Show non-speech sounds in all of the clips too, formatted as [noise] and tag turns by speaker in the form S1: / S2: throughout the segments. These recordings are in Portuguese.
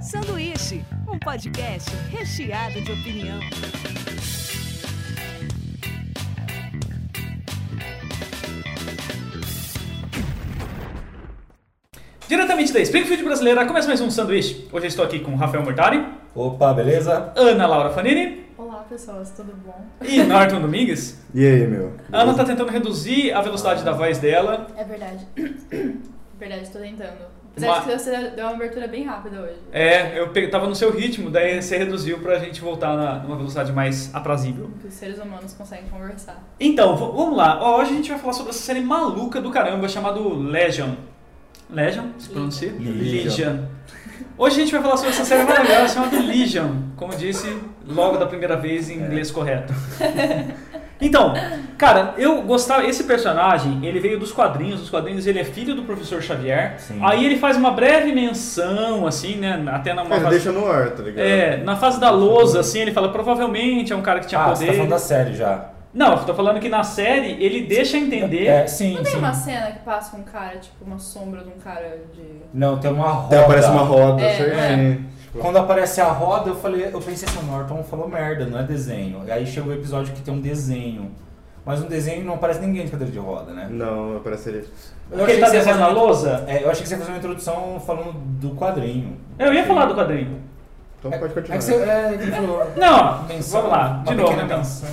S1: Sanduíche, um podcast recheado de opinião.
S2: Diretamente da Springfield Brasileira, começa mais um sanduíche. Hoje eu estou aqui com Rafael Mortari,
S3: Opa, beleza?
S2: Ana Laura Fanini
S4: Olá pessoas, tudo bom?
S2: e Norton Domingues.
S3: E aí, meu?
S2: A Ana está tentando reduzir a velocidade da voz dela.
S4: É verdade. [coughs] verdade, tô tentando.
S2: Uma-
S4: Apesar de que você deu uma abertura bem rápida hoje.
S2: É, eu pe- tava no seu ritmo, daí você reduziu pra gente voltar na, numa velocidade mais aprazível.
S4: Que os seres humanos conseguem conversar.
S2: Então, v- vamos lá. Ó, hoje a gente vai falar sobre essa série maluca do caramba chamada Legion. Legion? Se pronuncia?
S3: Legion.
S2: Hoje a gente vai falar sobre essa série maravilhosa chamada Legion, como disse logo da primeira vez
S3: É.
S2: em inglês correto. Então, cara, eu gostava. Esse personagem, ele veio dos quadrinhos. Os quadrinhos, ele é filho do professor Xavier.
S3: Sim.
S2: Aí ele faz uma breve menção, assim, né? Até numa
S5: Mas
S2: fase-
S5: deixa no ar, tá ligado?
S2: É, na fase da lousa, assim, ele fala, provavelmente é um cara que tinha
S3: Ah, você tá
S2: poder.
S3: falando da série já.
S2: Não, eu tô falando que na série ele deixa entender.
S3: É, sim,
S4: Não tem
S3: sim.
S4: uma cena que passa com um cara, tipo, uma sombra de um cara de.
S3: Não, tem uma roda.
S5: Até aparece uma roda,
S4: É,
S5: certinho. Tipo,
S3: Quando aparece a roda, eu falei, eu pensei assim, o Norton falou merda, não é desenho. E aí chega o episódio que tem um desenho. Mas um desenho não aparece ninguém de cadeira de roda, né?
S5: Não, apareceria.
S3: Eu
S2: Porque ele tá
S3: você ia
S2: desenhando a
S3: fazer-
S2: lousa?
S3: É, eu achei que você ia fazer uma introdução falando do quadrinho.
S2: Eu ia falar do quadrinho.
S5: Então pode
S3: É
S5: continuar.
S3: que você. É, que ele falou.
S2: Não,
S3: Menção,
S2: vamos lá,
S3: uma
S2: de novo
S3: pequena
S2: então.
S3: menção.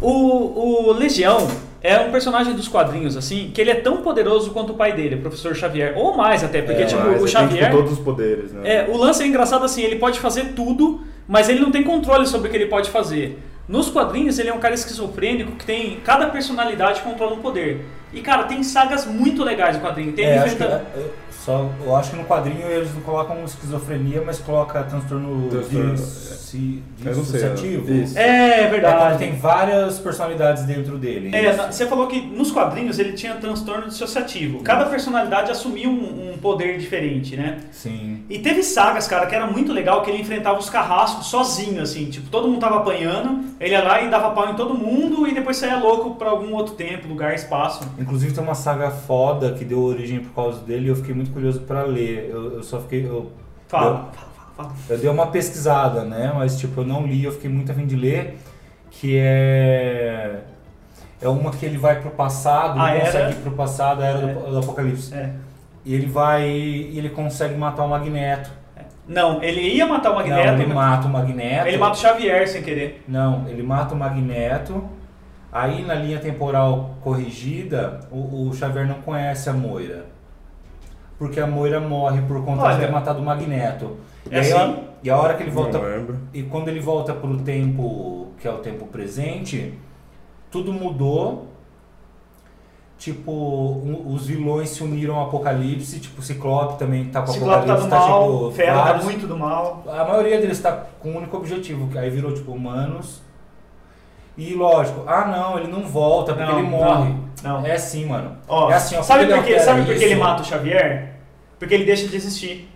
S2: O, o Legião é um personagem dos quadrinhos, assim, que ele é tão poderoso quanto o pai dele, o professor Xavier. Ou mais até, porque,
S3: É,
S2: tipo,
S5: Mas
S2: o
S5: ele tem,
S2: Xavier.
S5: tipo, todos os poderes, né?
S2: É, o lance é engraçado assim, ele pode fazer tudo, mas ele não tem controle sobre o que ele pode fazer. Nos quadrinhos, ele é um cara esquizofrênico que tem. Cada personalidade controla um poder. E, cara, tem sagas muito legais no quadrinho. Tem
S3: É,
S2: ele
S3: acho que,
S2: enfrentando.
S3: é, é, só, eu acho que no quadrinho eles não colocam esquizofrenia, mas coloca transtorno,
S5: Transtorno, é.
S3: dissi-
S5: Eu não sei,
S3: dissociativo.
S5: isso.
S2: É,
S3: É quando
S2: verdade.
S3: tem várias personalidades dentro dele. né?
S2: É,
S3: isso.
S2: na- você falou que nos quadrinhos ele tinha transtorno dissociativo. Cada personalidade assumia um, um poder diferente, né?
S3: Sim.
S2: E teve sagas, cara, que era muito legal que ele enfrentava os carrascos sozinho, assim. Tipo, todo mundo tava apanhando, ele ia lá e dava pau em todo mundo e depois saía louco pra algum outro tempo, lugar, espaço.
S3: Inclusive tem uma saga foda que deu origem por causa dele e eu fiquei muito curioso pra ler. Eu, eu só fiquei. Eu,
S2: Fala, fala, fala, fala.
S3: eu dei uma pesquisada, né? Mas tipo, eu não li, eu fiquei muito afim de ler. Que é. É uma que ele vai pro passado,
S2: A
S3: ele
S2: Ah, era-
S3: consegue ir pro passado, a era do, do apocalipse.
S2: É.
S3: E ele vai. E ele consegue matar o Magneto.
S2: Não, ele ia matar o Magneto.
S3: Não, ele
S2: mas-
S3: mata o Magneto.
S2: ele mata o Xavier sem querer.
S3: Não, ele mata o Magneto. Aí na linha temporal corrigida, o, o Xavier não conhece a Moira. Porque a Moira morre por conta
S2: Olha.
S3: de ter matado o Magneto. E,
S2: É
S3: aí,
S2: assim?
S3: a, e a hora que ele volta.
S5: Não lembro.
S3: E quando ele volta pro tempo, que é o tempo presente, tudo mudou. Tipo, um- os vilões se uniram ao Apocalipse, tipo, o Ciclope também tá com o
S2: Ciclope tá do
S3: Apocalipse,
S2: mal,
S3: tipo,
S2: Fera tá
S3: vários-
S2: muito do mal.
S3: a maioria deles tá com um único objetivo, que aí virou tipo humanos. E lógico, ah não, ele não volta É porque
S2: Não,
S3: ele morre.
S2: não, não.
S3: É assim, mano.
S2: Ó,
S3: é assim, ó.
S2: sabe
S3: quando
S2: por, quê?
S3: altera
S2: sabe por que ele
S3: isso-
S2: mata o Xavier? Porque ele deixa de existir.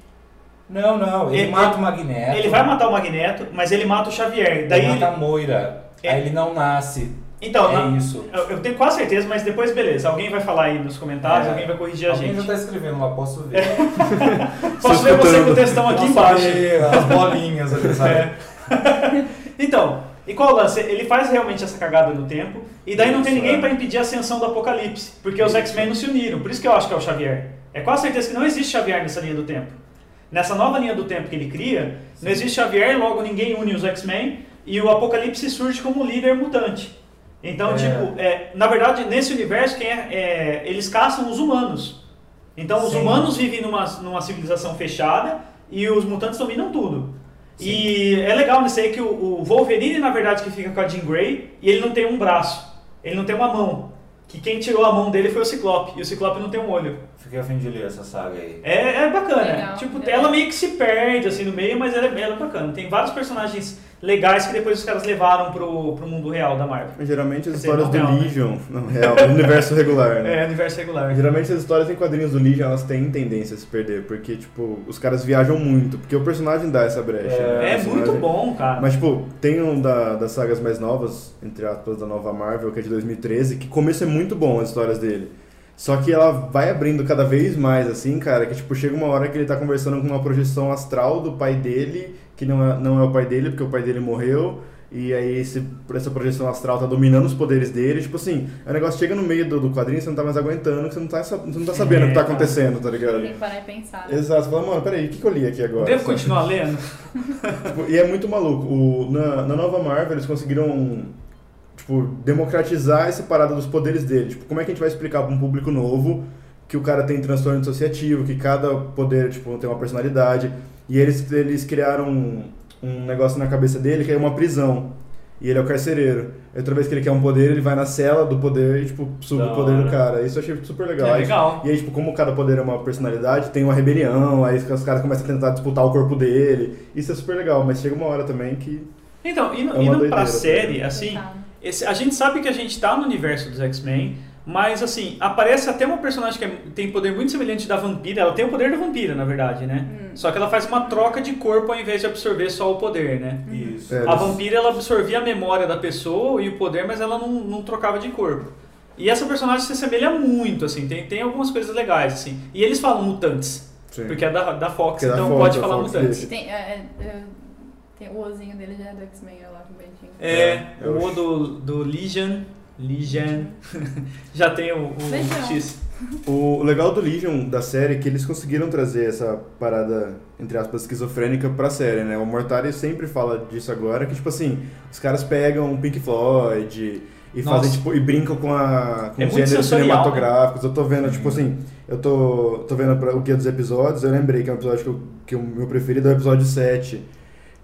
S3: Não, não, ele,
S2: Ele-
S3: mata o Magneto. né?
S2: Ele vai matar o Magneto, mas ele mata o Xavier. Daí
S3: ele
S2: ele...
S3: mata a Moira.
S2: É.
S3: Aí ele não nasce.
S2: Então,
S3: é
S2: na-
S3: isso.
S2: eu, eu tenho quase certeza, mas depois beleza. Alguém vai falar aí nos comentários,
S3: É.
S2: Tá, alguém vai corrigir a
S3: Alguém já
S2: gente.
S3: tá escrevendo lá, posso ver.
S2: Posso ver você com o
S5: escutando.
S2: textão aqui
S3: Posso
S2: embaixo.
S3: ver As bolinhas ali, sabe?
S2: É. então, e qual o lance? Ele faz realmente essa cagada no tempo, e daí não tem
S3: Isso,
S2: ninguém
S3: é.
S2: pra impedir a ascensão do Apocalipse, porque os
S3: Isso.
S2: X-Men não se uniram, por isso que eu acho que é o Xavier. É quase certeza que não existe Xavier nessa linha do tempo. Nessa nova linha do tempo que ele cria, não existe Xavier, logo ninguém une os X-Men, e o Apocalipse surge como um líder mutante. Então,
S3: É.
S2: tipo, é, na verdade, nesse universo, quem é- é, eles caçam os humanos. Então, os
S3: Sim.
S2: humanos vivem numa, numa civilização fechada e os mutantes dominam tudo. E é legal nisso aí que o, o Wolverine, na verdade, que fica com a Jean Grey, e ele não tem um braço, ele não tem uma mão. Que quem tirou a mão dele foi o Ciclope, e o Ciclope não tem um olho.
S3: Fiquei afim de ler essa saga aí.
S2: É, é bacana.
S4: Legal,
S2: tipo,
S4: legal.
S2: ela meio que se perde assim no meio, mas ela, é- ela é bacana. Tem vários personagens legais que depois os caras levaram pro, pro mundo real da Marvel.
S5: Geralmente as
S2: Quer dizer,
S5: histórias
S2: não
S5: do
S2: real, né?
S5: Legion. Não, real, do universo regular, né?
S2: É, universo regular.
S5: Geralmente as histórias em quadrinhos do Legion elas têm tendência a se perder, porque, tipo, os caras viajam muito, porque o personagem dá essa brecha. né? O
S2: É
S5: personagem-
S2: muito bom, cara.
S5: Mas, tipo, tem um da- das sagas mais novas, entre aspas, da nova Marvel, que é de 2013, que o começo é muito bom as histórias dele. Só que ela vai abrindo cada vez mais, assim, cara, que tipo, chega uma hora que ele tá conversando com uma projeção astral do pai dele, que não é, não é o pai dele, porque o pai dele morreu, e aí esse, essa projeção astral tá dominando os poderes dele, tipo assim, o negócio chega no meio do, do quadrinho, você não tá mais aguentando, que você não tá, sa- você não tá sabendo o que tá
S2: É, cara.
S5: acontecendo, tá ligado?
S4: Nem parar e pensar. né?
S5: Exato, você fala, mano, peraí, o que, que eu li aqui agora?
S2: Devo continuar lendo?
S5: Tipo, e é muito maluco. O- na, na nova Marvel, eles conseguiram tipo, democratizar essa parada dos poderes dele. Tipo, como é que a gente vai explicar para um público novo que o cara tem transtorno dissociativo, que cada poder tipo, tem uma personalidade. E eles, eles criaram um, um negócio na cabeça dele que é uma prisão. E ele é o carcereiro. E toda vez que ele quer um poder, ele vai na cela do poder e, tipo, suga
S3: Da
S5: o poder do
S3: hora.
S5: cara. Isso eu achei super legal.
S2: É
S5: Aí,
S2: legal.
S5: e aí, tipo, como cada poder é uma personalidade, tem uma rebelião, aí os caras começam a tentar disputar o corpo dele. Isso é super legal, mas chega uma hora também que.
S2: Então, indo,
S5: É uma
S2: indo pra
S5: doideira,
S2: série,
S5: né?
S2: assim,
S4: Pensar, né?
S2: esse- a gente sabe que a gente tá no universo dos X-Men, mas assim, aparece até uma personagem que é- tem poder muito semelhante da vampira, ela tem o poder da vampira, na verdade, né?
S4: Hum. Uhum.
S2: Só que ela faz uma troca de corpo ao invés de absorver só o poder, né?
S3: Isso.
S5: É,
S2: A
S5: eles-
S2: vampira ela absorvia a memória da pessoa e o poder, mas ela não, não trocava de corpo. E essa personagem se assemelha muito, assim, tem, tem algumas coisas legais, assim. E eles falam mutantes,
S5: Sim.
S2: porque é da, da Fox,
S5: Que é da
S2: então
S5: Fox,
S2: pode
S5: da
S2: falar
S5: Fox,
S2: mutantes.
S5: isso.
S4: Tem, é, é, é, tem o ozinho dele já é do X-Men, olha lá, bonitinho.
S2: É,
S5: É,
S2: o
S5: eu-
S2: O do, do Legion. Legion. [laughs] Já tem o, o
S4: Legião.
S2: X.
S5: O legal do Legion da série é que eles conseguiram trazer essa parada, entre aspas, esquizofrênica pra série, né? O Mortari sempre fala disso agora, que tipo assim, os caras pegam o Pink Floyd e
S2: Nossa.
S5: fazem, tipo, e brincam com a com
S2: É muito
S5: gêneros
S2: sensorial, Uhum.
S5: cinematográficos. Eu tô vendo, tipo assim, eu tô, tô vendo pra- o guia dos episódios, eu lembrei que é um episódio que, eu- que o meu preferido é o episódio 7.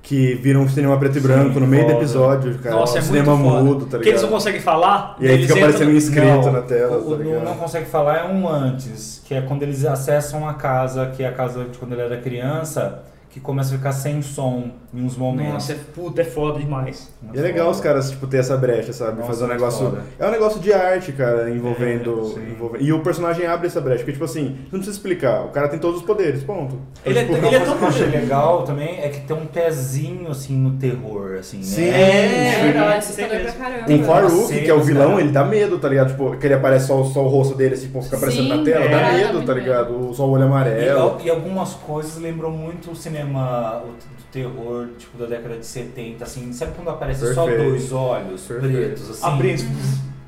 S5: Que viram um cinema preto e
S3: Sim,
S5: branco no meio do
S3: foda.
S5: episódio, cara.
S2: Nossa,
S5: um
S2: é
S5: cinema
S2: muito foda.
S5: mudo, tá ligado?
S2: Porque eles não conseguem falar,
S5: E aí
S2: eles
S5: fica aparecendo um
S2: entram-
S5: inscrito
S3: Não,
S5: na tela,
S3: o,
S5: tá
S3: o
S5: ligado?
S3: não consegue falar é um antes, que é quando eles acessam a casa, que é a casa de quando ele era criança, que começa a ficar sem som em uns
S5: né?
S3: momentos.
S2: Nossa, é, puta, é foda demais.
S5: E é legal os caras, tipo, ter essa brecha, sabe?
S3: Nossa,
S5: Fazer um
S3: que
S5: negócio.
S3: foda.
S5: É um negócio de arte, cara, envolvendo,
S3: É, sim.
S5: envolvendo- E o personagem abre essa brecha, porque, tipo assim, não precisa explicar. O cara tem todos os poderes, ponto.
S2: Ele é-
S5: tipo,
S2: ele é tão
S3: O que eu achei
S2: poderoso.
S3: legal também é que tem um pezinho assim no terror, assim,
S5: Sim.
S2: É,
S3: né?
S4: É,
S2: verdade,
S4: é
S2: tem
S4: assustador pra
S2: mesmo.
S4: caramba.
S5: O Faruk,
S3: Cenas,
S5: que é o vilão,
S3: cara.
S5: ele dá medo, tá ligado? Tipo, que ele aparece só, só o rosto dele, assim, pô, fica aparecendo
S4: Sim,
S5: na tela,
S2: é.
S5: dá
S2: Dá
S5: medo,
S4: muito
S5: tá
S4: medo.
S5: ligado? O, só É, o olho
S3: E,
S5: amarelo.
S3: al- e algumas coisas lembram muito o cinema o t- do terror, tipo, da década de 70, assim, sabe quando aparece só
S5: Perfeito.
S3: dois olhos
S5: Perfeito.
S3: pretos, assim?
S2: Abrindo.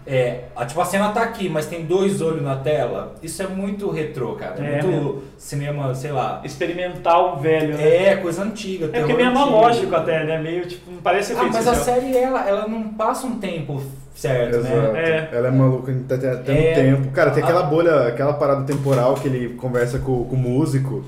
S3: É, a, tipo, a cena tá aqui, mas tem dois olhos na tela. Isso é muito retrô, cara. É,
S2: É,
S3: muito
S2: mesmo.
S3: cinema, sei lá.
S2: Experimental velho, né?
S3: É, coisa antiga.
S2: É porque é
S3: terror
S2: meio
S3: antigo.
S2: analógico até, né? Meio tipo, não parece
S3: Ah,
S2: efeito
S3: mas a
S2: especial.
S3: série, ela, ela não passa um tempo certo,
S5: Exato.
S3: né?
S2: É.
S5: Ela é maluca, tá até até
S3: É.
S5: um tempo. Cara, tem aquela
S3: Ah.
S5: bolha, aquela parada temporal que ele conversa com, com o músico,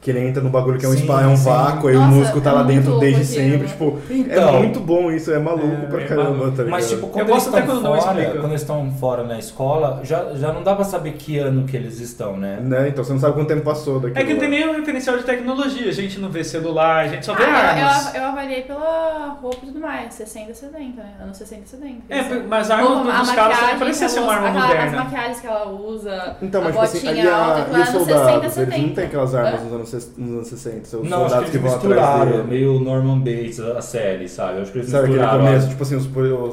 S5: que ele entra no bagulho que é um
S3: Sim,
S5: spa, é um
S3: sim.
S5: vácuo, aí o
S4: Nossa,
S5: músico tá
S4: é
S5: lá
S4: muito
S5: dentro
S4: louco
S5: desde
S4: aquilo. né?
S5: sempre. Tipo,
S3: Então.
S5: é muito bom isso, é maluco
S2: É,
S5: pra
S2: é
S5: caramba, tá ligado?
S3: Mas, tipo, quando
S2: gosto
S3: eles
S2: até
S3: estão
S2: quando não
S3: fora,
S2: explica.
S3: quando eles estão fora na escola, já, já não dá pra saber que ano que eles estão, né?
S5: Né? Então você não sabe quanto tempo passou daqui.
S2: É que não tem nem um referencial de tecnologia. A gente não vê celular, a gente só vê
S4: Ah, eu-
S2: armas.
S4: eu, eu avaliei pela roupa e tudo mais, 60, 70, né? Anos 60, 70.
S2: É,
S4: assim.
S2: mas a arma
S4: Roupa,
S2: dos caras só não
S4: maquiagem
S2: parecia
S4: que
S2: ser
S4: ela
S2: uma
S4: usa,
S2: arma
S4: aquela- As
S2: moderna.
S4: maquiagens que ela usa,
S5: Então,
S4: a
S5: mas tipo assim,
S4: botinha
S5: ali a,
S4: alta,
S5: e os
S4: aquilo lá
S5: soldados,
S4: anos 60, 70.
S5: eles não né, têm aquelas armas
S4: Hã?
S5: dos anos, ses- nos anos 60, são os
S3: Não, acho
S5: soldados
S3: que
S5: que,
S3: eles
S5: vão atrás
S3: misturaram, né?
S5: dele.
S3: meio Norman Bates a a série, sabe? Eu acho que eles
S5: Sabe aquele
S3: misturaram.
S5: começo, tipo assim, os-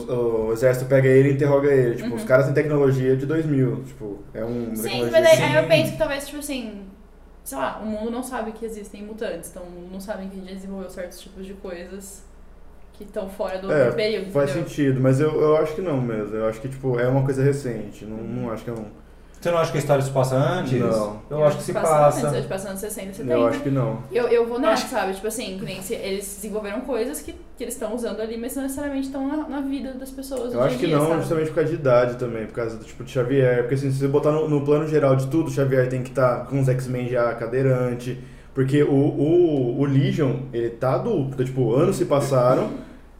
S5: o, o exército pega ele e interroga ele. Tipo, os caras têm tecnologia de 2000, tipo, é um...
S4: Uhum. Sim,
S5: tecnologia
S4: mas aí,
S5: assim.
S4: aí eu penso que talvez, tipo assim, sei lá, o mundo não sabe que existem mutantes, então o mundo não sabe que já desenvolveu certos tipos de coisas que estão fora do
S5: É,
S4: período,
S5: Faz
S4: entendeu?
S5: sentido, mas eu, eu acho que não mesmo. Eu acho que, tipo, é uma coisa recente. Não, não acho que é um...
S3: Você não acha que a história se passa antes?
S5: Não.
S3: Eu acho que se
S4: Antes, eu acho
S3: passa.
S4: que Tipo, passa anos 60, 70.
S5: Eu acho que não.
S4: Eu, eu vou nessa,
S2: Acho
S4: sabe? Tipo assim, que nem se eles desenvolveram coisas que, que eles estão usando ali, mas não necessariamente estão na, na vida das pessoas.
S5: Eu
S4: hoje
S5: acho
S4: em
S5: que
S4: dia,
S5: não,
S4: sabe?
S5: justamente por causa de idade também, por causa do tipo de Xavier. Porque assim, se você botar no, no plano geral de tudo, o Xavier tem que estar com os X-Men já cadeirante. Porque o, o, o Legion, ele tá adulto. Então, tipo, anos se passaram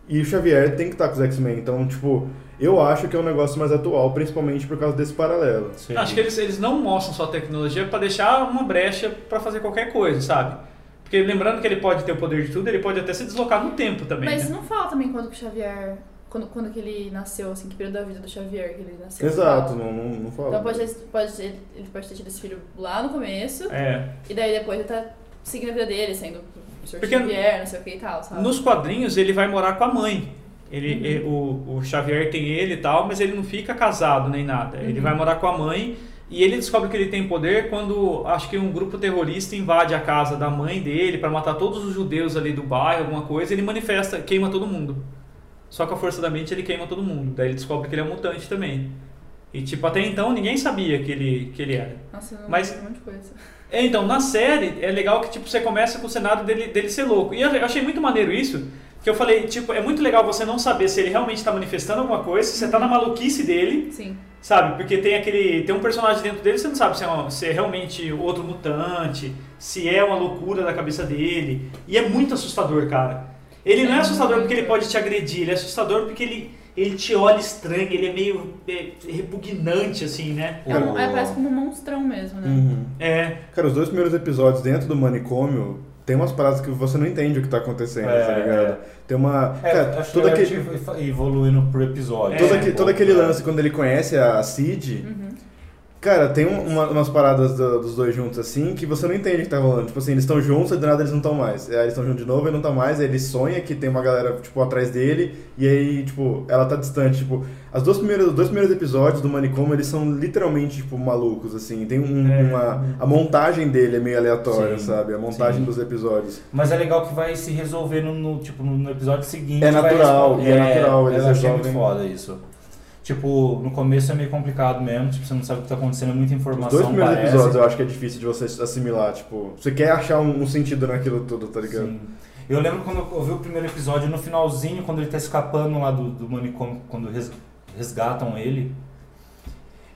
S5: e o Xavier tem que estar com os X-Men. Então, tipo, eu acho que é um negócio mais atual, principalmente por causa desse paralelo.
S3: Sim.
S2: Acho que eles, eles não mostram só a tecnologia pra deixar uma brecha pra fazer qualquer coisa, sabe? Porque lembrando que ele pode ter o poder de tudo, ele pode até se deslocar no tempo também.
S4: Mas
S2: né?
S4: não fala também quando que o Xavier. Quando, quando que ele nasceu, assim, que período da vida do Xavier que ele nasceu. não
S5: Exato,
S4: fala.
S5: não, não, não fala.
S4: Então pode, ter- pode, ter- ele pode ter tido esse filho lá no começo,
S2: É.
S4: e daí depois ele tá seguindo a vida dele, sendo o Sr.
S2: Porque-
S4: Xavier, não sei o que e tal, sabe? Uhum.
S2: Nos quadrinhos ele vai morar com a mãe. Ele,
S4: Uhum.
S2: e- o, o Xavier tem ele e tal, mas ele não fica casado nem nada. Ele vai morar com a mãe E ele descobre que ele tem poder quando acho que um grupo terrorista invade a casa da mãe dele pra matar todos os judeus ali do bairro, alguma coisa. Ele manifesta, queima todo mundo. Só que a força da mente ele queima todo mundo. Daí ele descobre que ele é um mutante também. E tipo, até então ninguém sabia que ele, que ele era.
S4: Nossa, eu não
S2: Mas-
S4: Mas... um monte de coisa.
S2: É, então, na série, é legal que, tipo, você começa com o cenário dele, dele ser louco. E eu eu achei muito maneiro isso, que eu falei, tipo, é muito legal você não saber se ele realmente tá manifestando alguma coisa, se você tá na maluquice dele,
S4: Sim.
S2: sabe? Porque tem aquele, tem um personagem dentro dele, você não sabe se é, uma- se é realmente outro mutante, se é uma loucura da cabeça dele. E é muito assustador, cara. Ele não é
S4: É
S2: assustador
S4: muito.
S2: porque ele pode te agredir, ele é assustador porque ele, ele te olha estranho, ele é meio é, repugnante, assim, né?
S4: É, um- é, parece como um monstrão mesmo, né?
S5: Uhum.
S2: É,
S5: Cara, os dois primeiros episódios dentro do manicômio tem umas paradas que você não entende o que tá acontecendo,
S3: É,
S5: tá ligado? Tem uma.
S3: É,
S5: cara,
S3: acho
S5: todo
S3: que
S5: aquele,
S3: vai evoluindo por episódio.
S5: todo,
S2: É,
S5: aque- todo aquele lance quando ele conhece a Cid. Cara, tem um- uma- umas paradas do- dos dois juntos assim que você não entende o que tá rolando. Tipo assim, eles estão juntos e do nada eles não estão mais. Aí eles estão juntos de novo e não tá mais. Aí ele sonha que tem uma galera, tipo, atrás dele. E aí, tipo, ela tá distante. Tipo, as duas primeiras, os dois primeiros episódios do Manicômio eles são literalmente, tipo, malucos, assim. Tem um-
S2: É.
S5: uma. A montagem dele é meio aleatória,
S3: Sim,
S5: sabe? A montagem
S3: sim.
S5: dos episódios.
S3: Mas é legal que vai se resolvendo no, tipo, no no episódio seguinte.
S5: É
S3: vai
S5: natural,
S3: responder.
S5: e é natural, eles
S3: eu achei muito
S5: resolvem.
S3: foda isso. Tipo, no começo é meio complicado mesmo, tipo, você não sabe o que tá acontecendo, é muita
S5: Os
S3: informação,
S5: dois primeiros
S3: parece.
S5: episódios eu acho que é difícil de você assimilar, tipo. Você quer achar um, um sentido naquilo tudo, tá ligado?
S3: Sim. Eu lembro quando eu vi o primeiro episódio, no finalzinho, quando ele tá escapando lá do, do manicômio, quando res- resgatam ele,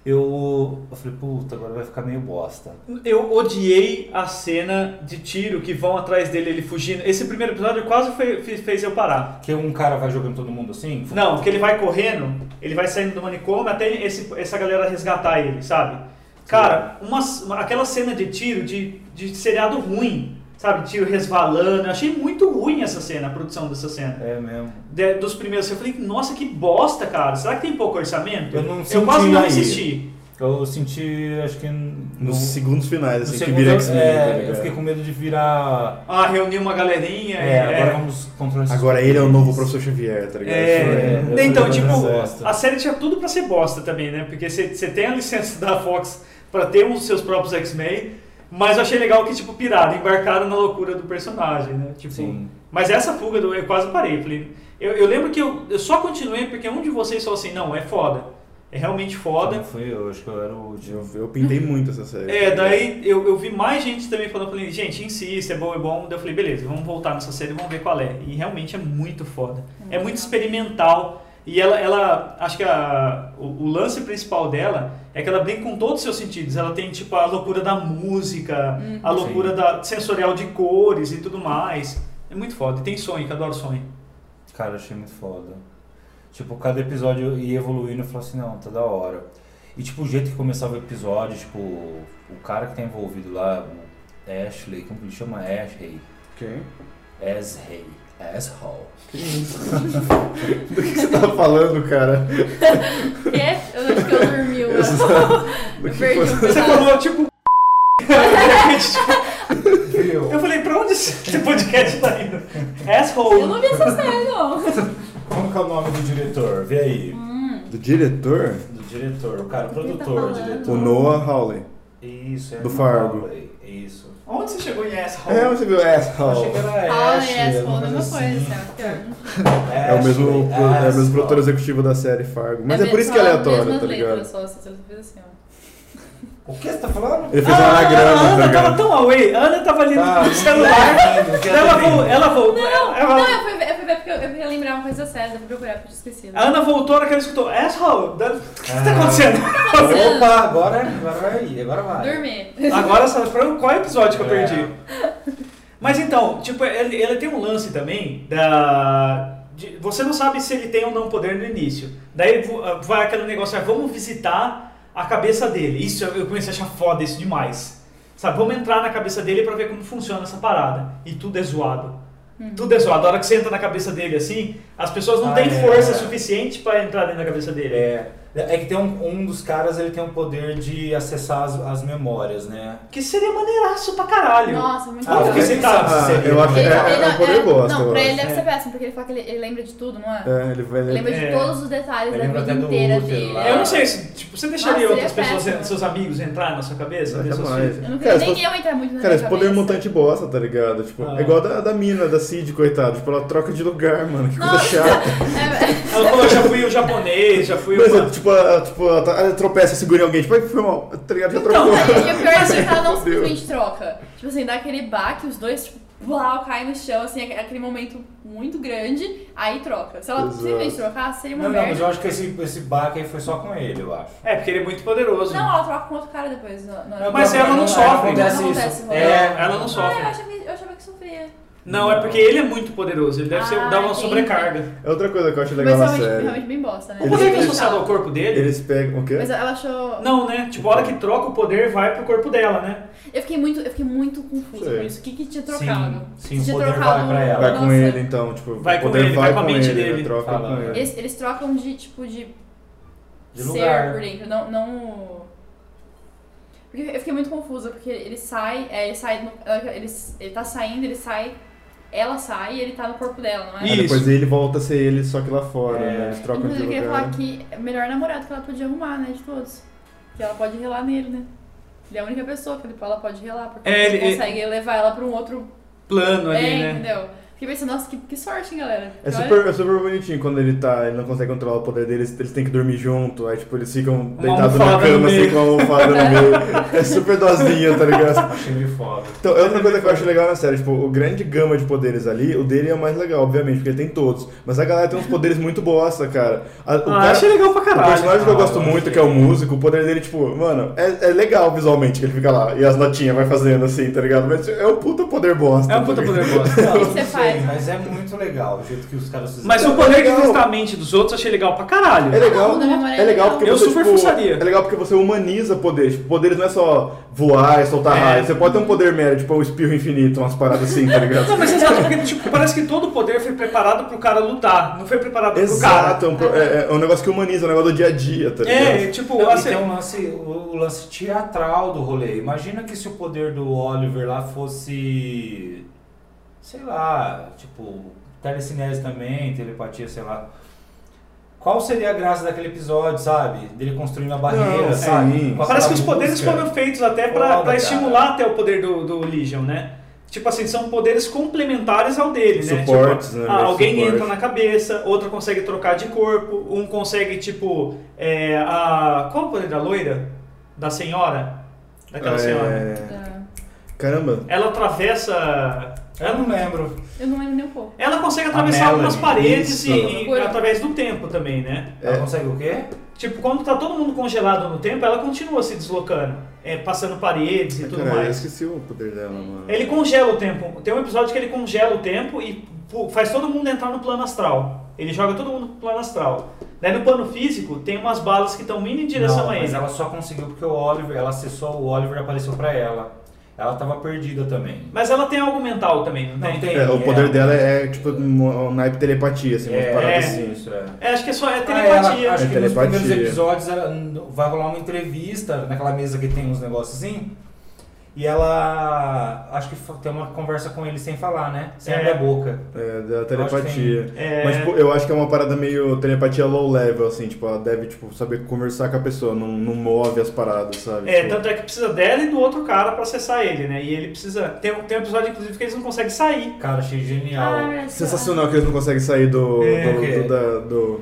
S3: eu, eu falei, puta, agora vai ficar meio bosta.
S2: Eu odiei a cena de tiro que vão atrás dele, ele fugindo. Esse primeiro episódio quase foi- fe- fez eu parar.
S3: Que um cara vai jogando todo mundo assim?
S2: Não, porque ele vai correndo, ele vai saindo do manicômio até esse- essa galera resgatar ele, sabe? Cara, uma, uma- aquela cena de tiro de, de seriado ruim, sabe? Tiro resvalando. Eu achei muito ruim essa cena, a produção dessa cena.
S3: É mesmo.
S2: De- dos primeiros, eu falei, nossa, que bosta, cara. Será que tem pouco orçamento?
S3: Eu não
S2: eu quase
S3: senti
S2: não
S3: aí.
S2: assisti.
S3: Eu senti, acho que... no-
S5: Nos segundos finais,
S3: no
S5: assim,
S3: segundo,
S5: que vira
S3: eu-
S5: X-Men,
S3: é,
S5: tá ligado?
S3: eu fiquei com medo de virar...
S2: Ah, reunir uma galerinha.
S3: É,
S2: é.
S3: agora vamos controlar esses
S5: Agora ele é o novo
S3: poderes.
S5: professor Xavier, tá ligado?
S2: É,
S3: É, é,
S2: então,
S3: é,
S2: tipo,
S3: é, bosta.
S2: a série tinha tudo pra ser bosta também, né? Porque você tem a licença [laughs] da Fox pra ter os seus próprios X-Men, mas eu achei legal que, tipo, piraram, embarcaram na loucura do personagem, né? Tipo,
S3: Sim.
S2: Mas essa fuga, do, eu quase parei. Falei, eu, eu lembro que eu, eu só continuei porque um de vocês falou assim, não, é foda. É realmente foda.
S3: Não Fui eu, acho que eu era o último.
S5: Eu, eu pintei muito essa série.
S2: É, daí eu, eu vi mais gente também falando, falei, gente, insista, é bom, é bom. Daí eu falei, beleza, vamos voltar nessa série e vamos ver qual é. E realmente é muito foda. É muito experimental. E ela, ela acho que a, o, o lance principal dela é que ela brinca com todos os seus sentidos. Ela tem, tipo, a loucura da música, a loucura
S3: Sim.
S2: da sensorial de cores e tudo mais. É muito foda. E tem sonho, que eu adoro sonho.
S3: Cara, eu achei muito foda. Tipo, cada episódio eu ia evoluindo e falava assim, não, tá da hora. E tipo, o jeito que começava o episódio, tipo, o cara que tá envolvido lá, o Ashley, como que ele chama? Ashley.
S5: Quem?
S3: Ashley. Asshole.
S5: Do que você tá falando, cara?
S3: [laughs]
S4: Quê? é, Eu acho que eu
S5: [laughs]
S4: dormi. Eu,
S5: Do que
S4: perdi
S5: você-
S4: um
S2: Você
S4: pedaço.
S2: falou, tipo... [laughs] eu falei, pra onde esse podcast tá indo? Asshole.
S4: Eu não vi essa série,
S5: [laughs]
S4: não.
S3: Como que é o nome do diretor? Vê aí.
S5: Do diretor?
S3: Do diretor, o cara, o
S4: que ele tá
S3: produtor, o
S4: falando?
S5: Hum. O
S3: diretor.
S5: Noah Hawley.
S3: Isso, é
S5: Do
S3: uma
S5: Fargo.
S3: aula, é Isso.
S2: Onde você chegou em asshole?
S5: É, você viu
S3: Eu achei que
S5: Asshole.
S3: era
S4: Ah,
S3: Ashley.
S4: é,
S3: alguma
S4: a mesma
S3: coisa assim.
S4: coisa. né? cara.
S5: É o mesmo,
S3: Ashley,
S5: pro- é o mesmo
S3: Asshole.
S5: produtor executivo da série Fargo. Mas é, por isso que é
S4: só
S5: aleatório,
S4: mesmas
S5: tá
S4: letras
S5: ligado?
S4: Só, se você fez assim, ó.
S3: O que você tá falando?
S5: Ele fez um
S2: a
S5: anagrama, tá
S2: Ah, Ana tava
S5: ligado?
S2: tão away. A Ana tava ali
S3: Tá,
S2: no celular.
S3: não quero
S2: Ela
S3: também.
S2: voltou. Ela voltou.
S4: Não,
S2: ela-
S4: não, eu fui ver, eu fui ver porque eu, eu ia lembrar uma coisa séria, eu fui procurar porque eu né? tinha esquecido.
S2: A Ana voltou na hora que ela escutou. Asshole. Da- O que que tá
S3: Ah.
S2: acontecendo?
S3: Opa, agora, agora vai, agora vai.
S4: Dormir.
S2: Agora sabe pra- qual episódio que eu
S3: É.
S2: perdi. Mas então, tipo, ele, ele tem um lance também da. de- você não sabe se ele tem ou não poder no início. Daí vo- vai aquele negócio, ah, vamos visitar a cabeça dele. Isso eu eu comecei a achar foda isso demais. Sabe, vamos entrar na cabeça dele pra ver como funciona essa parada. E tudo é zoado. Tudo é zoado. A hora que você entra na cabeça dele assim, as pessoas não
S3: Ah,
S2: têm
S3: é.
S2: força suficiente pra entrar dentro da cabeça dele.
S3: É, É que tem um, um dos caras, ele tem o poder de acessar as, as memórias, né?
S2: Que seria maneiraço pra caralho.
S4: Nossa, muito
S3: Ah,
S4: legal.
S2: eu fiquei sentado.
S5: Ah,
S2: seria.
S5: eu acho que é, é um poder bosta,
S4: Não,
S5: eu
S4: pra
S5: acho.
S4: ele deve
S2: é.
S4: ser péssimo, porque ele fala que ele, ele lembra de tudo, não é?
S5: É, ele vai...
S4: Ele lembra
S2: É.
S4: de todos os detalhes
S3: Ele
S4: da
S3: lembra
S4: vida
S3: até do
S4: inteira
S3: útero
S4: dele.
S3: lá.
S2: Eu não sei, se, tipo, você deixaria
S4: Nossa,
S2: outras
S4: seria
S2: pessoas,
S4: péssimo.
S2: seus amigos entrarem na sua cabeça?
S5: Ah,
S2: Ver seus
S5: jamais.
S2: filhos?
S4: Eu não
S5: Cara,
S4: queria
S5: se
S4: nem
S5: fosse-
S4: eu entrar muito na
S5: Cara, esse
S4: minha
S5: poder
S4: cabeça.
S5: mutante bosta, tá ligado? Tipo,
S3: Ah.
S5: é igual da, da mina, da Cid, coitado. Tipo, ela troca de lugar, mano. Que coisa
S4: Nossa.
S5: chata. [laughs]
S4: É,
S2: Ela falou, eu já fui o japonês, já fui o...
S5: Mas, é, tipo, ela, tipo, ela, tá- ela tropeça, segura em alguém. Tipo, ai, foi mal. Tá ligado? Já
S2: Então,
S5: trocou.
S4: é, e o pior é que ela não
S5: Meu Deus.
S4: simplesmente troca. Tipo assim, dá aquele baque, os dois, tipo, uau, caem no chão, assim, é aquele momento muito grande, aí troca. Se ela
S5: Exato.
S4: simplesmente trocar, seria uma
S3: Não, não,
S4: merda.
S3: mas eu acho que esse, esse baque aí foi só com ele, eu acho.
S2: É, porque ele é muito poderoso.
S4: Não, ela troca com outro cara depois. na- na-
S2: Mas
S4: na-
S2: ela não sofre.
S3: Acontece
S4: Não
S3: isso.
S4: acontece, não.
S3: né? é,
S2: Ela não
S4: Ah,
S2: sofre.
S4: eu achava, eu achava que sofria.
S2: Não, é porque ele é muito poderoso, ele deve ser,
S4: Ah,
S2: dar uma
S4: entendi.
S2: sobrecarga.
S5: É outra coisa que eu acho
S4: Mas
S5: legal na
S4: realmente,
S5: série.
S4: realmente bem bosta, né?
S2: O poder
S5: Ele-
S2: que é
S5: ele-
S2: associado ao corpo dele...
S5: Eles pegam. O quê?
S4: Mas ela achou.
S2: Não, né? Tipo, a hora que troca o poder, vai pro corpo dela, né?
S4: Eu fiquei muito, eu fiquei muito confusa
S5: Sei.
S4: com isso. O que, que tinha
S3: Sim,
S4: trocado?
S3: sim, o
S4: tinha
S3: poder vai pra ela.
S5: Vai com
S4: Nossa.
S5: ele, então. Tipo,
S2: Vai
S5: o
S2: com
S5: poder
S2: ele, vai
S5: vai
S2: com a
S5: com
S2: mente
S5: ele.
S2: dele.
S5: Ele troca
S3: Fala.
S5: com ele.
S4: Eles, eles trocam de tipo de,
S3: De
S4: ser
S3: lugar. né?
S4: por dentro, não, não. Porque eu fiquei muito confusa, porque ele sai, é, ele sai, no, ela- ele, ele tá saindo, ele sai, ela sai e ele tá no corpo dela, não é?
S5: Aí
S2: Isso.
S5: depois ele volta a ser ele, só que lá fora,
S3: É.
S5: né? Eles trocam de
S4: Inclusive eu queria
S5: lugar.
S4: falar que é o melhor namorado que ela podia arrumar, né, de todos. Que ela pode relar nele, né? Ele é a única pessoa que ele- ela pode relar, porque
S2: É,
S4: ele
S2: ele-
S4: consegue levar ela pra um outro
S2: Plano ali,
S4: bem,
S2: né?
S4: entendeu? Fiquei pensando, nossa, que, que sorte, hein, galera.
S5: É
S4: Olha-
S5: super, é super bonitinho quando ele tá, ele não consegue controlar o poder deles, eles têm que dormir junto, aí tipo, eles ficam deitados na
S2: almofada no
S5: cama, assim,
S2: meio.
S5: com a almofada no
S2: [laughs]
S5: meio. É super dosinha, tá ligado?
S3: Achei ele
S4: [laughs]
S3: foda.
S5: Então, é outra coisa que eu acho legal na série, tipo, o grande gama de poderes ali, o dele é o mais legal, obviamente, porque ele tem todos. Mas a galera tem uns poderes muito bosta, cara. A- o
S2: Ah,
S5: cara-
S2: achei legal pra
S5: o
S2: caralho.
S5: personagem que eu
S3: Ah,
S5: gosto
S3: eu
S5: muito,
S3: achei.
S5: que é o músico, o poder dele, tipo, mano, é, é legal visualmente que ele fica lá e as notinhas vai fazendo assim, tá ligado? Mas é um puta poder bosta.
S2: É um puta
S5: tá ligado?
S2: poder bosta.
S3: Não,
S4: que você
S3: não
S4: faz,
S3: sei,
S4: né?
S3: mas é muito legal o jeito que os caras fizeram.
S2: Mas o poder de testar a mente dos outros, eu achei legal pra caralho.
S5: É legal,
S4: Não, não, não, é
S5: é legal
S4: legal.
S5: porque
S2: Eu
S5: você,
S2: super
S5: tipo,
S2: forçaria.
S5: É legal porque você humaniza poderes. Tipo, poderes não é só voar e soltar
S2: É.
S5: raio. Você pode ter um poder médio, tipo, o espirro infinito, umas paradas assim, tá
S2: [laughs]
S5: ligado?
S2: Não, mas exato, porque tipo, parece que todo o poder foi preparado pro cara lutar, não foi preparado pro cara.
S5: Exato, é um, pro- é, é um negócio que humaniza, é um negócio do dia a dia, tá ligado?
S2: É, tipo,
S3: Não,
S2: assim,
S3: e tem um lance, o, o lance teatral do rolê. Imagina que se o poder do Oliver lá fosse. Sei lá, tipo, telecinese também, telepatia, sei lá. Qual seria a graça daquele episódio, sabe? Dele construindo a barreira,
S5: Não,
S3: sabe?
S5: sim.
S3: Com aquela
S2: Parece que os poderes
S3: música.
S2: foram feitos até
S3: Foda,
S2: pra, pra
S3: cara.
S2: estimular até o poder do, do Legion, né? Tipo assim, são poderes complementares ao dele, né?
S5: Suportes,
S2: tipo,
S5: né?
S2: ah, alguém
S5: Suporte.
S2: entra na cabeça, outro consegue trocar de corpo, um consegue, tipo, é, a... Qual é o poder da loira? Da senhora? Daquela
S5: É,
S2: senhora.
S4: Tá.
S5: Caramba.
S2: Ela atravessa...
S3: Eu não lembro.
S4: Eu não lembro nem um pouco.
S2: Ela consegue
S3: A
S2: atravessar
S3: Melanie,
S2: algumas paredes
S3: isso.
S2: e, e
S4: Loucura.
S2: através do tempo também, né?
S5: É.
S3: Ela consegue o quê?
S2: Tipo, quando tá todo mundo congelado no tempo, ela continua se deslocando, é, passando paredes
S3: Ah,
S2: e tudo
S5: Cara, eu
S2: mais.
S5: esqueci o poder dela, mano.
S2: Ele congela o tempo. Tem um episódio que ele congela o tempo e pu- faz todo mundo entrar no plano astral. Ele joga todo mundo pro plano astral. Daí no plano físico tem umas balas que estão indo em direção
S3: não,
S2: a
S3: mas
S2: ele.
S3: ela só conseguiu porque o Oliver, ela acessou o Oliver e apareceu pra ela. Ela tava perdida também.
S2: Mas ela tem algo mental também, não, tem?
S3: Não tem.
S5: É, o poder
S3: é.
S5: dela é, tipo, um, um naipe telepatia, assim, umas
S2: é.
S5: paradas assim.
S3: isso, é.
S2: É, acho que é só é
S3: Ah, ela-
S2: telepatia.
S3: acho
S5: É
S3: que
S5: telepatia.
S3: nos primeiros episódios ela- n- vai rolar uma entrevista naquela mesa que tem uns negócios assim. E ela. Acho que fa- tem uma conversa com ele sem falar, né? Sem
S2: É.
S3: abrir a boca.
S5: É, da
S3: que
S5: telepatia.
S2: É.
S5: Mas, tipo, eu acho que é uma parada meio telepatia low level, assim, tipo, ela deve, tipo, saber conversar com a pessoa, não, não move as paradas, sabe?
S2: É,
S5: Tipo,
S2: tanto é que precisa dela e do outro cara pra acessar ele, né? E ele precisa. Tem, tem um episódio, inclusive, que eles não conseguem sair.
S3: Cara, achei genial.
S2: Ah,
S4: é
S5: Sensacional que eles não conseguem sair do.
S2: É,
S5: do-
S3: ok.
S5: do- da- do-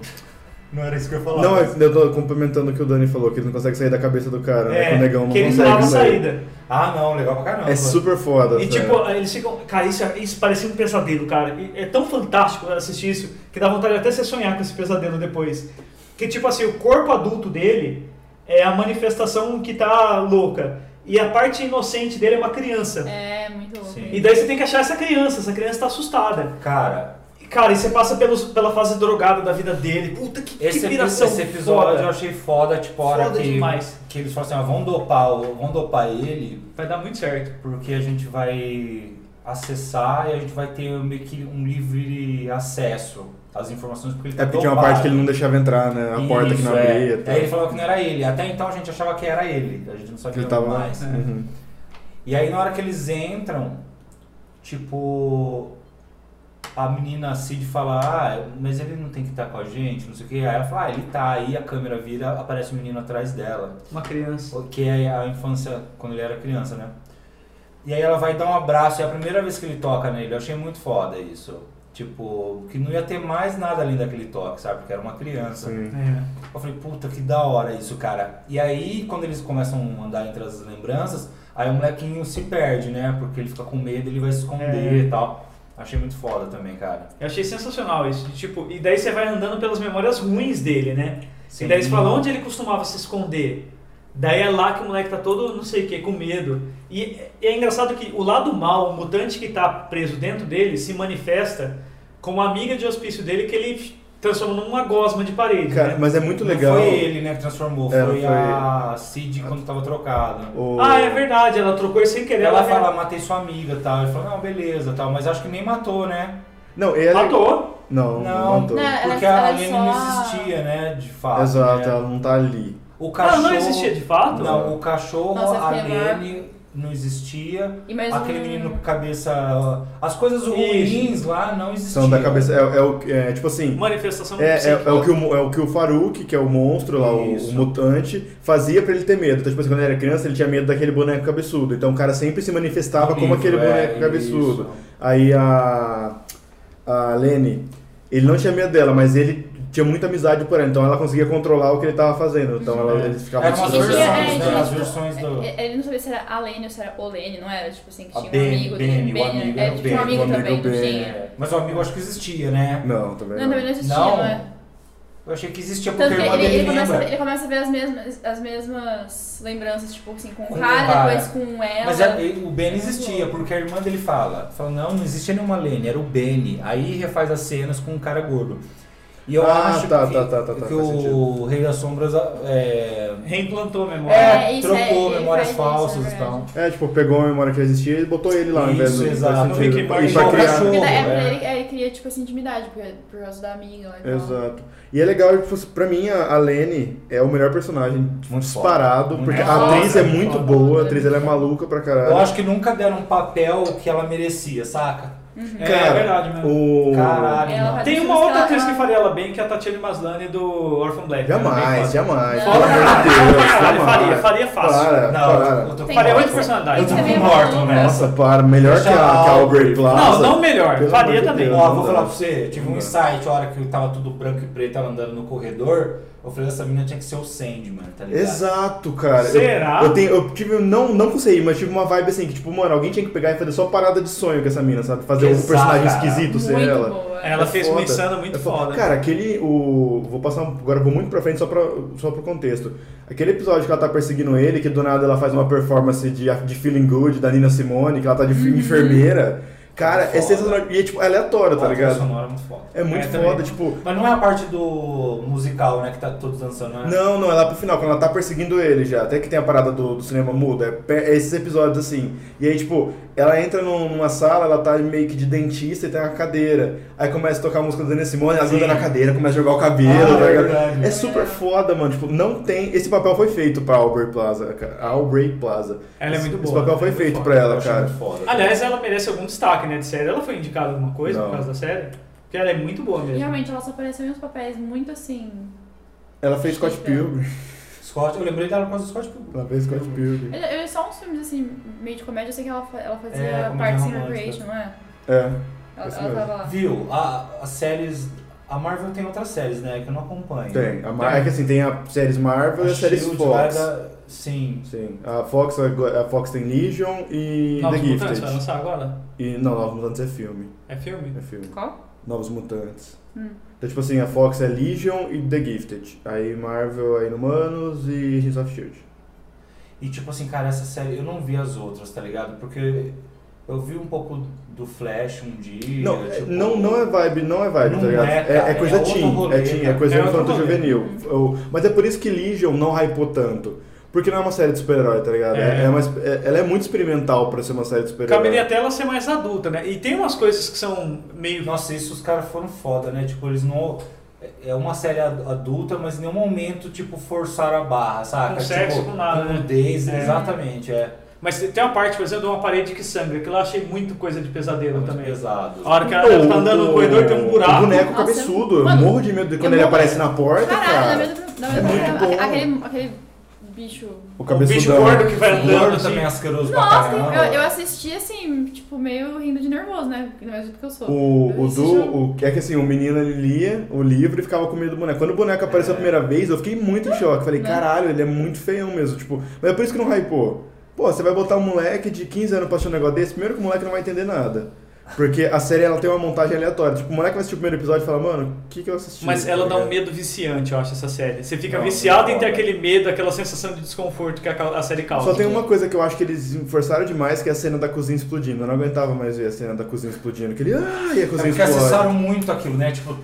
S3: Não era isso que eu ia falar.
S5: Não, é- eu tô complementando o que o Dani falou, que eles não conseguem sair da cabeça do cara, né? Que o negão não
S2: é, que eles
S5: consegue
S2: não davam
S5: sair.
S2: saída. né?
S3: Ah, não, legal pra caramba.
S5: É super foda.
S2: E
S5: sabe?
S2: tipo, eles ficam. Cara, isso, isso parecia um pesadelo, cara. E é tão fantástico assistir isso que dá vontade até de você sonhar com esse pesadelo depois. Que tipo assim, o corpo adulto dele é a manifestação que tá louca. E a parte inocente dele é uma criança.
S4: É, muito louco.
S3: Sim.
S2: E daí você tem que achar essa criança, essa criança tá assustada.
S3: Cara,
S2: E, cara, e você passa pelos, pela fase drogada da vida dele. Puta que,
S3: esse,
S2: que
S3: epi-
S2: viração.
S3: esse episódio
S2: foda.
S3: eu achei foda, tipo, a hora
S2: Foda
S3: que,
S2: demais.
S3: que eles falam assim, ah, vão dopar, o- vão dopar ele,
S2: Vai dar muito certo.
S3: porque a gente vai acessar e a gente vai ter meio que um livre acesso. as informações porque ele
S5: É
S3: tá
S5: porque tinha uma
S3: dopado.
S5: parte que ele não deixava entrar, né? A porta que
S3: Isso,
S5: não
S3: é.
S5: abria. e tal.
S3: Aí ele falava que não era ele. Até então a gente achava que era ele. A gente não
S5: Que
S3: sabia
S5: ele tava
S3: mais.
S5: Uhum.
S3: E aí na hora que eles entram, tipo, a menina Cid fala, ah, mas ele não tem que estar com a gente, não sei o que. Aí ela fala, ah, ele tá, aí a câmera vira, aparece o menino atrás dela.
S2: Uma criança.
S3: Que é a infância, quando ele era criança, né? E aí ela vai dar um abraço, é a primeira vez que ele toca nele, eu achei muito foda isso. Tipo, que não ia ter mais nada além daquele toque, sabe? Porque era uma criança.
S5: Sim.
S2: É.
S3: Eu falei, puta, que da hora isso, cara. E aí, quando eles começam a andar entre as lembranças, aí o molequinho se perde, né? Porque ele fica com medo, ele vai se esconder
S2: É.
S3: e tal. Achei muito foda também, cara.
S2: Eu achei sensacional isso. de tipo, e daí você vai andando pelas memórias ruins dele, né? E daí você fala onde ele costumava se esconder. Daí é lá que o moleque tá todo, não sei o que, com medo. E, e é engraçado que o lado mal, o mutante que tá preso dentro dele, se manifesta como a amiga de hospício dele que ele transforma numa gosma de parede.
S5: Cara,
S2: né?
S5: mas é muito
S3: Não
S5: legal.
S3: foi ele, né, que transformou.
S5: É,
S3: foi,
S5: foi
S3: a Cid quando tava trocada.
S5: O...
S2: Ah, é verdade, ela trocou ele sem querer.
S3: Ela fala, matei sua amiga e tal. Ele fala, não, beleza tal. Mas acho que nem matou, né?
S5: Não, ele é um
S2: Matou.
S5: Não,
S3: Não.
S5: não matou.
S4: Não, ela-
S3: Porque a
S4: ela
S3: Lene
S4: só-
S3: não existia, né? De fato.
S2: É.
S5: Exato,
S3: né?
S5: ela não tá ali.
S3: O
S2: Ela
S3: cachorro.
S2: Ah, não existia de fato?
S3: Não, o cachorro,
S4: Nossa,
S3: a
S4: fiquei agora-
S3: Lene não existia.
S4: E mais
S3: Aquele
S4: um-
S3: menino com cabeça. As coisas
S2: Isso.
S3: ruins lá não existiam.
S5: São da cabeça. É, é, o- é tipo assim.
S2: Manifestação
S5: É, é,
S2: psíquica.
S5: é o que o, é o que o Faruk, que é o monstro lá, o,
S3: Isso.
S5: o mutante, fazia pra ele ter medo. Então, tipo assim, quando ele era criança, ele tinha medo daquele boneco cabeçudo. Então o cara sempre se manifestava como
S3: Isso,
S5: aquele
S3: é,
S5: boneco cabeçudo.
S3: isso.
S5: Aí a. A Lene, ele não tinha medo dela, mas ele tinha muita amizade por ela. Então ela conseguia controlar o que ele tava fazendo. Então ela, ele ficava
S3: Era uma
S4: Tinha-
S5: desesperado.
S3: versões,
S4: é,
S3: né?
S4: tinha,
S3: As
S4: tipo,
S3: versões do-
S4: é- Ele não sabia se era a Lene ou se era o Lene, não era? Tipo assim, que
S3: A
S4: tinha um
S3: Ben,
S4: amigo
S3: Ben,
S4: dele.
S3: o
S4: Ben,
S3: amigo
S4: é,
S3: era o
S4: tipo, tinha
S3: Ben,
S4: um amigo
S5: o amigo
S4: também,
S5: é o
S4: não
S5: Ben,
S4: tinha.
S3: Mas o amigo acho que existia, né?
S5: Não, também
S4: Não,
S5: não.
S4: também não existia,
S3: Não.
S4: não é?
S3: Eu achei que existia porque é
S4: Tanto
S3: a
S4: que
S3: irmã
S4: ele, ele
S3: dele
S4: começa, a ver-
S3: lembra.
S4: ele começa a ver as mesmas, as mesmas lembranças, tipo assim, com o
S3: Com o
S4: cara,
S3: cara.
S4: depois com ela.
S3: Mas é a- o Ben existia, porque a irmã dele fala. Fala, não, não existia nenhuma Lene, era o Benny. Aí refaz as cenas com um cara gordo. E eu
S5: Ah,
S3: acho
S5: tá,
S3: que,
S5: tá, tá, tá, tá,
S3: que
S5: faz
S3: o
S5: sentido.
S3: Rei das Sombras é,
S2: Reimplantou a memória.
S3: é,
S4: isso, é,
S3: trocou
S4: ele faz
S3: memórias
S4: isso,
S3: falsas
S4: é
S3: e tal.
S5: É, tipo, pegou a memória que já existia e botou ele lá ao invés
S3: Isso,
S5: do.
S3: exato.
S5: faz
S2: O Rick
S5: sentido.
S2: and Morty
S5: E pra
S2: igual o
S5: criar.
S3: cachorro.
S4: Porque daí- é,
S3: é.
S4: Ele, ele cria, tipo assim, intimidade por, por causa da amiga lá. e tal.
S5: Exato. E é legal, tipo, pra mim, a a Lene é o melhor personagem
S3: Muito
S5: disparado,
S3: foda.
S5: porque
S3: Muito
S5: a
S3: foda.
S5: atriz é
S3: Muito
S5: muito
S3: foda.
S5: boa, a atriz ela é maluca pra caralho.
S3: Eu acho que nunca deram um papel que ela merecia, saca?
S2: É,
S5: Cara,
S2: é verdade mesmo.
S5: o...
S3: Caralho.
S4: Ela
S3: mano.
S4: faz
S2: Tem
S4: isso
S2: uma
S4: porque
S2: outra
S4: ela-
S2: atriz que
S4: ela-
S2: faria ela bem, que é a Tatiana Maslany do Orphan Black. né?
S3: é
S2: Bem
S5: Jamais,
S2: foda.
S5: jamais,
S4: Não.
S5: pelo amor de Deus,
S2: Caralho,
S5: jamais.
S2: faria, faria fácil.
S5: Para,
S3: Não, eu
S5: para.
S3: tô
S4: Tem
S2: Faria
S4: que-
S2: oito personalidades.
S3: Eu tô
S4: Isso também
S3: com né?
S4: é
S3: Morton
S4: maluco.
S3: nessa.
S5: Nossa, para, melhor que a, que a Aubrey Plaza.
S2: Não, não melhor,
S5: Pelo
S2: faria
S5: amor de
S2: também.
S5: Deus,
S3: Ó, vou
S5: não.
S3: falar pra você, tive um insight, a hora que eu tava tudo branco e preto, ela andando no corredor, eu falei, essa menina tinha que ser o Sandman, tá ligado?
S5: Exato, cara. Eu-
S2: Será?
S5: Eu, tenho, eu tive, não, não consegui, mas tive uma vibe assim, que tipo, mano, alguém tinha que pegar e fazer só parada de sonho com essa mina, sabe? Fazer um
S3: Exato,
S5: personagem
S3: cara.
S5: esquisito ser
S4: Muito
S5: ela.
S4: boa.
S2: Ela
S5: É
S2: fez
S5: foda.
S2: uma insana muito
S5: É
S2: foda.
S5: Cara, aquele. O, vou passar. um, Agora vou muito pra frente só, pra, só pro contexto. Aquele episódio que ela tá perseguindo ele, que do nada ela faz uma performance de, de Feeling Good da Nina Simone, que ela tá de enfermeira. Cara, é
S3: Foda.
S5: sensacional. E é tipo, é aleatório, tá
S3: A trilha
S5: ligado?
S3: sonora é muito foda.
S5: É muito
S2: É, também.
S5: foda, tipo.
S3: Mas não é a parte do musical, né, que tá todos dançando, né?
S5: Não, não, é lá pro final, quando ela tá perseguindo ele já. Até que tem a parada do, do cinema muda. É, pe- é esses episódios assim. E aí, tipo, ela entra num- numa sala, ela tá meio que de dentista e tem uma cadeira. Aí começa a tocar a música da Nina Simone, ela
S3: Sim.
S5: anda na cadeira, começa a jogar o cabelo.
S3: Ah,
S5: tá
S3: é
S5: ligado?
S3: verdade.
S5: é super foda, mano. Tipo, não tem. Esse papel foi feito pra Aubrey Plaza, cara. Aubrey Plaza.
S2: Ela é muito
S5: Esse
S2: boa.
S5: papel foi
S2: Ela é muito
S5: feito
S2: foda.
S5: pra
S3: Eu
S5: ela,
S3: achei
S5: cara.
S3: muito foda.
S2: Aliás, ela merece algum destaque, né, de série. Ela foi indicada alguma coisa
S5: Não.
S2: por causa da série? Porque ela é muito boa
S4: E
S2: mesmo.
S4: realmente, ela só apareceu em uns papéis muito assim.
S5: Ela fez Scott
S2: é.
S5: Pilgrim.
S3: Scott, eu lembrei dela por causa do Scott Pilgrim.
S5: Ela fez Scott Pilgrim.
S4: Eu, eu, só uns filmes assim, meio de comédia, eu sei que ela, fa- ela fazia
S3: É, comédia
S4: Parks and
S3: romântica.
S4: Recreation, não é?
S5: É.
S4: Ela,
S5: Isso
S4: ela
S5: mesmo.
S4: tava lá.
S3: Viu, a, as séries... A Marvel tem outras séries, né, que eu não acompanho.
S5: Tem. A Mar... É que assim, tem a séries Marvel e
S3: A
S5: as séries
S3: Shield
S5: Fox.
S3: vai da- Sim.
S5: Sim. A Fox, a Fox tem Legion e The
S2: Novos Mutantes vai
S5: Gifted.
S2: lançar agora?
S5: E, não, Novos Mutantes é filme.
S2: É filme?
S5: É filme.
S4: Qual?
S5: Novos Mutantes.
S4: Hum.
S5: Então, tipo assim, a Fox é Legion e The Gifted. Aí Marvel é Inumanos e Agents of S.H.I.E.L.D.
S3: E tipo assim, cara, essa série eu não vi as outras, tá ligado? Porque eu vi um pouco do Flash um dia.
S5: Não, é-
S3: tipo,
S5: não, não é vibe, não é vibe,
S3: Não
S5: tá ligado?
S3: é,
S5: É,
S3: cara,
S5: é coisa
S3: é outro
S5: teen,
S3: rolê,
S5: é teen, é
S3: cara.
S5: coisa
S2: É outro
S5: infanto
S2: rolê.
S5: juvenil. Eu- mas é por isso que Legion não hypou tanto. Porque não é uma série de super-herói, tá ligado?
S2: É.
S5: É. uma es- é- ela é muito experimental pra ser uma série de
S2: Caberia
S5: super-herói.
S2: até ela ser mais adulta, né? E tem umas coisas que são meio.
S3: Nossa, isso os caras foram foda, né? Tipo, eles não. É uma série ad- adulta, mas em nenhum momento, tipo, forçaram a barra, saca?
S2: Com sexo,
S3: tipo,
S2: com nada, né?
S3: nudez,
S2: É.
S3: exatamente, é.
S2: Mas tem uma parte, por exemplo, de uma parede que sangra, que eu achei muito coisa de pesadelo
S3: Muito
S2: também.
S3: pesado.
S2: A hora que ela tá andando no corredor, tem um
S5: O
S2: buraco.
S5: boneco
S4: Nossa,
S5: cabeçudo. Eu
S4: mano,
S5: morro de medo de quando
S4: eu
S5: ele
S4: morro.
S5: aparece na porta,
S4: Caralho, né? na
S5: cara.
S4: mesma na
S5: É
S4: mesma
S5: muito
S4: temporada,
S5: bom.
S4: aquele, aquele bicho.
S5: O
S2: O bicho
S5: cabeçudão.
S2: gordo que vai
S3: O gordo
S2: andando.
S3: também é
S2: Assim.
S3: asqueroso pra
S4: Nossa,
S3: caramba.
S4: eu, eu assisti assim, tipo, meio rindo de nervoso, né? Do mesmo jeito que eu sou.
S5: O,
S4: Eu
S5: o
S4: assisti um-
S5: Du, o, é que assim, o menino ele lia o livro e ficava com medo do boneco. Quando o boneco apareceu a primeira vez, eu fiquei muito em choque. Falei,
S4: Né?
S5: caralho, ele é muito feião mesmo. Tipo, mas é por isso que não hypou. Pô, você vai botar um moleque de 15 anos pra assistir um negócio desse? Primeiro que o moleque não vai entender nada. Porque a série ela tem uma montagem aleatória. Tipo, o moleque vai assistir o primeiro episódio e fala, mano, o que, que eu assisti?
S2: Mas ela dá um
S5: medo.
S2: medo viciante, eu acho, essa série. Você fica
S3: Não,
S2: viciado
S3: não,
S2: em ter
S3: não.
S2: aquele medo, aquela sensação de desconforto que a a série causa.
S5: Só tem uma coisa que eu acho que eles forçaram demais, que é a cena da cozinha explodindo. Eu não aguentava mais ver a cena da cozinha explodindo. Aquele, ah, e a
S3: É
S5: cozinha
S3: porque
S5: explode.
S3: acessaram muito aquilo, né? Tipo,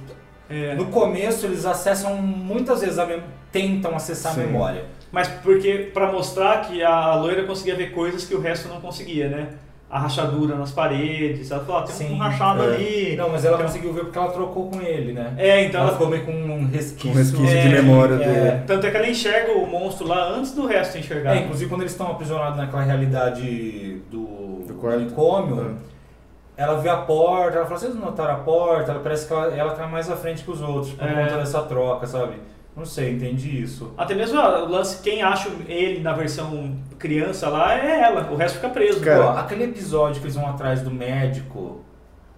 S2: É.
S3: no começo eles acessam muitas vezes a mem- tentam acessar
S5: Sim.
S3: a memória.
S2: Mas porque pra mostrar que a loira conseguia ver coisas que o resto não conseguia, né? A rachadura nas paredes, ela falou, ah, tem um
S3: Sim,
S2: rachado
S5: é.
S2: ali.
S3: Não, mas ela
S2: Então-
S3: conseguiu ver porque ela trocou com ele, né?
S2: É, então
S3: ela
S2: ela
S3: ficou meio com um resquício.
S5: Um resquício
S2: de
S5: memória
S3: é,
S5: dele.
S2: Tanto é que ela enxerga o monstro lá antes do resto enxergar.
S3: É, inclusive quando eles estão aprisionados naquela realidade do,
S5: Do quarto. É.
S3: manicômio, ela vê a porta, ela fala, vocês não notaram a porta? Ela parece que ela, ela tá mais à frente que os outros por
S2: É.
S3: conta dessa troca, sabe? Não sei, entendi isso.
S2: Até mesmo ó, o lance, quem acha ele na versão criança lá é ela, o resto fica preso.
S5: Cara,
S3: Ó, aquele episódio que eles vão atrás do médico,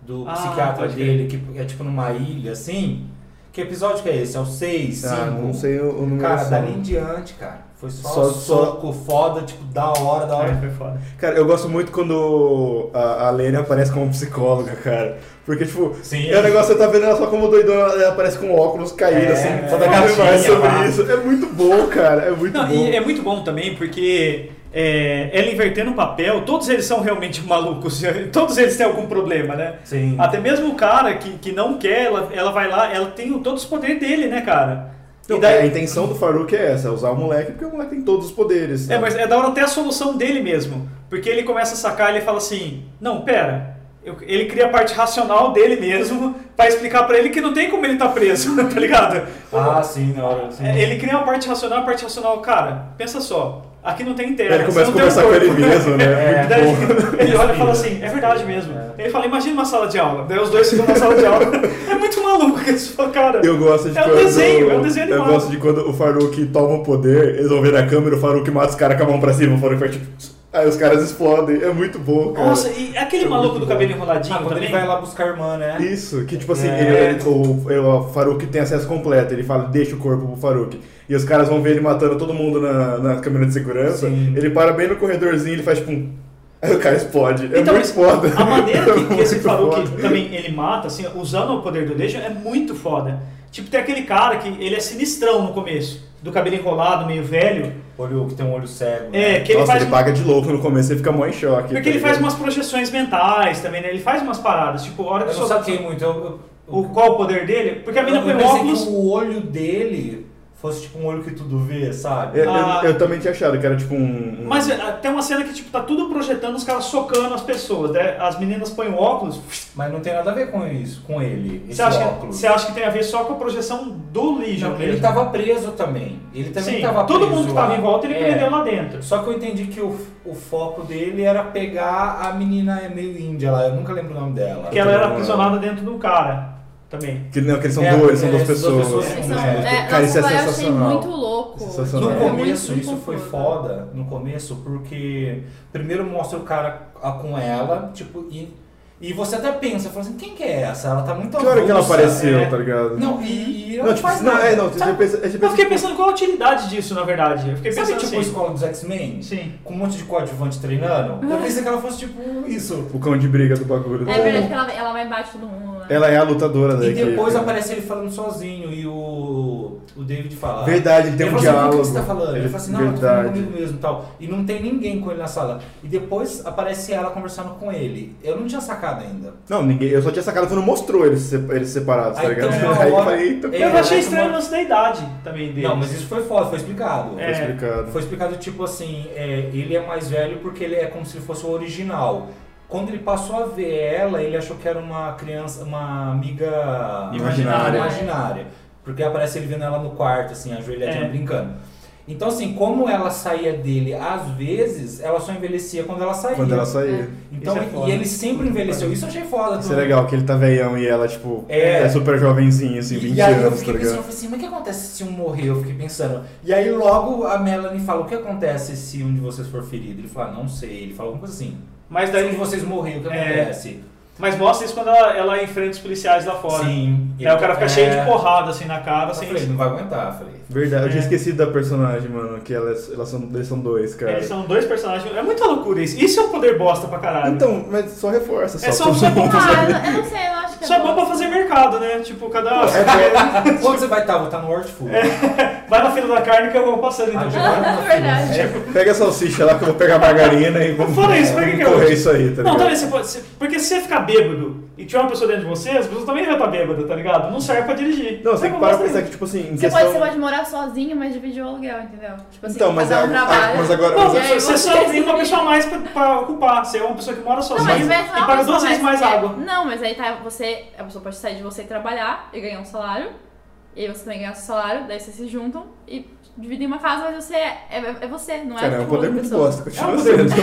S3: do
S2: Ah,
S3: psiquiatra
S2: pode
S3: dele, que é tipo numa ilha, assim. Que episódio que é esse? É o 6, 5?
S5: Ah, não sei o, o número.
S3: Cara,
S5: certo.
S3: dali em diante, cara. Foi só,
S5: Só- só-
S3: soco foda, tipo, da hora, da
S2: É,
S3: hora.
S2: foi foda.
S5: Cara, eu gosto muito quando a, a Lene aparece como psicóloga, cara. Porque, tipo,
S3: Sim.
S5: é o negócio, você tá vendo ela só como doidona, ela aparece com óculos caído,
S3: É,
S5: assim,
S3: é.
S5: só dá aquela
S3: Gatinha,
S5: mais sobre
S3: pá.
S5: isso. É muito bom, cara, é muito
S2: Não,
S5: bom.
S2: e é muito bom também porque é, ela invertendo o papel, todos eles são realmente [laughs] malucos, todos eles têm algum problema, né?
S3: Sim.
S2: Até mesmo o cara que, que não quer, ela, ela vai lá, ela tem o- todos os poderes dele, né, cara?
S5: Então,
S2: E daí-
S5: A intenção do Faruk é essa, é usar o moleque, porque o moleque tem todos os poderes.
S2: É,
S5: sabe?
S2: mas é da hora até a solução dele mesmo. Porque ele começa a sacar, ele fala assim: não, pera. Eu- ele cria a parte racional dele mesmo pra explicar pra ele que não tem como ele tá preso, [laughs] tá ligado?
S3: Ah, sim, na hora. Sim.
S2: É, Ele cria uma parte racional, a parte racional, cara, pensa só. Aqui não tem terra.
S5: Ele
S2: você
S5: começa
S2: não
S5: a
S2: tem um
S5: conversar com
S2: corpo.
S5: ele mesmo, né?
S3: É.
S5: Muito
S2: Daí
S5: bom.
S2: [laughs] ele olha e fala
S3: Respira.
S2: assim, é verdade mesmo.
S3: É.
S2: Ele fala, imagina uma sala de aula. Daí os dois ficam na sala de aula. É muito maluco que isso, cara.
S5: Eu gosto de
S2: É um
S5: quando.
S2: desenho, é um desenho
S5: Eu
S2: animado.
S5: gosto de quando o Faruk toma o poder, eles vão ver na câmera, o Faruk mata os caras com a mão pra cima, o Faruk vai tipo. Aí os caras explodem, é muito bom, cara.
S2: Nossa, e é aquele maluco do cabelo enroladinho
S3: Ah, quando
S2: tipo, também.
S3: ele vai lá buscar a irmã, né?
S5: Isso, que tipo assim,
S3: É.
S5: ele, ele- o, ele- o Faruk tem acesso completo, ele fala, deixa o corpo pro Faruk. E os caras vão ver ele matando todo mundo na, na câmera de segurança,
S3: Sim.
S5: ele para bem no corredorzinho, ele faz tipo um... [laughs] Aí o cara explode, é
S2: Então,
S5: muito
S2: mas
S5: foda.
S2: A
S5: É [laughs]
S2: maneira que,
S3: [laughs]
S2: que esse
S5: Muito
S2: Faruk
S5: foda.
S2: também ele mata, assim, usando o poder do Legion, é muito foda. Tipo, tem aquele cara que ele é sinistrão no começo, do cabelo enrolado, meio velho.
S3: Olho que tem um olho cego.
S2: É,
S3: né?
S2: que ele
S5: Nossa,
S2: faz.
S5: ele paga de louco no começo, ele fica mó em choque.
S2: Porque
S5: tá
S2: ele faz
S5: ligado?
S2: umas projeções mentais também, né? Ele faz umas paradas. Tipo, a hora que
S3: Eu
S2: o
S3: não
S2: soldado-
S3: saquei muito. Eu, eu,
S2: o Qual o poder dele? Porque a mina
S3: eu
S2: põe um
S3: pensei
S2: óculos.
S3: que o olho dele fosse tipo um olho que tudo vê, sabe?
S5: Eu, eu-
S2: Ah.
S5: eu também tinha achado que era tipo um... um-
S2: Mas é, tem uma cena que, tipo, tá tudo projetando os caras socando as pessoas, né? As meninas põem óculos.
S3: Mas não tem nada a ver com isso, com ele, esse
S2: Você acha, que,
S3: óculos.
S2: você acha que tem a ver só com a projeção do Legion
S3: Não,
S2: mesmo?
S3: ele tava preso também. Ele também
S2: Sim,
S3: tava
S2: todo
S3: preso
S2: mundo que
S3: lá.
S2: tava em volta ele
S3: É.
S2: prendeu lá dentro.
S3: Só que eu entendi que o, o foco dele era pegar a menina é meio índia lá, eu nunca lembro o nome dela.
S2: Porque ela era aprisionada dentro do cara também.
S5: Que, não, que eles são
S3: É,
S5: dois, são
S3: é,
S5: duas
S3: são
S5: pessoas.
S3: duas
S4: Eles
S3: pessoas.
S4: são-
S3: É,
S4: é,
S5: cara, isso é
S4: nossa,
S5: sensacional.
S4: Eu achei muito louco.
S5: Sensacional.
S3: No
S5: Não, é
S3: começo
S4: muito
S3: isso foi
S4: confuso.
S3: foda, no começo, porque primeiro mostra o cara a- com ela, tipo, e, e você até pensa, fala assim, quem que é essa? Ela tá muito
S5: Que hora que ela
S3: avulsa,
S5: apareceu,
S3: é.
S5: tá ligado?
S3: Não, e, e
S5: Não,
S3: ela não,
S5: tipo,
S3: faz
S5: não,
S3: nada.
S5: é, não, você
S3: sabe,
S5: pensa, você
S2: Eu
S5: pensa-
S2: fiquei pensando qual a utilidade disso, na verdade. Eu fiquei
S3: sabe,
S2: pensando
S3: tipo a
S2: assim.
S3: escola dos X-Men?
S2: Sim.
S3: Com um monte de coadjuvante treinando? Eu pensei que ela fosse tipo isso.
S5: O cão de briga do bagulho.
S4: É verdade que ela, ela vai embaixo de todo mundo, né?
S5: Ela é a lutadora da
S3: E
S5: equipe.
S3: depois aparece ele falando sozinho e o, o David fala.
S5: Verdade, ele tem um
S3: fala assim,
S5: diálogo.
S3: "Com quem você tá falando? Ele fala assim, não, eu tô falando
S5: Verdade.
S3: comigo mesmo e tal. E não tem ninguém com ele na sala. E depois aparece ela conversando com ele. Eu não tinha sacado
S6: sacado ainda.
S5: Não, ninguém, eu só tinha sacado quando mostrou eles, se- eles separados, tá
S3: Aí então,
S5: ligado?
S3: também uma
S5: Aí eu
S3: hora-
S5: falei, eita,
S3: Ele
S2: Eu
S3: vai
S2: achei
S3: tomar-
S2: estranho o lance da idade também dele.
S3: Não, mas isso foi foda, foi explicado.
S5: tá
S2: É.
S5: explicado.
S3: Foi explicado tipo assim, é, ele é mais velho porque ele é como se ele fosse o original. Quando ele passou a ver ela, ele achou que era uma criança, uma amiga
S5: Imaginária.
S3: imaginária. Porque aparece ele vendo ela no quarto, assim, ajoelhadinha
S2: É.
S3: brincando. Então, assim, como ela saía dele, às vezes, ela só envelhecia quando ela saía.
S5: Quando ela saía.
S3: Então,
S2: Isso é foda.
S3: e ele sempre envelheceu. Isso eu achei foda.
S5: Isso
S3: tudo.
S5: é legal, que ele tá veião e ela, tipo, é,
S3: É.
S5: super jovenzinha, assim, 20
S3: e aí eu
S5: anos, tá
S3: fiquei pensando, eu
S5: ligado?
S3: falei assim, mas o que acontece se um morrer? Eu fiquei pensando. E aí logo a Melanie fala, o que acontece se um de vocês for ferido? Ele fala, não sei. Ele fala alguma coisa assim.
S2: Mas
S3: Se um
S2: daí
S3: de vocês morrer, o que
S2: É.
S3: acontece?
S2: Mas mostra isso quando ela, ela enfrenta os policiais lá fora.
S3: Sim.
S2: Daí o cara fica
S3: É.
S2: cheio de porrada assim na cara,
S3: Eu
S2: assim.
S3: falei, não vai aguentar. eu Falei,
S5: Verdade, eu tinha
S2: É.
S5: esquecido da personagem, mano, que elas, elas são, eles são dois, cara.
S2: Eles são dois personagens. É muita loucura isso. Isso é um poder bosta pra caralho.
S5: Então, mas só reforça, só.
S2: É só- só
S3: [laughs]
S2: bom pra
S4: Ah, eu não- eu não sei, eu não acho que
S2: Só é bom
S4: [laughs]
S2: pra
S4: bom.
S2: fazer mercado, né? Tipo, cada.
S5: é
S2: [laughs]
S3: Onde você vai estar? Vou estar no World Food.
S2: É. Vai na fila da carne que eu vou passando. Então.
S3: Ah, já.
S2: [laughs]
S4: É verdade.
S5: [laughs] Pega a salsicha lá que eu vou pegar a margarina e vamos
S2: Fora isso, pega que eu-
S5: correr isso aí, tá
S2: Não,
S5: ligado?
S2: talvez você pode. se- Porque se você ficar bêbado e tiver uma pessoa dentro de você, as pessoas também vão estar bêbadas, tá ligado? Não serve pra dirigir.
S3: Tá
S5: Não, você tem
S2: Então,
S5: que parar
S2: eu
S5: pra
S2: gosto
S5: pensar que,
S2: dele.
S5: tipo assim, em
S4: Você
S5: questão...
S4: pode, você pode morar sozinho, mas dividir o aluguel, entendeu? Tipo assim,
S5: Então, mas
S4: cada
S5: a-
S4: um
S5: a-
S4: trabalha.
S5: mas agora-
S2: Não,
S5: mas
S4: E aí
S2: você só
S4: você se
S2: tem uma
S4: divide.
S2: pessoa a mais pra, pra ocupar. Você é uma pessoa que mora
S4: Não,
S2: sozinha
S4: mas, mas não é
S2: e
S4: uma
S2: paga
S4: pessoa
S2: duas vezes mais
S4: é,
S2: água.
S4: Não, mas aí tá, você, a pessoa pode sair de você e trabalhar e ganhar um salário. E aí você também ganha seu salário, daí vocês se juntam e dividem uma casa, mas você é, é, é você, não é
S5: Cara, é um
S4: tipo outra
S5: poder muito
S4: pessoa.
S5: bosta,
S2: É
S5: continua
S2: um poder
S5: sendo um poder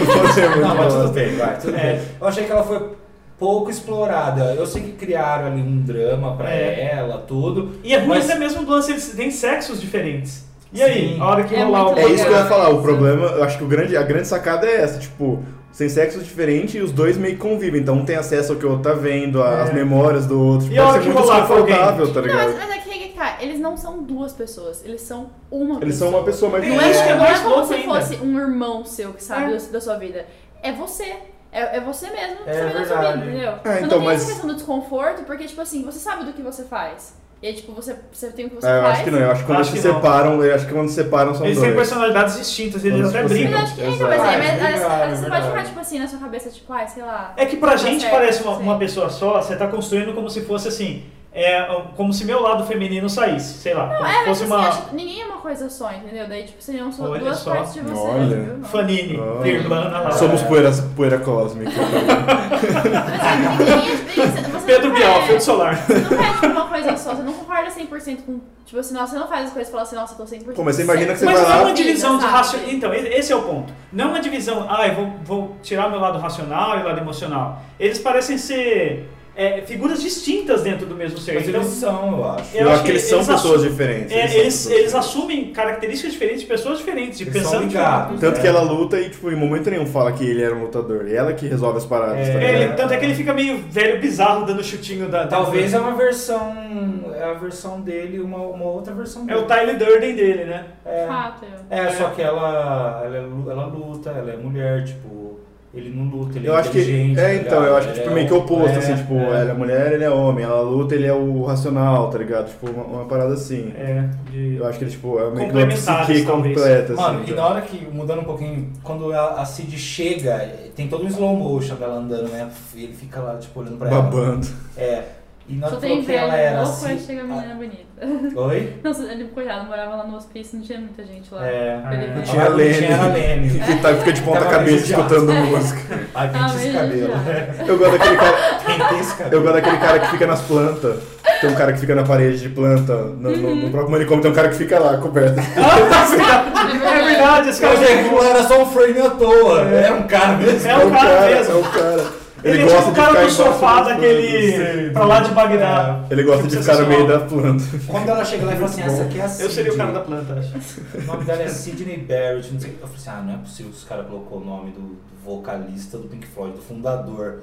S5: muito
S3: Não, mas tudo
S5: bosta.
S3: bem, vai, tudo
S2: É.
S3: bem. Eu achei que ela foi pouco explorada. Eu sei que criaram ali um drama pra
S2: É.
S3: ela, tudo.
S2: E é ruim
S3: Mas-
S2: até mesmo do lance, eles têm sexos diferentes. E aí,
S3: Sim.
S2: a hora que
S4: É
S2: rolar
S4: muito
S2: o.
S5: É isso que eu ia
S4: Legal,
S5: falar, o
S4: isso.
S5: problema, eu acho que o grande, a grande sacada é essa, tipo, sem sexo diferente e os dois meio que convivem, então um tem acesso ao que o outro tá vendo, às
S2: É.
S5: memórias do outro,
S2: E a
S5: tipo,
S2: hora
S5: pode ser
S2: que
S5: muito
S2: rolar com alguém?
S5: desconfortável, tá
S4: Não, mas,
S5: ligado?
S4: mas é que aí que tá, eles não são duas pessoas, eles são uma
S5: Eles são uma pessoa, mas...
S2: Tem
S4: Não
S2: Eu
S4: é,
S2: acho que é
S4: não é
S2: mais
S4: como
S2: louco
S4: se
S2: ainda.
S4: fosse um irmão seu que sabe
S2: É.
S4: da, da sua vida. É você. É, é você mesmo que
S3: É
S4: sabe da sua
S3: verdade.
S4: vida, entendeu?
S5: É,
S4: você
S5: então,
S4: não tem
S5: mas-
S4: essa questão do desconforto, porque, tipo assim, você sabe do que você faz. E aí, tipo, você, você tem o que você
S5: Ah, eu
S4: faz.
S5: acho que não, eu acho que quando
S2: Acho
S5: se
S2: que não.
S5: separam, eu acho que quando se separam são
S2: Eles têm
S5: dois.
S2: personalidades distintas,
S5: Quando
S2: eles
S5: se
S2: até
S5: você-
S2: brigam.
S4: Mas eu acho que, então, mas,
S5: assim, Exato.
S4: é, mas,
S3: É verdade,
S4: mas você
S3: é
S4: pode ficar,
S3: verdade.
S4: tipo assim, na sua cabeça, tipo, ai, sei lá.
S2: É que pra
S4: Tá
S2: gente
S4: certo,
S2: parece uma,
S4: sim.
S2: uma pessoa só, você tá construindo como se fosse assim. É, como se meu lado feminino saísse, sei lá. como se
S4: Mas,
S2: fosse
S4: assim,
S2: uma
S4: acho que ninguém é uma coisa só, entendeu? Daí, tipo, seriam só
S2: Olha
S4: duas
S2: só.
S4: partes de você.
S5: Olha.
S4: entendeu? Não.
S2: fanine,
S5: Olha.
S2: Irlanda lá.
S5: Ah. Somos poeira, poeira cósmica.
S4: Mas, assim, ninguém é- você- você
S2: Pedro
S4: não
S2: Bial,
S4: é-
S2: Fio Solar.
S4: Você não é tipo uma coisa só, você não concorda 100% com. Tipo assim, nossa, você não faz as coisas e fala assim, nossa, eu tô 100%.
S5: Pô, mas você imagina que você
S2: Mas
S5: vai
S2: não
S5: lá-
S2: é uma divisão de
S4: Sabe?
S2: racional. Então, e- esse é o ponto. Não é uma divisão, ah, eu vou, vou tirar meu lado racional e o lado emocional. Eles parecem ser é, figuras distintas dentro do mesmo ser.
S3: Mas
S2: Então,
S3: eles são, eu acho.
S5: Eu, acho que eles são pessoas
S2: assumem-
S5: diferentes.
S2: é,
S5: são
S2: eles,
S5: pessoas
S2: eles
S5: diferentes.
S2: assumem características diferentes de pessoas diferentes, de
S3: Eles são
S2: pensando
S3: ligados.
S5: Tanto
S3: né?
S5: que ela luta e, tipo, em momento nenhum fala que ele era um lutador. E ela que resolve as paradas,
S3: É,
S5: tá
S2: É,
S5: ligado?
S2: ele- tanto é que ele fica meio velho, bizarro, dando chutinho da. da-
S3: Talvez é uma versão. É a versão dele, uma, uma outra versão
S2: É
S3: dele.
S2: o Tyler Durden dele, né?
S3: É.
S4: Fato, eu.
S3: É, só que ela, ela, é lu- ela luta, ela é mulher, tipo, ele não luta, ele
S5: Eu
S3: é
S5: acho que.
S3: inteligente.
S5: É,
S3: tá
S5: então, eu
S3: ligado?
S5: acho que
S3: Ele
S5: tipo,
S3: é
S5: meio que
S3: um-
S5: oposto,
S3: é,
S5: assim, tipo,
S3: é.
S5: ela é mulher, ele é homem, ela luta, ele é o racional, tá ligado? Tipo, uma, uma parada assim.
S2: É. de-
S5: Eu acho que ele, tipo, é meio que uma
S2: Complementares,
S5: psique
S2: talvez.
S5: completa, assim.
S3: Mano, e
S5: tá?
S3: na hora que, mudando um pouquinho, quando a, a Cid chega, tem todo um slow motion dela andando, né? E ele fica lá, tipo, olhando pra ela. [laughs]
S5: Babando.
S3: É. E na hora
S4: Só
S3: que falou
S4: tem
S3: que ela
S4: velho,
S3: era
S4: louco, aí
S3: assim.
S4: chega a menina bonita. [laughs]
S3: Ah, Oi?
S4: Não, ele, coitado, morava lá no hospício, não tinha muita gente lá.
S3: É.
S4: Pra ele ver.
S5: Tinha a
S3: Ah,
S5: Lene.
S3: Tinha a
S4: [laughs]
S3: Lene.
S5: Que tá, fica de ponta
S3: Tava
S5: cabeça
S3: viciado.
S5: escutando música.
S3: Ai,
S4: Ah,
S3: pente esse
S4: mas
S3: cabelo. [laughs] né?
S4: já.
S5: Eu gosto daquele cara.
S3: Pente esse cabelo.
S5: Eu gosto daquele cara que fica nas plantas. Tem um cara que fica na parede de planta. No, no- no próprio manicômio tem um cara que fica lá, coberto.
S3: [laughs]
S2: É verdade, esse cara
S3: Mas é que não era só um frame à toa, era um cara mesmo.
S2: É o cara mesmo.
S5: É o cara.
S2: Ele, é tipo o cara do
S5: embaixo
S2: sofá
S5: das plantas.
S2: daquele. pra lá de Bagdá.
S5: Ele gosta de
S2: Tipo,
S5: ficar no meio
S2: sensacional.
S5: da planta.
S3: Quando ela chega lá e fala assim, essa aqui é a Cid.
S2: Eu seria o cara da planta, acho.
S3: O nome dela é Sidney Barrett, não sei o que. Eu falei assim, ah, não é possível que os caras colocou o nome do, do vocalista do Pink Floyd, do fundador.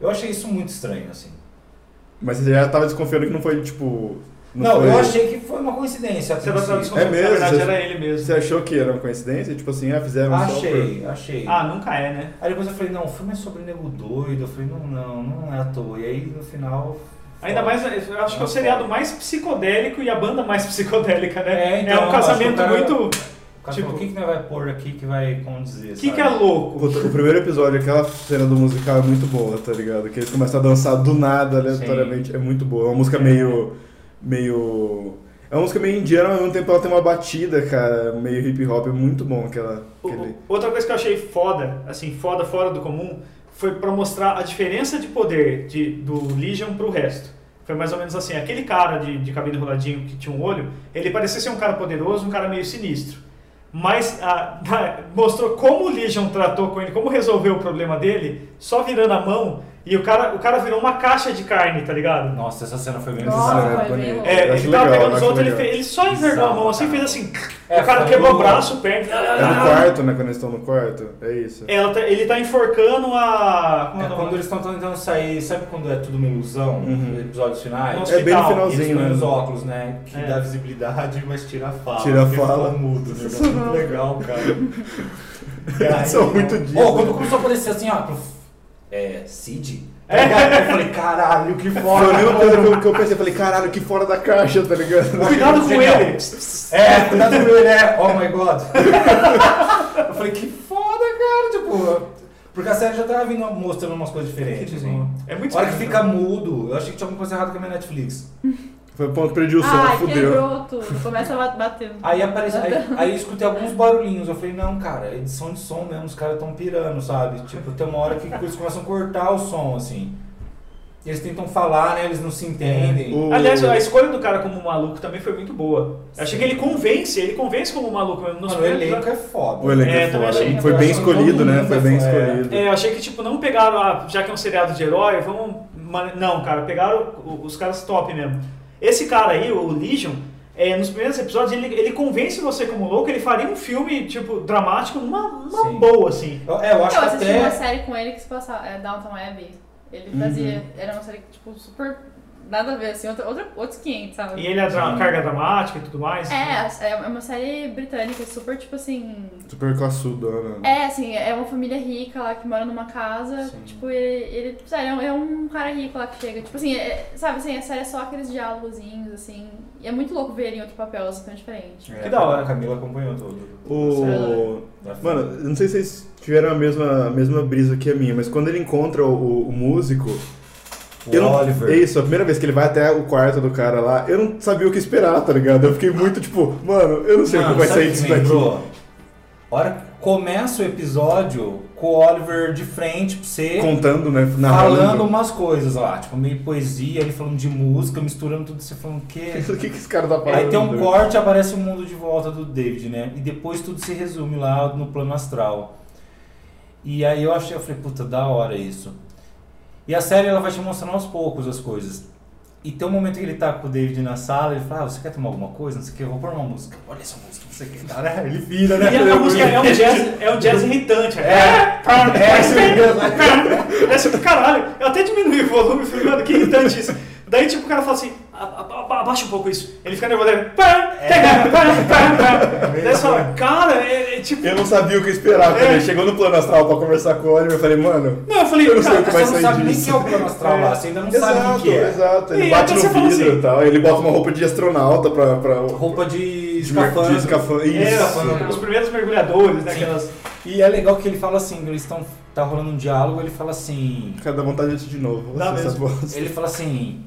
S3: Eu achei isso muito estranho, assim.
S5: Mas você já tava desconfiando que não foi, tipo.
S3: Não,
S5: foi-
S3: eu achei que foi uma coincidência. a
S2: Você vai
S3: princípio.
S2: saber
S5: É mesmo,
S2: Na verdade,
S5: você-
S2: era ele mesmo.
S5: Você achou que era uma coincidência? Tipo assim, ah,
S3: É,
S5: fizeram só.
S3: Achei, achei.
S2: Ah, nunca é, né?
S3: Aí depois eu falei, não, o filme é sobre nego doido. Eu falei, não, não, não é à toa. E aí no final.
S2: Ainda mais, eu acho que é o seriado mais psicodélico e a banda mais psicodélica, né?
S3: É, então,
S2: um
S3: eu acho que
S2: casamento
S3: o cara-
S2: muito.
S3: O cara
S2: Tipo-
S3: falou, o que, que nós vai pôr aqui que vai condizer?
S2: O que, que é
S3: sabe?
S2: louco?
S5: Puta, o primeiro episódio, aquela cena do musical é muito boa, tá ligado? Que eles começam a dançar do nada, aleatoriamente. É muito boa. É uma música meio. meio. É uma música meio indiana, mas ao mesmo tempo ela tem uma batida, cara, meio hip hop. É muito bom aquela.
S2: O-
S5: Aquele...
S2: Outra coisa que eu achei foda, assim, foda fora do comum, foi pra mostrar a diferença de poder de, do Legion pro resto. Foi mais ou menos assim, aquele cara de, de cabelo enroladinho que tinha um olho, ele parecia ser um cara poderoso, um cara meio sinistro. Mas a- [laughs] mostrou como o Legion tratou com ele, como resolveu o problema dele, só virando a mão, e o cara, o cara virou uma caixa de carne, tá ligado?
S3: Nossa, essa cena foi bem
S4: Nossa,
S3: bizarra.
S4: foi
S5: bonito.
S4: bem louco.
S2: É,
S5: Eu acho
S2: ele tava
S5: legal, eu
S2: pegando os
S5: acho
S2: outros, ele,
S5: legal.
S2: fez- ele só envergou a mão assim,
S3: Bizarro,
S2: fez assim.
S3: É,
S2: o cara
S3: foi
S2: quebrou o
S3: louco.
S2: braço, perna.
S5: É no quarto, né? Quando eles estão no quarto. É isso.
S2: Ela tá- ele tá enforcando a. Como é,
S3: É
S2: o nome?
S3: quando eles estão tentando sair, sabe quando é tudo uma ilusão,
S5: Uhum.
S3: episódios finais?
S2: Nossa,
S5: É bem no
S2: hospital,
S3: Eles
S5: finalzinho,
S3: põem
S5: né?
S3: os óculos, né? Que
S2: É.
S3: dá visibilidade, mas tira a fala.
S5: Tira a
S3: Porque
S5: fala.
S3: Fala mudo, né? Isso é [laughs] muito legal, cara. [laughs]
S5: São muito disso.
S3: Ô, né? quando começou a aparecer assim, ó. prof, É, Cid? É. Eu falei, caralho, que
S5: Foi a mesma
S3: foda.
S5: coisa que eu- que eu pensei. Falei, caralho, que fora da caixa, tá ligado?
S2: Cuidado com
S3: Genial.
S2: ele!
S3: É, cuidado com ele, é. Oh my god. [laughs] eu falei, que foda, cara. Tipo, porque a série já tava vindo mostrando umas coisas diferentes, assim.
S2: É muito
S3: A hora que
S2: esquisito.
S3: fica mudo, eu achei que tinha alguma coisa errada com a minha Netflix.
S5: Foi ponto, perdi o som,
S4: Ah,
S5: fudeu.
S4: quebrou tudo. Começa a
S3: [laughs]
S4: bater.
S3: Aí, aparece, aí, aí eu escutei alguns barulhinhos. Eu falei, não, cara, é edição de som mesmo, os caras estão pirando, sabe? Tipo, tem uma hora que eles começam a cortar o som, assim. E Eles tentam falar, né? Eles não se entendem.
S5: O-
S2: Aliás, a escolha do cara como maluco também foi muito boa. Eu achei que ele convence, ele convence como maluco mesmo. Nos
S3: Mano, o
S2: primeiros
S3: elenco
S2: episódios-
S3: é foda.
S5: O elenco
S2: É,
S5: é
S2: também achei
S5: foda.
S2: que
S5: Foi bem
S3: todo
S5: escolhido, né?
S3: mundo
S5: Foi bem
S3: é foda.
S5: escolhido.
S2: É, eu achei que tipo, não pegaram, ah, já que é um seriado de herói, vamos. mane- Não, cara, pegaram o- os caras top mesmo. Esse cara aí, o Legion, é, nos primeiros episódios, ele, ele convence você como louco, ele faria um filme, tipo, dramático, uma, uma
S3: Sim.
S2: boa, assim.
S3: Eu, é, eu acho
S4: Eu
S3: que
S4: assisti
S3: até. Uhum.
S4: uma série com ele que se passava, é Downton Abbey. Ele fazia, era uma série que, tipo, super, nada a ver, assim, outra, outra, outros 500, sabe?
S2: E ele é dra-
S3: Sim.
S2: carga dramática e tudo mais.
S4: É, é uma série britânica, super, tipo assim...
S5: Super classudo, né?
S4: É, assim, é uma família rica lá que mora numa casa,
S3: Sim.
S4: tipo, ele, ele sabe, é um, é um cara rico lá que chega, tipo assim, é- sabe, assim, a série é só aqueles diálogozinhos, assim, e é muito louco ver ele em outro papel, assim, tão diferente.
S3: Que da hora, a Camila acompanhou tudo.
S5: O... Mano, eu não sei se vocês tiveram a mesma, a mesma brisa que a minha, mas quando ele encontra o- o, o músico.
S3: o
S5: eu não-
S3: Oliver.
S5: É isso, a primeira vez que ele vai até o quarto do cara lá, eu não sabia o que esperar, tá ligado? Eu fiquei muito tipo, mano, eu não sei o
S3: Mano,
S5: que vai
S3: sabe
S5: sair
S3: o que
S5: disso
S3: me
S5: daqui.
S3: lembrou? A hora que começa o episódio com o Oliver de frente pra você.
S5: Contando, né? Narrando.
S3: falando umas coisas lá, tipo meio poesia, ele falando de música, misturando tudo, você falando o quê?
S5: O que, que esse cara tá falando?
S3: Aí tem um corte, aparece o mundo de volta do David, né? E depois tudo se resume lá no plano astral. E aí eu achei, eu falei, puta, da hora isso. E a série ela vai te mostrando aos poucos as coisas. E tem um momento que ele tá com o David na sala, ele fala, ah, você quer tomar alguma coisa? Não sei o que, eu vou pôr uma música. Olha essa música, não sei o que, cara. [laughs] Ele vira, né?
S2: E a música é um jazz, é um jazz irritante. É,
S3: É, isso mesmo.
S2: Parece do caralho. Eu até diminui o volume, falei, mano, que é irritante isso. Daí, tipo, o cara fala assim, "A- a- a- abaixa um pouco isso. Ele fica nervoso, ele... pá,
S5: É.
S2: pá, pá, pá, pá. Daí você fala, cara, é, é tipo...
S5: Eu não sabia o que esperar. Quando
S2: É.
S5: ele chegou no plano astral pra conversar com o Oliver, eu falei, mano.
S2: Não, eu falei,
S5: Eu não sei o
S2: cara,
S5: que [laughs] vai
S3: você
S5: sair
S3: não sabe nem
S5: disso.
S3: o que é o plano astral lá, você ainda não sabe o que é.
S5: exato. Ele
S2: E
S5: bate
S2: até
S5: no
S2: você fala
S5: vidro
S2: assim-
S5: e tal. Ele bota uma roupa de astronauta pra. pra
S3: Roupa de
S5: de
S3: escafandro.
S5: escafandro. Isso.
S2: é, os primeiros mergulhadores, né,
S3: Sim.
S2: aquelas...
S3: E é legal que ele fala assim, eles estão tá rolando um diálogo, ele fala assim,
S5: Cara, dá vontade de assistir de novo.
S2: Dá
S5: Essa
S2: mesmo.
S5: bosta.
S3: ele fala assim,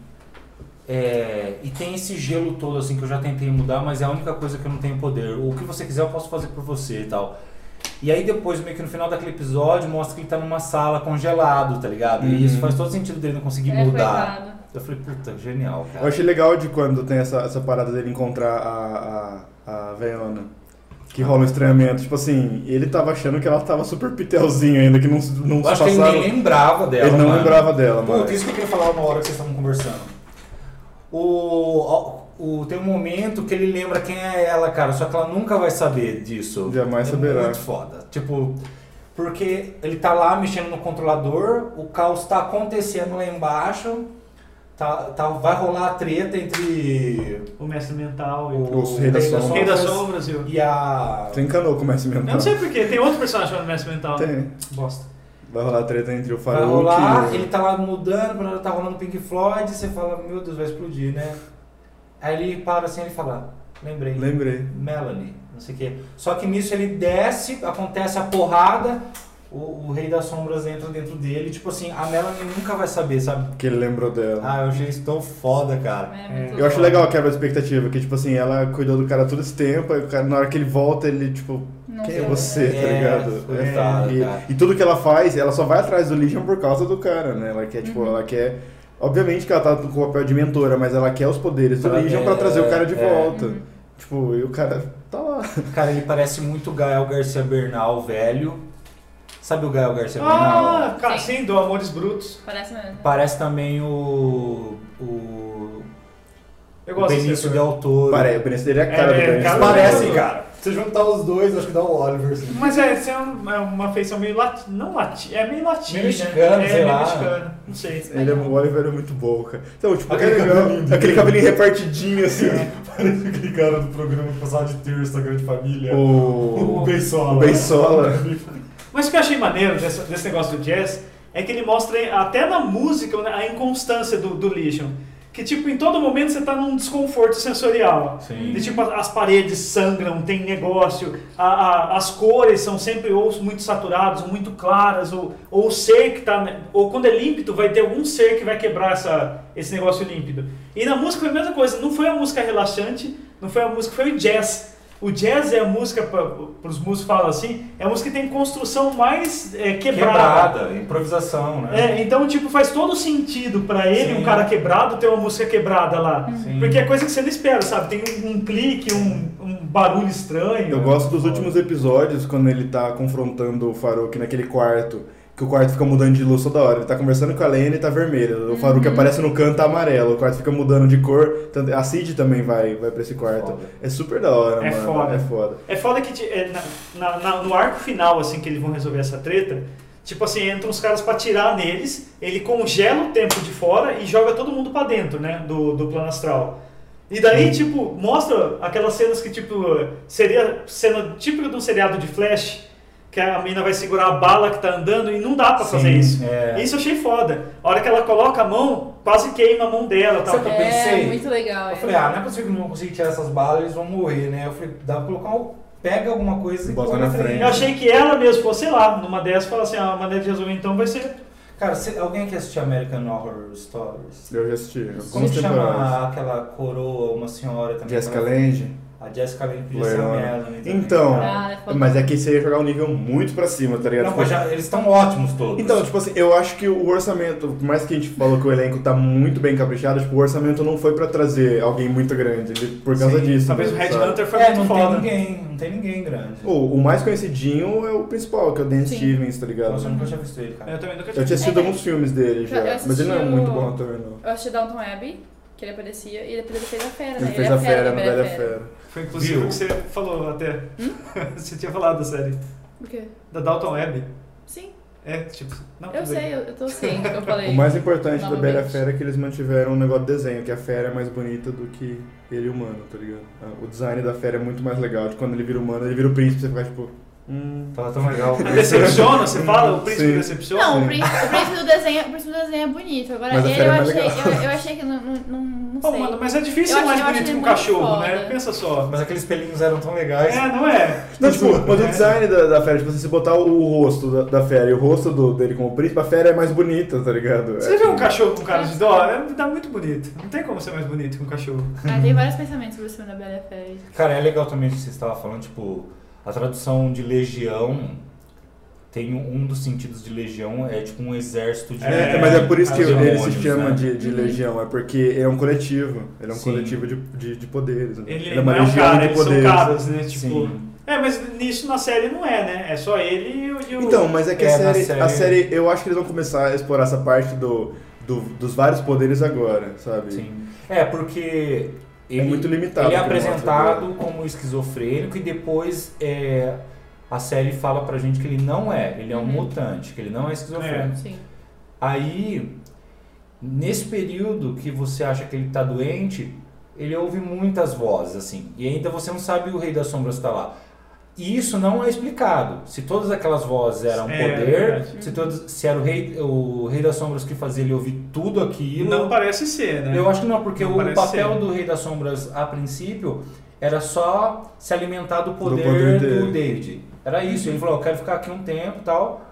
S3: é, e tem esse gelo todo assim que eu já tentei mudar, mas é a única coisa que eu não tenho poder. O que você quiser eu posso fazer por você e tal. E aí depois, meio que no final daquele episódio, mostra que ele tá numa sala congelado, tá ligado? E
S5: Uhum.
S3: isso faz todo sentido dele não conseguir
S4: É,
S3: mudar.
S4: coitado.
S3: Eu falei, puta, genial,
S5: Eu
S3: cara.
S5: achei legal de quando tem essa, essa parada dele encontrar a, a, a Veona. Que rola um estranhamento. Tipo assim, ele tava achando que ela tava super pitelzinha ainda, que não, se- não
S3: Eu
S5: se
S3: acho que ele
S5: passaram.
S3: nem lembrava dela.
S5: Ele não
S3: mano.
S5: lembrava dela, mano.
S3: Puta, isso que eu queria falar uma hora que vocês estavam conversando. O, o- tem um momento que ele lembra quem é ela, cara, só que ela nunca vai saber disso.
S5: Jamais
S3: é
S5: saberá.
S3: Muito foda. Tipo, porque ele tá lá mexendo no controlador, o caos tá acontecendo lá embaixo, tá, tá, vai rolar a treta entre
S2: O mestre mental e o...
S5: O Rei das
S2: O Rei das Sombras e o...
S3: e a.
S5: Você encanou é com o Mestre
S2: Eu
S5: Mental.
S2: não sei porquê, tem outro personagem chamado mestre mental.
S5: Tem.
S2: Bosta.
S5: Vai rolar treta entre o
S3: Vai
S5: Faruk
S3: rolar,
S5: e...
S3: ele tá lá mudando, quando ela tá rolando Pink Floyd, você fala, meu Deus, vai explodir, né? Aí ele para assim, ele fala, lembrei,
S5: Lembrei.
S3: Melanie. não sei o quê. Só que nisso ele desce, acontece a porrada, o, o Rei das Sombras entra dentro dele, tipo assim, a Melanie nunca vai saber, sabe?
S5: Que ele lembrou dela.
S3: Ah, eu achei isso tão foda, cara.
S4: É muito
S5: Eu acho
S4: bom.
S5: legal a quebra de expectativa, que tipo assim, ela cuidou do cara todo esse tempo, aí o cara, na hora que ele volta, ele tipo,
S4: Não
S5: quem é
S4: sei.
S5: você, tá
S3: É,
S5: ligado?
S3: coitado,
S5: e-
S3: cara.
S5: e, tudo que ela faz, ela só vai atrás do Legion por causa do cara, né? Ela quer, tipo,
S3: Uhum.
S5: ela quer. Obviamente que ela tá com o papel de mentora, mas ela quer os poderes do
S3: Ela
S5: Legion
S3: quer,
S5: pra trazer o cara de
S3: é.
S5: volta. Tipo, e o cara tá lá.
S3: Cara, ele parece muito Gael Garcia Bernal, velho. Sabe o Gael Garcia Bernal?
S2: Ah, cara, sim, do Amores Brutos.
S4: Parece mesmo.
S3: Parece também o. o.
S2: Eu
S3: o
S2: gosto
S3: Benício
S2: desse.
S3: Del Toro.
S5: Parece, o Benício dele é a cara
S2: É, é,
S5: do Benício.
S2: cara
S5: Del Toro.
S3: Parece,
S2: Del Toro.
S3: cara. Se juntar os dois, acho que dá o Oliver. assim.
S2: Mas é, esse é, um- é uma feição meio latina. Não latina, é meio latina.
S3: Meio mexicano,
S2: né? É,
S3: sei
S2: meio
S3: lá. um
S2: mexicano. Não sei.
S5: Ele é, o Oliver é muito bom, cara. Então, tipo,
S3: Aquele
S5: é legal,
S3: cabelinho dele.
S5: aquele cabelinho repartidinho, assim.
S6: Parece aquele cara do programa que passava de terça, Grande
S3: É.
S6: Família.
S5: O...
S6: O Beisola.
S5: O Beisola.
S2: [laughs] Mas o que eu achei maneiro desse, desse negócio do jazz é que ele mostra até na música né, a inconstância do, do Legion. Que tipo, em todo momento você tá num desconforto sensorial.
S3: Sim.
S2: De, tipo, as paredes sangram, tem negócio, a- a- as cores são sempre ou muito saturadas, ou muito claras, ou, ou o ser que tá. Ou quando é límpido, vai ter algum ser que vai quebrar essa, esse negócio límpido. E na música foi a mesma coisa, não foi a música relaxante, não foi a música, foi o jazz. O jazz é a música, para os músicos falam assim, é a música que tem construção mais é, quebrada.
S3: Quebrada, improvisação, né?
S2: É, então, tipo, faz todo sentido pra ele,
S3: Sim.
S2: um cara quebrado, ter uma música quebrada lá.
S3: Sim.
S2: Porque é coisa que você não espera, sabe? Tem um, um clique, um, um barulho estranho.
S5: Eu gosto dos últimos episódios, quando ele tá confrontando o Faruk naquele quarto, que o quarto fica mudando de luz toda hora. Ele tá conversando com a Lane e tá vermelho. O Faruk aparece no canto tá amarelo, o quarto fica mudando de cor. Tanto- A Cid também vai, vai pra esse quarto.
S3: Foda.
S5: É super da hora,
S2: É
S5: mano.
S2: foda.
S5: É foda.
S2: É foda que ti- é, na- na- na- no arco final, assim, que eles vão resolver essa treta, tipo assim, entram os caras pra tirar neles, ele congela o tempo de fora e joga todo mundo pra dentro, né, do, do plano astral. E daí, tipo, mostra aquelas cenas que, tipo, seria cena típica de um seriado de Flash, que a mina vai segurar a bala que tá andando e não dá pra fazer
S3: Sim,
S2: isso.
S3: é.
S2: Isso eu achei foda. A hora que ela coloca a mão, quase queima a mão dela. Tal.
S3: Sabe- Eu pensei.
S4: É muito legal.
S3: Eu
S4: é.
S3: falei, ah, não é possível que não vão conseguir tirar essas balas, eles vão morrer, né? Eu falei, dá pra colocar um. Pega alguma coisa e
S5: Bota
S3: põe
S5: na frente.
S2: Eu achei que ela mesmo, pô, sei lá, numa dessas, fala assim, ah, a maneira de resolver então vai ser
S3: Cara, cê- alguém quer assistir American Horror Stories?
S5: Eu já assisti.
S3: Como
S5: Algumas
S3: se
S5: temporadas.
S3: chama aquela coroa, uma senhora também?
S5: Jessica Lange.
S3: A Jessica Lange podia ser a
S5: Loirona.
S3: Melanie. também.
S5: Então,
S4: Ah, é foda.
S5: mas é que você ia jogar um nível muito pra cima, tá ligado?
S3: Não, mas já- eles estão ótimos todos.
S5: Então, tipo assim, eu acho que o orçamento, por mais que a gente falou que o elenco tá muito bem caprichado, tipo, o orçamento não foi pra trazer alguém muito grande ele- por causa
S3: Sim,
S5: disso.
S2: Talvez o
S5: mesmo,
S2: Red
S5: sabe?
S2: Hunter foi
S3: é, não
S2: muito foda.
S3: tem ninguém, não tem ninguém grande.
S5: O, o mais conhecidinho é o principal, que é o Dan
S4: Sim.
S5: Stevens, tá ligado?
S3: Nossa, eu nunca tinha visto ele, cara.
S2: Eu também nunca
S5: Eu tinha assistido
S4: É.
S5: alguns filmes dele já,
S4: Eu assisti
S5: mas ele não é
S4: o-
S5: muito bom ator, não.
S4: Eu achei Downton Abbey, que ele aparecia, e depois ele fez a fera, né?
S5: Ele fez
S4: é
S5: a fera
S4: do
S5: no
S4: Bela e a
S5: Bela Fera.
S2: Foi inclusive
S3: Viu?
S2: o que você falou até.
S4: Hum?
S2: [laughs] você tinha falado da série.
S4: O quê?
S2: Da Dalton Web.
S4: Sim,
S2: É, tipo. Não,
S4: eu
S2: tudo
S4: sei,
S2: bem.
S4: eu, eu tô ciente que eu falei.
S5: O mais importante da Bela e a
S4: Novamente.
S5: Fera é que eles mantiveram um negócio de desenho, que a fera é mais bonita do que ele humano, tá ligado? Ah, O design da fera é muito mais legal, de quando ele vira humano, ele vira o príncipe, você fica tipo... Hum...
S3: Tava tão [laughs] legal.
S2: Ah, Decepciona, você fala? O príncipe
S5: Sim.
S2: decepciona?
S4: Não, o príncipe, o, príncipe do desenho, o príncipe do desenho é bonito. Agora,
S5: Mas a
S4: ele
S5: fera
S4: eu
S5: é mais
S4: achei,
S5: legal.
S4: eu, eu achei que não, não, não, não
S2: Pô,
S4: sei.
S2: mano, mas é difícil
S4: Eu
S2: ser mais
S4: acho- eu
S2: bonito que
S4: acho
S2: um
S4: ele muito
S2: cachorro,
S4: foda.
S2: né? Pensa só.
S3: Mas aqueles pelinhos eram tão legais.
S2: É, não é?
S5: Não, tipo, mas o
S2: né?
S5: design da, da fera, tipo, se você botar o, o rosto da, da fera e o rosto do- dele como príncipe, a fera é mais bonita, tá ligado?
S2: Você
S5: É,
S2: vê um cachorro com cara de dó? É, tá muito bonito. Não tem como ser mais bonito que um cachorro.
S4: Ah, tem vários pensamentos sobre o filme da Bela e a Fera.
S3: Cara, é legal também que você estava falando, tipo, a tradução de legião tem um um dos sentidos de legião é tipo um exército de.
S5: É, mas é por isso que
S3: de
S5: ele se
S3: demônios,
S5: chama
S3: né?
S5: de, de
S4: Uhum.
S5: legião, é porque ele é um coletivo. Ele é um
S3: Sim.
S5: coletivo de, de, de poderes. né?
S2: Ele,
S5: é
S2: não
S5: uma
S2: é um
S5: legião
S2: cara,
S5: de
S2: eles são
S5: poderes.
S2: caras, né? Tipo.
S3: Sim.
S2: É, mas nisso na série não é, né? É só ele e o. e o-
S5: Então, mas é que
S3: É,
S5: a,
S3: na
S5: série,
S3: série-
S5: a série, eu acho que eles vão começar a explorar essa parte do, do- dos vários poderes agora, sabe?
S3: Sim. É, porque. Ele,
S5: muito limitado
S3: Ele é
S5: o que mostra
S3: apresentado como esquizofrênico e depois é, a série fala pra gente que ele não é. Ele é um
S4: Uhum.
S3: mutante, que ele não é esquizofrênico.
S4: Sim.
S3: Aí, nesse período que você acha que ele tá doente, ele ouve muitas vozes, assim. E ainda você não sabe o Rei das Sombras tá lá. E isso não é explicado. Se todas aquelas vozes eram
S2: É,
S3: poder,
S2: verdade.
S3: se, todas, se era o rei, o rei das Sombras que fazia ele ouvir tudo aquilo.
S2: Não parece ser, né?
S5: É.
S3: Eu acho que não, porque
S2: Não
S3: o
S2: parece
S3: papel
S2: ser.
S3: do Rei das Sombras, a princípio, era só se alimentar do poder,
S5: poder dele.
S3: do David. Era isso. Ele falou, eu quero ficar aqui um tempo e tal.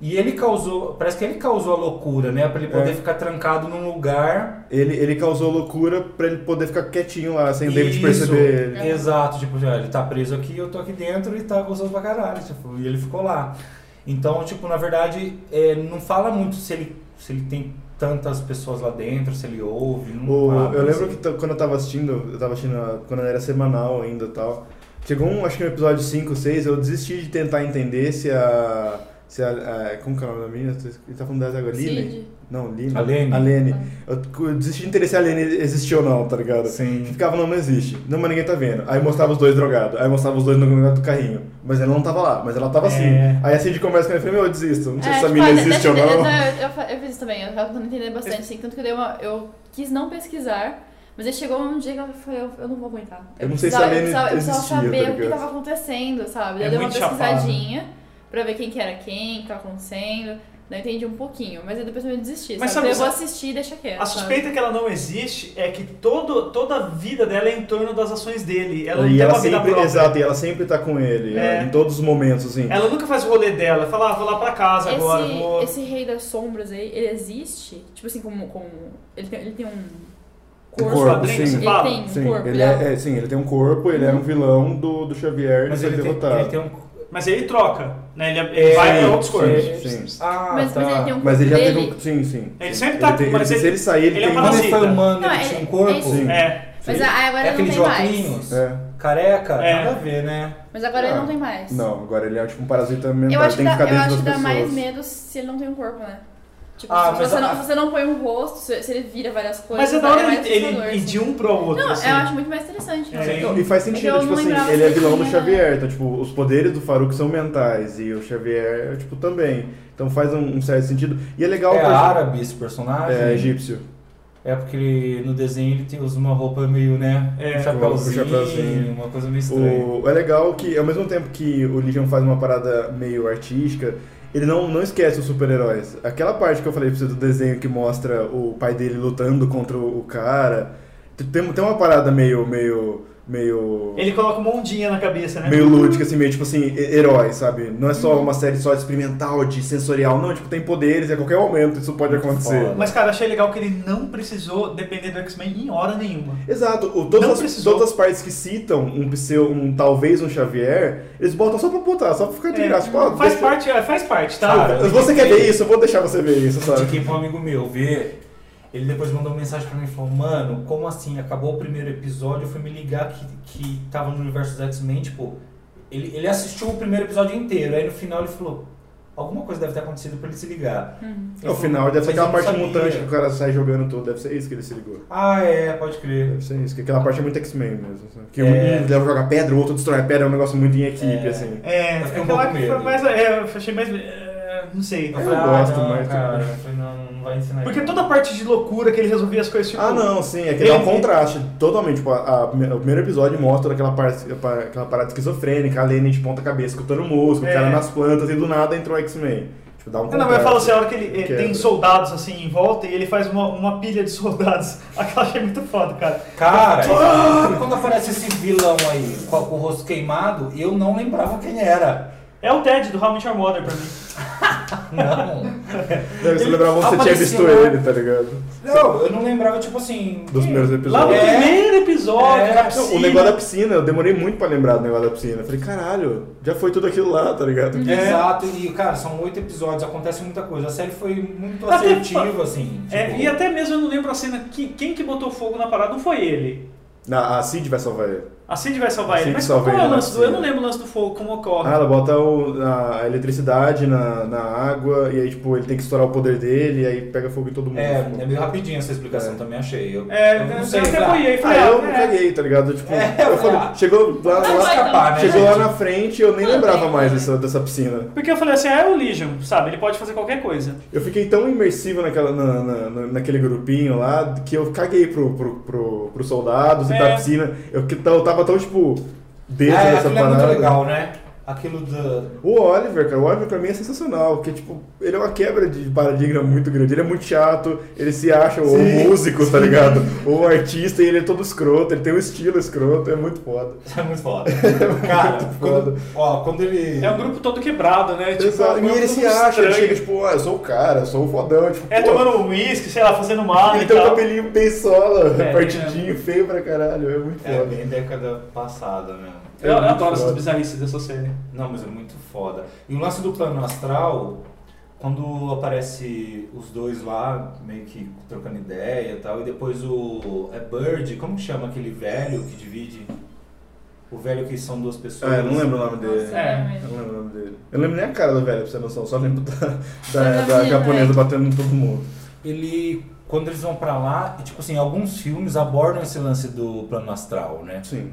S3: E ele causou, parece que ele causou a loucura, né? Pra ele poder
S5: É.
S3: ficar trancado num lugar.
S5: Ele, ele causou loucura pra ele poder ficar quietinho lá, sem o David
S3: Isso.
S5: perceber ele.
S3: Exato, tipo, já, ele tá preso aqui, eu tô aqui dentro e tá gostoso pra caralho. Tipo, e ele ficou lá. Então, tipo, na verdade, é, não fala muito se ele, se ele tem tantas pessoas lá dentro, se ele ouve. Não
S5: O-
S3: fala,
S5: eu lembro
S3: assim.
S5: que t- quando eu tava assistindo, eu tava assistindo a- quando era semanal ainda e tal. Chegou um, acho que no episódio 5, 6, eu desisti de tentar entender se a. Se a, a como que é o nome da menina? Ele tá falando das águas. Lily?
S4: Cid. Ah.
S5: Não, Lily.
S3: A Lene.
S5: A Lene. Eu, eu desisti de entender se a Lene existia ou não, tá ligado?
S3: Sim.
S5: Ficava, não, não existe. Não, mas ninguém tá vendo. Aí mostrava os dois drogados. Aí mostrava os dois no lugar do carrinho. Mas ela não tava lá, mas ela tava assim.
S2: É.
S5: Aí a Cid conversa com ele e fala, meu, eu desisto. Não sei se essa
S4: tipo,
S5: mina
S4: olha,
S5: existe
S4: deixa-
S5: ou não.
S4: Eu, eu, fa- eu fiz isso também, eu tava tentando entender bastante, assim, tanto que eu, dei uma, eu quis não pesquisar, mas aí chegou um dia que eu falei, eu, eu não vou aguentar.
S5: Eu não sei se
S4: precisava-
S5: a Lene
S4: eu precisava, eu precisava
S5: existia,
S4: saber
S5: tá
S4: o que
S5: ligado?
S4: tava acontecendo, sabe? Daí
S2: É
S4: eu dei uma
S2: muito
S5: né?
S2: chapado.
S4: pesquisadinha pra ver quem que era quem, o que tava acontecendo, daí eu entendi um pouquinho, mas aí depois eu desisti,
S2: Mas
S4: sabe?
S2: sabe,
S4: Daí eu vou
S2: sabe-
S4: assistir e deixa quieto,
S2: A
S4: sabe?
S2: suspeita que ela não existe é que todo, toda a vida dela é em torno das ações dele. Ela não
S5: e
S2: tem
S5: ela
S2: uma vida
S5: sempre,
S2: própria.
S5: exato, e ela sempre tá com ele,
S2: É.
S5: ó, em todos os momentos, assim.
S2: Ela nunca faz o rolê dela. Ela Fala, ah, vou lá pra casa
S4: Esse,
S2: agora. Vou...
S4: esse rei das sombras aí, ele existe? Tipo assim, como... como ele, tem, ele tem um...
S5: Um
S2: corpo, quadrinhos,
S5: sim.
S2: você
S4: Ele
S2: fala?
S4: tem um
S5: Sim,
S4: corpo,
S5: ele
S2: né?
S5: é, é, sim, ele tem um corpo, ele é
S2: Uhum.
S5: um vilão do, do Xavier,
S3: Mas
S5: ele
S3: ele
S5: foi
S3: tem,
S5: derrotado.
S3: ele tem um.
S2: Mas ele troca, né? Ele, ele vai pra outros
S5: sim,
S2: corpos.
S5: sim.
S3: Ah,
S4: Mas,
S3: tá.
S4: mas ele tem um corpo
S5: Mas ele já
S4: dele,
S5: teve um. Sim, sim.
S2: Ele
S5: sim.
S2: sempre tá-
S5: tem-
S2: mas
S5: se
S2: ele-
S5: ele sair, ele,
S2: ele é
S5: tem
S2: um
S3: Quando ele foi
S2: parasita.
S3: humano,
S4: Não,
S3: ele
S4: é-
S3: tinha um
S4: é
S3: corpo.
S4: isso.
S5: Sim.
S2: É.
S4: Mas a- agora
S3: é
S4: ele
S3: aquele
S4: não tem mais.
S3: Joaquinhos.
S5: É.
S3: Careca?
S2: É.
S3: Nada a ver, né?
S4: Mas agora ele
S5: Ah,
S4: não tem mais.
S5: Não, agora ele é tipo um parasita mental,
S4: Eu acho que
S5: tem que
S4: dá,
S5: ficar
S4: eu
S5: dentro
S4: acho
S5: das
S4: que dá mais
S5: pessoas.
S4: medo se ele não tem um corpo, né? Tipo,
S3: Ah,
S4: se,
S3: mas
S4: você
S3: a-
S4: não, se você não põe um rosto, se, se ele vira várias coisas.
S2: Mas é da
S4: vai-
S2: hora
S4: vai
S2: ele,
S4: assustador,
S2: ele
S4: assim.
S2: ir de um pro outro.
S4: Não,
S2: assim.
S4: eu acho muito mais interessante. né?
S2: É.
S5: Não, e faz
S4: É que
S5: sentido,
S4: eu
S5: tipo
S4: não
S5: assim,
S4: lembrava
S5: ele é
S4: que
S5: vilão do
S4: tinha-
S5: Xavier, então, tipo, os poderes do Faruk são mentais e o Xavier, tipo, também. Então faz um, um certo sentido. E é legal
S3: É
S5: porque-
S3: árabe esse personagem.
S5: É egípcio.
S3: É porque ele- no desenho ele tem, usa uma roupa meio, né?
S2: É,
S3: um
S5: com o chapéuzinho.
S3: chapéuzinho, uma coisa meio estranha.
S5: O, é legal que, ao mesmo tempo que o Legion faz uma parada meio artística, ele não, não esquece os super-heróis. Aquela parte que eu falei pra você do desenho que mostra o pai dele lutando contra o cara. t- Tem, tem uma parada meio. meio. meio.
S2: Ele coloca uma ondinha na cabeça, né?
S5: meio lúdica, assim, meio tipo assim, he- herói, sabe? Não é só uma série só de experimental, de sensorial, não, tipo, tem poderes e a qualquer momento isso pode
S3: Muito
S5: acontecer.
S3: foda.
S2: Mas, cara, achei legal que ele não precisou depender do X-Men em hora nenhuma.
S5: Exato, o- todas,
S2: Não
S5: as,
S2: precisou.
S5: todas as partes que citam um pseu, um talvez um Xavier, eles botam só pra botar, só pra ficar de
S2: É,
S5: graça. Tipo, ah,
S2: Faz
S5: deixa-
S2: parte, é, faz parte, tá?
S3: Cara,
S5: Se você quer ver isso, eu vou deixar você ver isso, sabe?
S3: Indiquei pra um amigo meu ver. Ele depois mandou uma mensagem pra mim e falou: Mano, como assim? Acabou o primeiro episódio. Eu fui me ligar que, que tava no universo dos X-Men. Tipo, ele, ele assistiu o primeiro episódio inteiro. Aí no final ele falou: Alguma coisa deve ter acontecido pra ele se ligar. Eu
S5: No
S3: falei,
S5: É, final deve
S3: "Mas
S5: ser
S3: eu
S5: aquela
S3: não
S5: parte
S3: sabia."
S5: mutante que o cara sai jogando tudo, deve ser isso que ele se ligou.
S3: Ah, é, pode crer.
S5: Deve ser isso, que aquela parte é muito X-Men mesmo. sabe? Que
S3: É.
S5: um leva jogar pedra, o outro destrói a pedra, é um negócio muito em equipe,
S3: É.
S5: assim.
S2: É,
S3: Eu fiquei um
S2: aquela
S3: pouco
S2: que foi
S3: medo.
S2: mais. É, eu achei mais. é, não sei.
S3: Eu,
S5: Eu
S3: falei, ah,
S5: gosto
S3: não,
S5: mais tipo, né? do-
S3: Cara. Eu falei, não, não vai ensinar
S2: Porque
S3: isso."
S2: toda a parte de loucura que ele resolvia as coisas, tipo.
S5: Ah, não, sim, é que dá um contraste totalmente. Tipo, a- a- o primeiro episódio mostra aquela, parte, aquela parada esquizofrênica, a Lenny de ponta-cabeça escutando música, o cara
S2: É.
S5: nas plantas e do nada entrou o X-Men. Tipo, dá um
S2: Não,
S5: contraste.
S2: não, mas eu falo assim, a hora que ele eh,
S5: Quebra.
S2: tem soldados assim em volta e ele faz uma, uma pilha de [laughs] soldados. Aquela eu achei muito foda, cara.
S3: Cara, quando aparece esse vilão aí com com o rosto queimado, eu não lembrava quem
S5: [laughs]
S3: era.
S2: É o Ted do How I Met Your Mother pra mim.
S3: Não.
S5: Deve se
S3: assim, Ele
S5: lembrar você tinha
S3: apareceu
S5: visto
S3: lá.
S5: ele, tá ligado?
S3: Não, eu não lembrava, tipo assim.
S5: Dos
S3: quem-
S5: primeiros
S2: Lá no
S5: episódios.
S3: É.
S2: primeiro episódio, na
S3: É. Não, o
S5: Não,
S2: piscina.
S5: o negócio da piscina, eu demorei muito pra lembrar do negócio da piscina. Eu falei, caralho, já foi tudo aquilo lá, tá ligado?
S3: Uhum.
S2: É.
S3: Exato, e cara, são oito episódios, acontece muita coisa. A série foi muito
S2: Até
S3: assertiva, assim.
S2: É,
S3: tipo,
S2: e até mesmo eu não lembro a cena. Que, quem que botou fogo na parada não foi ele.
S5: Na, a Cid vai salvar ele.
S2: A Cindy vai
S5: A
S2: salvar ele.
S5: Cindy
S2: Mas
S5: salva
S2: qual é
S5: ele
S2: o
S5: na
S2: lance do. Eu
S5: piscina.
S2: não lembro o lance do fogo, como ocorre.
S5: Ah, ela bota o- a eletricidade na, na água e aí, tipo, ele tem que estourar o poder dele e aí pega fogo em todo mundo.
S3: é,
S5: Tipo,
S3: é meio rapidinho essa explicação, também achei. Eu,
S2: é,
S3: eu
S2: eu,
S3: não
S2: eu,
S3: sei.
S2: até
S3: cara.
S2: apoiei,
S5: Ah,
S2: falei, ah,
S5: eu não
S2: é.
S5: caguei, tá ligado? Tipo,
S3: É,
S5: eu falei,
S3: ah.
S5: chegou lá,
S4: Não
S5: lá-
S4: vai escapar, né,
S5: chegou lá
S3: gente?
S5: na frente eu nem lembrava
S4: tem.
S5: mais dessa, dessa piscina.
S2: Porque eu falei assim, ah, é o Legion, sabe? Ele pode fazer qualquer coisa.
S5: Eu fiquei tão imersivo naquela, na, na- na- naquele grupinho lá que eu caguei pro, pro, pro, pro soldados e
S2: É.
S5: da piscina. Eu, que- eu tava tão, tipo, dentro
S3: Ah, é,
S5: dessa
S3: aquilo é
S5: parada.
S3: muito legal, né? aquilo da.
S5: O Oliver, cara, o Oliver pra mim é sensacional, porque, tipo, ele é uma quebra de paradigma muito grande. Ele é muito chato, ele se acha o
S6: Sim,
S5: músico, tá
S6: sim.
S5: ligado? Ou artista, e ele é todo escroto, ele tem um estilo escroto, é muito foda.
S3: [laughs] É muito foda. Cara, quando, ó, quando ele.
S2: É um grupo todo quebrado, né? Tipo,
S5: Exato.
S2: é um
S5: E ele
S2: grupo
S5: se acha, ele
S2: estranho.
S5: chega, tipo, ah, eu sou o cara, eu sou o fodão, tipo,
S2: É,
S5: pô,
S2: tomando uísque, sei lá, fazendo mal
S5: ele
S2: e
S5: tem um
S2: tal.
S5: cabelinho bem sola,
S2: então. É,
S5: [laughs] partidinho, feio pra caralho, é muito
S3: É
S5: foda.
S3: bem década passada mesmo.
S2: Eu, eu
S5: É muito
S2: adoro essas
S5: foda.
S2: bizarrices dessa série.
S3: Não, mas é muito foda. E o lance do plano astral, quando aparece os dois lá, meio que trocando ideia e tal, e depois o. É Bird, como que chama aquele velho que divide? O velho que são duas pessoas.
S5: Ah, eu não lembro o nome dele.
S4: Nossa,
S2: É.
S4: é, mas-
S5: Eu não lembro o nome dele. Eu lembro nem a cara do velho, pra você ter noção, só lembro da, da,
S4: Mas a
S5: da
S4: menina,
S5: japonesa
S4: é.
S5: batendo em todo mundo.
S3: Ele. Quando eles vão pra lá, e, tipo assim, alguns filmes abordam esse lance do plano astral, né?
S5: Sim.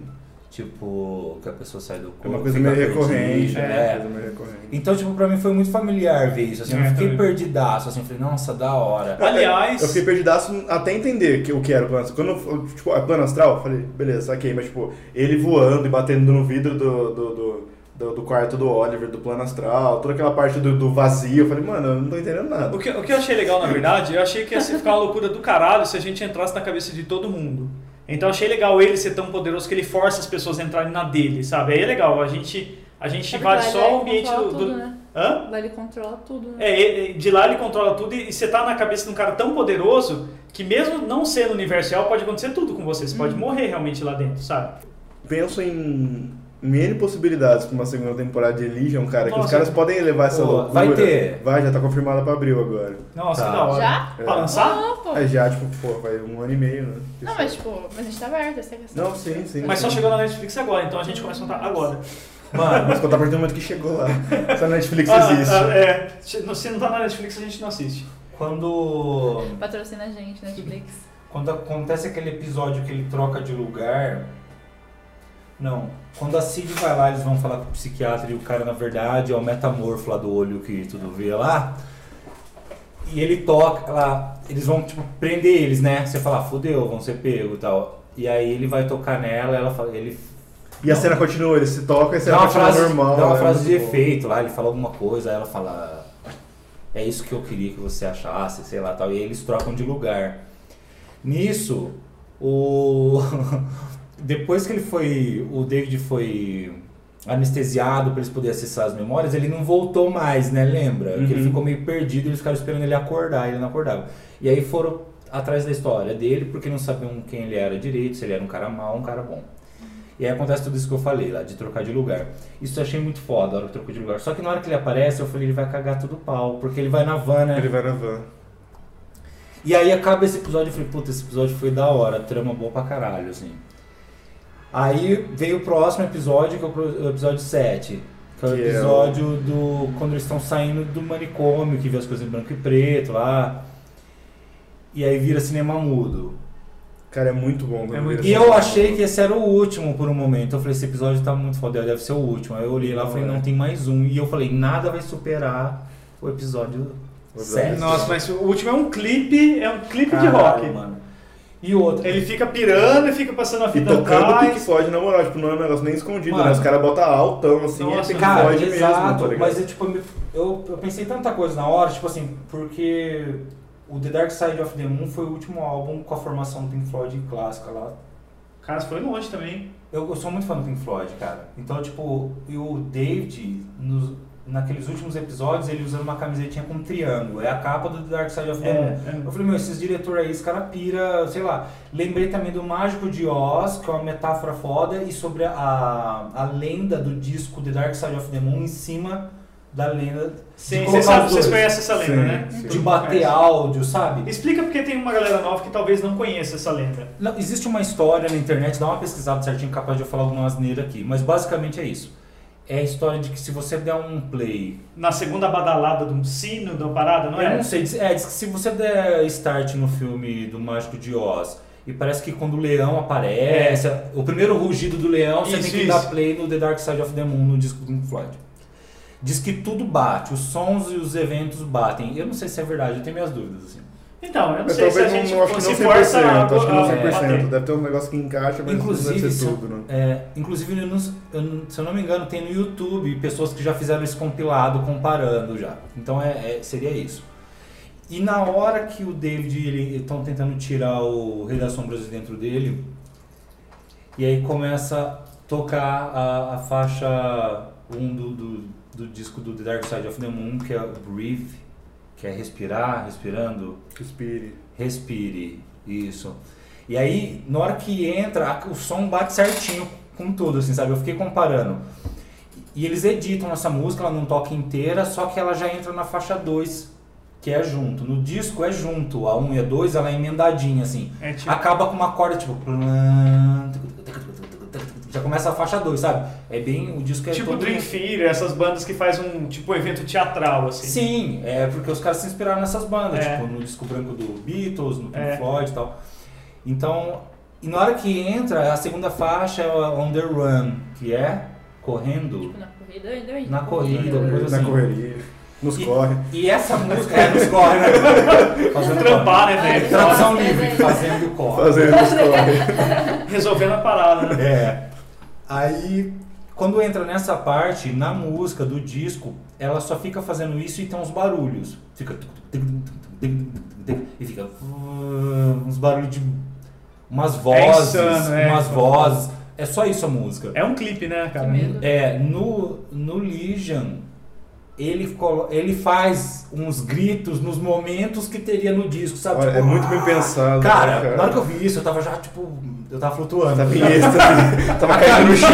S3: Tipo, que a pessoa sai do corpo.
S5: É uma coisa
S3: fica
S5: meio
S3: perdida,
S5: recorrente, né?
S3: né?
S5: Uma coisa meio [laughs] recorrente.
S3: Então, tipo, pra mim foi muito familiar ver isso. Assim, eu
S2: É,
S3: fiquei
S2: também.
S3: perdidaço, assim, falei, nossa, da hora.
S2: Aliás,
S5: Eu fiquei perdidaço até entender que o que era o plano astral. Quando eu, tipo, a plano astral, eu falei, beleza, saquei, mas tipo, ele voando e batendo no vidro do, do, do, do- do quarto do Oliver, do plano astral, toda aquela parte do, do vazio, eu falei, mano, eu não tô entendendo nada.
S2: o que, o que eu achei legal, na verdade, eu achei que ia ser ficar uma loucura do caralho se a gente entrasse na cabeça de todo mundo. Então eu achei legal ele ser tão poderoso que ele força as pessoas a entrarem na dele, sabe? Aí é legal, a gente, a gente
S4: Na
S2: invade Tipo,
S4: verdade,
S2: só
S4: É ele
S2: o ambiente do.
S4: controla tudo,
S2: do-
S4: né?
S2: Hã?
S4: Lá ele controla tudo, né?
S2: É, ele- de lá ele controla tudo e e você tá na cabeça de um cara tão poderoso que mesmo não sendo universal, pode acontecer tudo com você. Você
S4: Hum.
S2: pode morrer realmente lá dentro, sabe?
S5: Penso em, em N possibilidades pra uma segunda temporada de Legion, cara, que os
S2: Nossa.
S5: caras podem elevar essa
S3: Pô,
S5: loucura.
S3: vai ter.
S5: Vai, já tá confirmada pra abril agora.
S2: Nossa,
S3: Tá.
S2: que da hora.
S4: Já?
S2: Pra lançar?
S4: Não, pô.
S5: É já, tipo, pô, vai um ano e meio, né?
S4: Não, mas tipo, mas a gente tá aberto, essa é a questão.
S5: Não, sim, sim.
S2: Mas só chegou na Netflix agora, então a gente começa a contar agora.
S3: Mano,
S5: Ah, Mas contar a partir do momento que chegou lá. Essa
S3: [laughs]
S5: Netflix
S2: Ah,
S5: existe.
S2: ah, é, se não- se não tá na Netflix, a gente não assiste.
S3: quando.
S4: Patrocina a gente, né, Netflix.
S3: Quando acontece aquele episódio que ele troca de lugar. Não. Quando a Cid vai lá, eles vão falar com o psiquiatra e o cara, na verdade, é o metamorfo lá do olho que tudo vê lá. E ele toca lá. Eles vão, tipo, prender eles, né? Você fala, fudeu, vão ser pego e tal. E aí ele vai tocar nela, ela fala, ele
S5: E a cena continua, ele se toca
S3: dá
S5: e a cena
S3: uma
S5: continua
S3: frase,
S5: normal.
S3: dá uma
S5: é
S3: frase de
S5: muito bom.
S3: efeito lá, ele fala alguma coisa, aí ela fala. É isso que eu queria que você achasse, sei lá tal. E aí eles trocam de lugar. Nisso, o. [laughs] Depois que ele foi. O David foi anestesiado para eles poderem acessar as memórias, ele não voltou mais, né? Lembra? Que ele ficou meio perdido e eles ficaram esperando ele acordar, e ele não acordava. E aí foram atrás da história dele, porque não sabiam quem ele era direito, se ele era um cara mau ou um cara bom. E aí acontece tudo isso que eu falei lá, de trocar de lugar. Isso eu achei muito foda, a hora que trocou de lugar. Só que na hora que ele aparece, eu falei, ele vai cagar tudo o pau, porque ele vai na van, né?
S5: Ele vai na van.
S3: E aí acaba esse episódio e falei, puta, esse episódio foi da hora, trama boa pra caralho, assim. Aí veio o próximo episódio, que é o pro- o episódio 7. Que é o
S5: Que é o-
S3: episódio do. Quando eles estão saindo do manicômio, que vê as coisas em branco e preto lá. E aí vira cinema mudo.
S5: Cara, é muito bom. quando
S2: É muito-
S5: vira
S3: E
S5: essa
S3: eu
S5: cena.
S3: achei que esse era o último por um momento. Eu falei, esse episódio tá muito foda, deve ser o último. Aí eu olhei lá e falei,
S5: Não, é.
S3: não tem mais um. E eu falei, nada vai superar o episódio
S5: O episódio
S3: 7.
S2: Nossa, mas o último é um clipe, é um clipe de rock.
S3: Caralho, mano. E outro.
S2: Ele fica pirando e fica passando a
S5: E
S2: fita
S5: tocando
S2: atrás.
S5: Pink Floyd, na moral, tipo, não é um negócio nem escondido,
S3: Mano.
S5: né? Os caras botam altão, assim,
S2: Nossa,
S5: é Pink
S3: Cara,
S5: Floyd mesmo,
S3: exato,
S5: tá ligado?
S3: mas é, tipo, eu, eu pensei tanta coisa na hora, tipo assim, porque o The Dark Side of the Moon foi o último álbum com a formação do Pink Floyd clássica lá.
S2: Cara, você foi longe também.
S3: Eu, eu sou muito fã do Pink Floyd, cara. Então, tipo, e o David, nos, naqueles últimos episódios, ele usando uma camisetinha com um triângulo. É a capa do The Dark Side of the
S2: É,
S3: Moon.
S2: é.
S3: Eu falei, meu, esses diretores aí, esse cara pira, sei lá. Lembrei também do Mágico de Oz, que é uma metáfora foda, e sobre a, a lenda do disco The Dark Side of the Moon em cima da lenda.
S2: Sim,
S3: de
S2: você
S3: colocar
S2: sabe,
S3: os
S2: vocês
S3: dois.
S2: conhecem essa lenda,
S5: Sim,
S2: né?
S5: sim.
S3: De bater áudio, sabe?
S2: Explica porque tem uma galera nova que talvez não conheça essa lenda.
S3: Não, existe uma história na internet, dá uma pesquisada certinho, capaz de eu falar alguma asneira aqui, mas basicamente é isso. É a história de que se você der um play.
S2: Na segunda badalada de um sino, da parada, não
S3: eu
S2: é?
S3: não sei, diz- é, diz que se você der start no filme do Mágico de Oz, e parece que quando o leão aparece, o primeiro rugido do leão, você
S2: É. Isso,
S3: tem que
S2: isso.
S3: dar play no The Dark Side of the Moon, no disco do Pink Floyd. Diz que tudo bate, os sons e os eventos batem. Eu não sei se é verdade, eu tenho minhas dúvidas, assim.
S2: Então, eu não
S5: Mas
S2: sei se a
S5: talvez
S2: gente
S5: não, acho que não
S2: se
S5: 100%,
S2: força a,
S5: acho que não
S2: a- a
S5: 100%.
S2: bater.
S5: Deve ter um negócio que encaixa, mas não
S3: Inclusive,
S5: deve ser
S3: se,
S5: tudo, né?
S3: é, inclusive eu não- eu não- se eu não me engano, tem no YouTube pessoas que já fizeram esse compilado comparando já. Então é, é- seria isso. E na hora que o David estão tentando tirar o Rei das Sombras de dentro dele, e aí começa a tocar a, a faixa 1 do, do, do disco do The Dark Side of the Moon, que é o Breathe, que é respirar, respirando.
S5: Respire.
S3: Respire, isso. E aí, na hora que entra, a- o som bate certinho com tudo, assim, sabe? Eu fiquei comparando. E eles editam essa música, ela não toca inteira, só que ela já entra na faixa 2, que é junto. No disco é junto, a 1 um e a 2 ela é emendadinha, assim.
S2: É tipo-
S3: Acaba com uma corda, tipo... Já começa a faixa 2, sabe? É bem... O disco é
S2: Tipo
S3: todo-
S2: Dream Theater, essas bandas que faz um tipo evento teatral, assim.
S3: Sim, é porque os caras se inspiraram nessas bandas,
S2: É.
S3: tipo no disco branco do Beatles, no Pink
S2: É.
S3: Floyd e tal. Então, e na hora que entra, a segunda faixa é a On the Run, que é correndo.
S4: Tipo, na corrida, ainda bem.
S3: Na corrida, coisa
S5: né? Na
S3: assim.
S5: correria. Nos
S3: E-
S5: corre.
S3: [laughs] E essa música é nos corre, né? [laughs] Fazendo
S2: Trampar, né,
S4: Ah,
S2: velho?
S3: [laughs]
S4: é.
S3: Tradução livre, fazendo corre. [laughs]
S5: Fazendo nos corre.
S2: Resolvendo a parada, né?
S3: É. Aí, quando entra nessa parte, na música do disco, ela só fica fazendo isso e tem uns barulhos. Fica. tuc, tuc, tuc, tuc, tuc, tuc, tuc, tuc, E fica. uh, Uns barulhos de. Umas vozes.
S2: É insano, é.
S3: Umas vozes. É só isso a música.
S2: É um clipe, né, cara?
S4: Que medo.
S3: É, no, no Legion, ele, colo- ele faz uns gritos nos momentos que teria no disco, sabe?
S5: Olha,
S3: Tipo,
S5: é muito bem
S3: "Ah!"
S5: pensado.
S3: Cara,
S5: né,
S3: na hora que eu vi isso, eu tava já, tipo, eu tava flutuando. [laughs]
S5: Tava em êxtase. Tava caindo no chão.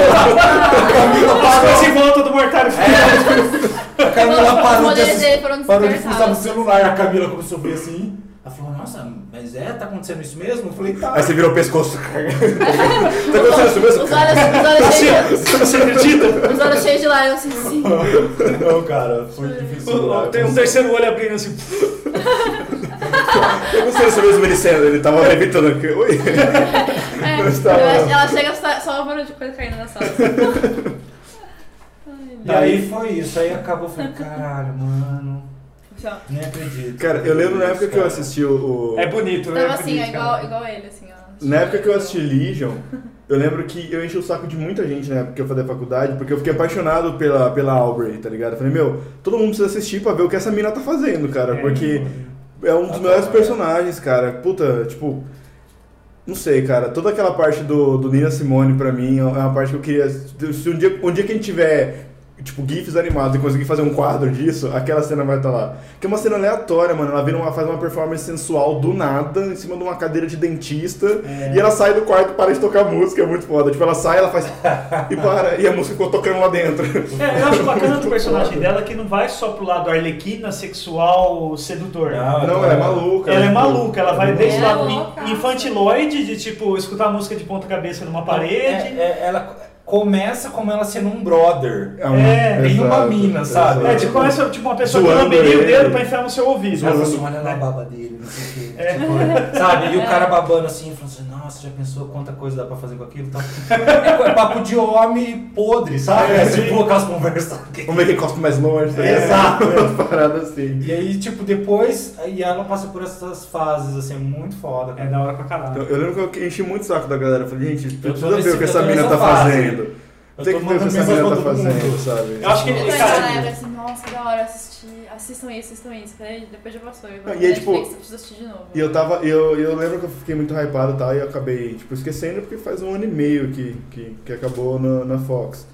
S2: Mas em volta do Mortário Frio.
S3: A Camila
S4: Os
S3: parou de,
S4: modelos
S3: assistir,
S4: dele foram
S3: parou de
S4: despertados.
S3: fuçar no celular. A Camila começou a ver assim. Ela falou, nossa, mas é? Tá acontecendo isso mesmo? Eu falei, tá.
S5: Aí você virou o pescoço. [laughs] tá acontecendo isso mesmo?
S4: Os olhos, os olhos cheios de...
S2: Você
S4: [laughs]
S2: acredita?
S4: Os olhos cheios de lágrimas, assim,
S5: [laughs]
S4: sim.
S3: Não, cara, foi difícil. cara.
S2: [laughs] Tem um terceiro olho abrindo assim.
S5: Tá acontecendo isso mesmo, ele sendo.
S3: [laughs]
S5: Ele tava levitando aqui. Oi.
S4: É,
S5: Eu estava-
S4: eu acho- ela chega só, só uma de coisa caindo na sala.
S3: E aí foi isso. Aí acabou, eu falei, caralho, mano.
S4: Assim, ó.
S3: Nem acredito.
S5: Cara, eu lembro na época que eu
S3: Cara.
S5: assisti o. o-
S2: É bonito, né?
S4: Tava assim, ó,
S2: bonito, cara.
S4: igual, igual ele, assim, ó.
S5: Na época que eu assisti Legion, eu lembro que eu enchi o saco de muita gente na época que eu fazia faculdade, porque eu fiquei apaixonado pela, pela Aubrey, tá ligado? Eu falei, meu, todo mundo precisa assistir pra ver o que essa mina tá fazendo, cara,
S2: É,
S5: porque é
S2: Tá
S5: um dos
S3: Adoro,
S5: melhores
S3: é.
S5: personagens, cara. Puta, tipo. Não sei, cara. Toda aquela parte do, do Nina Simone, pra mim, é uma parte que eu queria. Se um dia, um dia que a gente tiver, tipo, GIFs animados e conseguir fazer um quadro disso, aquela cena vai estar lá. Que é uma cena aleatória, mano. Ela vira uma, faz uma performance sensual do nada, em cima de uma cadeira de dentista.
S2: É.
S5: E ela sai do quarto e para de tocar música. É muito foda. Tipo, ela sai, ela faz.
S2: [laughs]
S5: e para. E a música ficou tocando lá dentro.
S2: É, eu acho bacana do personagem dela que não vai só pro lado arlequina, sexual, sedutor.
S3: Ah,
S5: Não, ela é maluca.
S2: Ela é maluca, ela vai desde
S4: Ela é
S2: lado
S4: louca.
S2: in- infantiloide, de tipo, escutar música de ponta cabeça numa parede.
S3: É, é, ela começa como ela sendo um brother.
S5: um-
S2: É,
S3: tem uma
S5: exato,
S3: mina,
S5: exato.
S3: sabe?
S2: É, tipo, começa tipo, uma pessoa que
S5: Zoando
S2: lamberia o
S5: ele.
S2: dedo pra enfiar no seu ouvido.
S3: Ela
S5: Zoando.
S3: falou assim, olha
S5: né?
S3: lá a baba dele, não sei o quê.
S5: É.
S3: Tipo, sabe? E o cara babando assim, falando assim, nossa, já pensou quanta coisa dá pra fazer com aquilo e tal. É, co- é papo de homem podre, sabe? É, tipo, aquelas conversas.
S5: Vamos ver quem cospe mais longe. tá ligado?
S3: né? Exato.
S5: Uma parada assim.
S3: E aí, tipo, depois, aí ela passa por essas fases, assim, muito foda,
S2: É
S3: cara.
S2: da hora pra
S5: Então,
S2: caralho.
S5: eu lembro que eu enchi muito o saco da galera. Eu Falei, gente,
S3: tô
S5: precisa ver
S3: nesse-
S5: o
S3: eu
S5: que essa
S3: tô
S5: mina
S3: nessa
S5: tá
S3: fase.
S5: fazendo.
S3: Eu
S5: Tem
S3: tô
S5: que ver o que
S3: mandando
S5: essa
S3: mensagem pra
S5: mina tá
S3: todo
S5: fazendo,
S3: mundo.
S5: sabe?
S2: Eu acho que,
S4: Eu tô
S2: cara,
S4: naquela época assim, nossa, da hora assistir, assistam isso, assistam isso. Daí depois já passou. Eu vou
S5: E aí, tipo,
S4: Netflix, eu preciso assistir de novo.
S5: E eu tava. Eu, eu lembro que eu fiquei muito hypado e tal, e eu acabei, tipo, esquecendo porque faz um ano e meio que, que, que acabou na, na Fox.